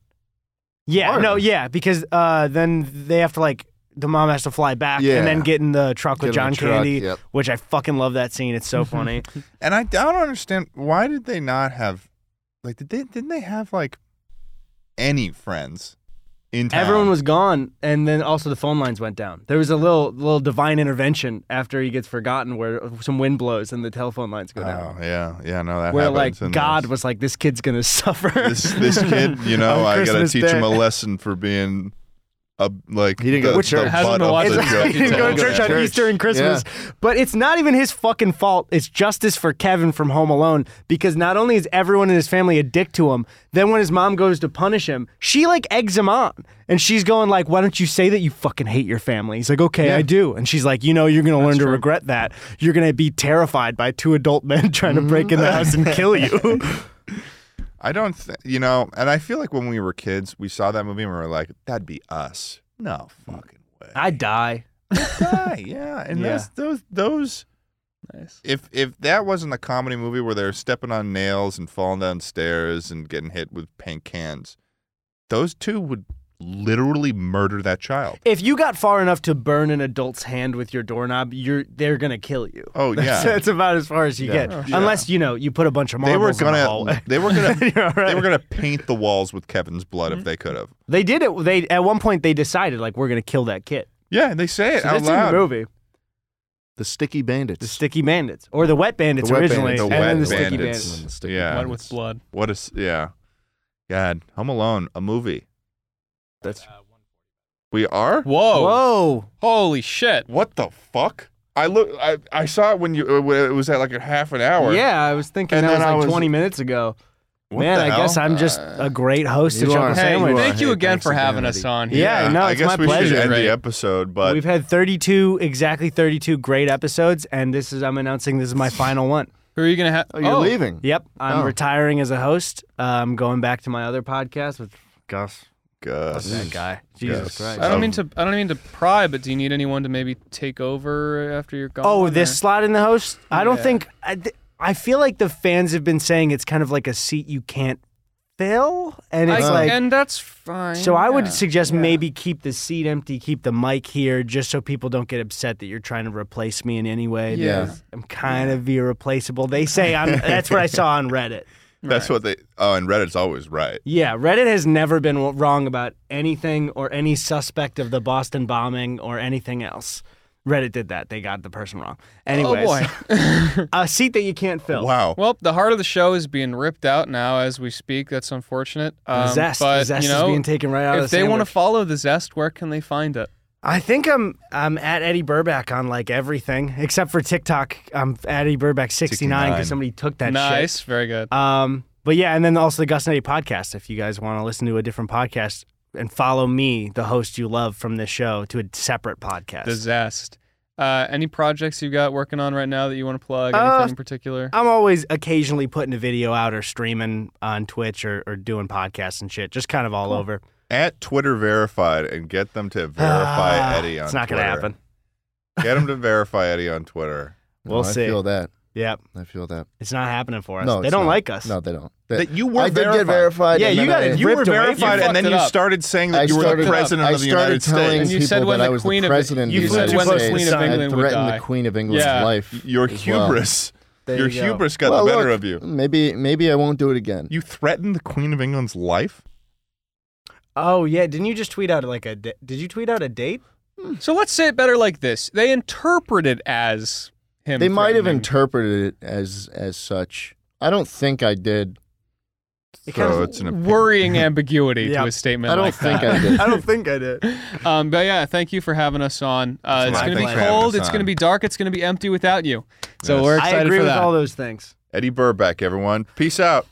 Speaker 2: yeah,
Speaker 1: Florida.
Speaker 2: no, yeah, because uh, then they have to like the mom has to fly back
Speaker 1: Yeah.
Speaker 2: and then get in the truck
Speaker 1: Get
Speaker 2: with
Speaker 1: in the
Speaker 2: John
Speaker 1: truck,
Speaker 2: Candy,
Speaker 1: yep.
Speaker 2: which I fucking love that scene. It's so funny.
Speaker 7: And I don't understand why did they not have, like, did they didn't they have like any friends in town?
Speaker 2: Everyone was gone, and then also the phone lines went down. There was a little little divine intervention after he gets forgotten, where some wind blows and the telephone lines go
Speaker 7: Oh
Speaker 2: down.
Speaker 7: yeah, yeah. No, that
Speaker 2: Where like
Speaker 7: happens in
Speaker 2: God
Speaker 7: this.
Speaker 2: was like, this kid's gonna suffer.
Speaker 7: this this kid, you know,
Speaker 2: On
Speaker 7: I gotta
Speaker 2: Christmas
Speaker 7: teach
Speaker 2: Day.
Speaker 7: him a lesson for being a like
Speaker 1: He didn't go
Speaker 7: the,
Speaker 1: to
Speaker 7: the
Speaker 1: church.
Speaker 4: Hasn't
Speaker 7: butt
Speaker 4: been
Speaker 7: of
Speaker 4: watching
Speaker 7: the
Speaker 4: It's-
Speaker 7: joke.
Speaker 2: he didn't go to church on
Speaker 1: Church.
Speaker 2: Easter and Christmas. But it's not even his fucking fault. It's justice for Kevin from Home Alone because not only is everyone in his family a dick to him, then when his mom goes to punish him, she like eggs him on. And she's going like, "Why don't you say that you fucking hate your family?" He's like, "Okay, I do." And she's like, "You know, you're going to learn to regret that. You're going to be terrified by two adult men trying to break in the house and kill you."
Speaker 7: I don't, th- you know, and I feel like when we were kids, we saw that movie and we were like, "That'd be us." No fucking way.
Speaker 2: I die.
Speaker 7: die. Yeah, and
Speaker 2: Yeah.
Speaker 7: those those those.
Speaker 4: Nice.
Speaker 7: If if that wasn't a comedy movie where they're stepping on nails and falling down stairs and getting hit with paint cans, those two would literally murder that child.
Speaker 2: If you got far enough to burn an adult's hand with your doorknob, you're they're going to kill you.
Speaker 7: Oh
Speaker 2: That's,
Speaker 7: yeah,
Speaker 2: that's about as far as you
Speaker 1: Yeah.
Speaker 2: get.
Speaker 7: Yeah.
Speaker 2: Unless you know you put a bunch of
Speaker 7: they were
Speaker 2: marbles in the
Speaker 7: gonna
Speaker 2: hallway.
Speaker 7: they were gonna
Speaker 2: You're all
Speaker 7: they
Speaker 2: right.
Speaker 7: were gonna paint the walls with Kevin's blood if they could have.
Speaker 2: They did it. They at one point they decided like we're gonna kill that kid.
Speaker 7: Yeah, and they say it
Speaker 2: So
Speaker 7: out
Speaker 2: that's in the
Speaker 7: loud.
Speaker 2: movie,
Speaker 1: The sticky bandits.
Speaker 2: the Sticky Bandits or the Wet Bandits
Speaker 1: The Wet
Speaker 2: originally,
Speaker 1: Bandits.
Speaker 2: and
Speaker 1: The
Speaker 2: then the
Speaker 1: Wet
Speaker 2: Sticky
Speaker 7: Bandits.
Speaker 2: Bandits.
Speaker 1: The sticky-
Speaker 7: Yeah,
Speaker 4: Wet with blood.
Speaker 7: What is yeah, God, Home Alone, a movie.
Speaker 1: That's
Speaker 7: We are.
Speaker 4: Whoa.
Speaker 2: Whoa!
Speaker 4: Holy shit.
Speaker 7: What the fuck? I look. I, I saw it when you uh, when it was at like a half an hour.
Speaker 2: Yeah, I was thinking
Speaker 7: And
Speaker 2: that
Speaker 7: then
Speaker 2: was like
Speaker 7: I was-
Speaker 2: 20 minutes ago.
Speaker 7: What
Speaker 2: Man,
Speaker 7: the
Speaker 2: I guess
Speaker 7: hell?
Speaker 2: I'm just
Speaker 7: Uh,
Speaker 2: a great host of
Speaker 1: You
Speaker 2: Chuckle
Speaker 1: are.
Speaker 4: Hey,
Speaker 2: Sandwich.
Speaker 4: thank you
Speaker 1: Hey,
Speaker 4: again
Speaker 1: thanks
Speaker 4: for
Speaker 1: again,
Speaker 4: having
Speaker 1: Eddie.
Speaker 4: us on here.
Speaker 2: Yeah, no,
Speaker 7: I
Speaker 2: it's
Speaker 7: guess
Speaker 2: my
Speaker 7: we
Speaker 2: pleasure.
Speaker 7: should end
Speaker 4: Right.
Speaker 7: the episode, but
Speaker 2: We've had 32 exactly 32 great episodes, and this is I'm announcing this is my final one.
Speaker 4: Who are you going to have?
Speaker 1: Oh, you're leaving.
Speaker 2: Yep, I'm
Speaker 1: Oh.
Speaker 2: retiring as a host. Uh, I'm going back to my other podcast with Gus.
Speaker 7: Gus,
Speaker 2: That guy, Jesus
Speaker 7: Gus.
Speaker 2: Christ.
Speaker 4: I don't
Speaker 7: Um,
Speaker 4: mean to. I don't mean to pry, but do you need anyone to maybe take over after you're gone?
Speaker 2: Oh,
Speaker 4: or-
Speaker 2: this slot in the host? I don't
Speaker 4: Yeah.
Speaker 2: think. I, th- I feel like the fans have been saying it's kind of like a seat you can't fill, and
Speaker 4: I,
Speaker 2: it's like.
Speaker 4: and that's fine.
Speaker 2: so I would
Speaker 4: yeah.
Speaker 2: suggest
Speaker 4: yeah.
Speaker 2: maybe keep the seat empty, keep the mic here, just so people don't get upset that you're trying to replace me in any way.
Speaker 4: Yeah.
Speaker 2: because I'm kind of irreplaceable. They say I'm. that's what I saw on Reddit.
Speaker 7: that's what they. Oh, and Reddit's always right.
Speaker 2: Yeah, Reddit has never been w- wrong about anything or any suspect of the Boston bombing or anything else. Reddit did that. They got the person wrong. Anyways, a seat that you can't fill.
Speaker 7: Wow.
Speaker 4: Well, the heart of the show is being ripped out now as we speak. That's unfortunate. Um,
Speaker 2: The zest,
Speaker 4: but,
Speaker 2: the zest
Speaker 4: you know,
Speaker 2: is being taken right out
Speaker 4: if
Speaker 2: of the
Speaker 4: they want to
Speaker 2: sandwich.
Speaker 4: follow the zest, where can they find it?
Speaker 2: I think I'm I'm at Eddie Burback on like everything except for TikTok. I'm at Eddie Burback 69
Speaker 7: 69.
Speaker 2: because somebody took that
Speaker 4: nice, very good.
Speaker 2: shit. Um, but yeah, and then also the Gus and Eddie podcast. If you guys want to listen to a different podcast and follow me, the host you love from this show, to a separate podcast.
Speaker 4: the zest. Uh, any projects you've got working on right now that you want to plug? Anything
Speaker 2: Uh,
Speaker 4: in particular?
Speaker 2: I'm always occasionally putting a video out or streaming on Twitch or, or doing podcasts and shit, just kind of all over.
Speaker 7: at Twitter verified and get them to verify
Speaker 2: Ah,
Speaker 7: Eddie on.
Speaker 2: It's not
Speaker 7: Twitter.
Speaker 2: gonna happen.
Speaker 7: Get them to verify Eddie on Twitter.
Speaker 2: We'll
Speaker 1: I
Speaker 2: see.
Speaker 1: feel that.
Speaker 2: Yep,
Speaker 1: I feel that.
Speaker 2: it's not happening for us.
Speaker 1: No,
Speaker 2: they
Speaker 1: it's
Speaker 2: don't
Speaker 1: not.
Speaker 2: like us.
Speaker 1: No, they don't. They-
Speaker 7: That you were
Speaker 1: I
Speaker 7: verified.
Speaker 1: did get verified.
Speaker 2: Yeah,
Speaker 1: and
Speaker 2: you
Speaker 1: then
Speaker 2: got
Speaker 1: I-
Speaker 2: it. You
Speaker 7: You
Speaker 2: were
Speaker 7: were verified,
Speaker 2: verified.
Speaker 7: and then
Speaker 4: fucked
Speaker 7: you
Speaker 4: it up.
Speaker 7: started saying that
Speaker 1: I
Speaker 7: you were
Speaker 1: started-
Speaker 7: the president
Speaker 1: I
Speaker 7: of the
Speaker 1: started
Speaker 7: United
Speaker 1: telling
Speaker 7: States.
Speaker 4: And you
Speaker 1: people
Speaker 4: said when
Speaker 1: that I
Speaker 4: the
Speaker 1: was
Speaker 4: Queen
Speaker 1: the
Speaker 4: of-
Speaker 1: president
Speaker 4: you
Speaker 1: of the
Speaker 2: flew
Speaker 1: United
Speaker 2: too close
Speaker 1: States.
Speaker 2: to Queen of
Speaker 1: I
Speaker 4: England would
Speaker 1: threatened
Speaker 4: die.
Speaker 1: the Queen of England's
Speaker 4: Yeah.
Speaker 1: life.
Speaker 7: Your
Speaker 1: as well.
Speaker 7: hubris,
Speaker 2: There
Speaker 7: your
Speaker 2: you go.
Speaker 7: hubris got
Speaker 1: Well,
Speaker 7: the better
Speaker 1: look,
Speaker 7: of you.
Speaker 1: Maybe maybe I won't do it again.
Speaker 7: You threatened the Queen of England's life.
Speaker 2: Oh yeah, didn't you just tweet out like a? da- Did you tweet out a date?
Speaker 1: um,
Speaker 4: So let's say it better like this. They interpret it as him.
Speaker 1: they might have
Speaker 4: threatening-
Speaker 1: interpreted it as as such. I don't think I did.
Speaker 7: So it's an opinion.
Speaker 4: worrying ambiguity
Speaker 2: Yeah.
Speaker 4: to a statement
Speaker 1: I don't
Speaker 4: like
Speaker 1: think
Speaker 4: that.
Speaker 1: I did.
Speaker 2: don't think I did.
Speaker 4: Um, but yeah, thank you for having us on. Uh,
Speaker 7: It's
Speaker 4: it's
Speaker 7: my
Speaker 4: going to be
Speaker 7: pleasure.
Speaker 4: cold.
Speaker 7: Having us
Speaker 4: It's going to
Speaker 7: on.
Speaker 4: be dark. It's going to be empty without you. So
Speaker 7: Yes.
Speaker 4: we're
Speaker 2: I
Speaker 4: excited
Speaker 2: agree
Speaker 4: for
Speaker 2: with
Speaker 4: that.
Speaker 2: all those things.
Speaker 7: Eddie Burbeck, everyone. Peace out.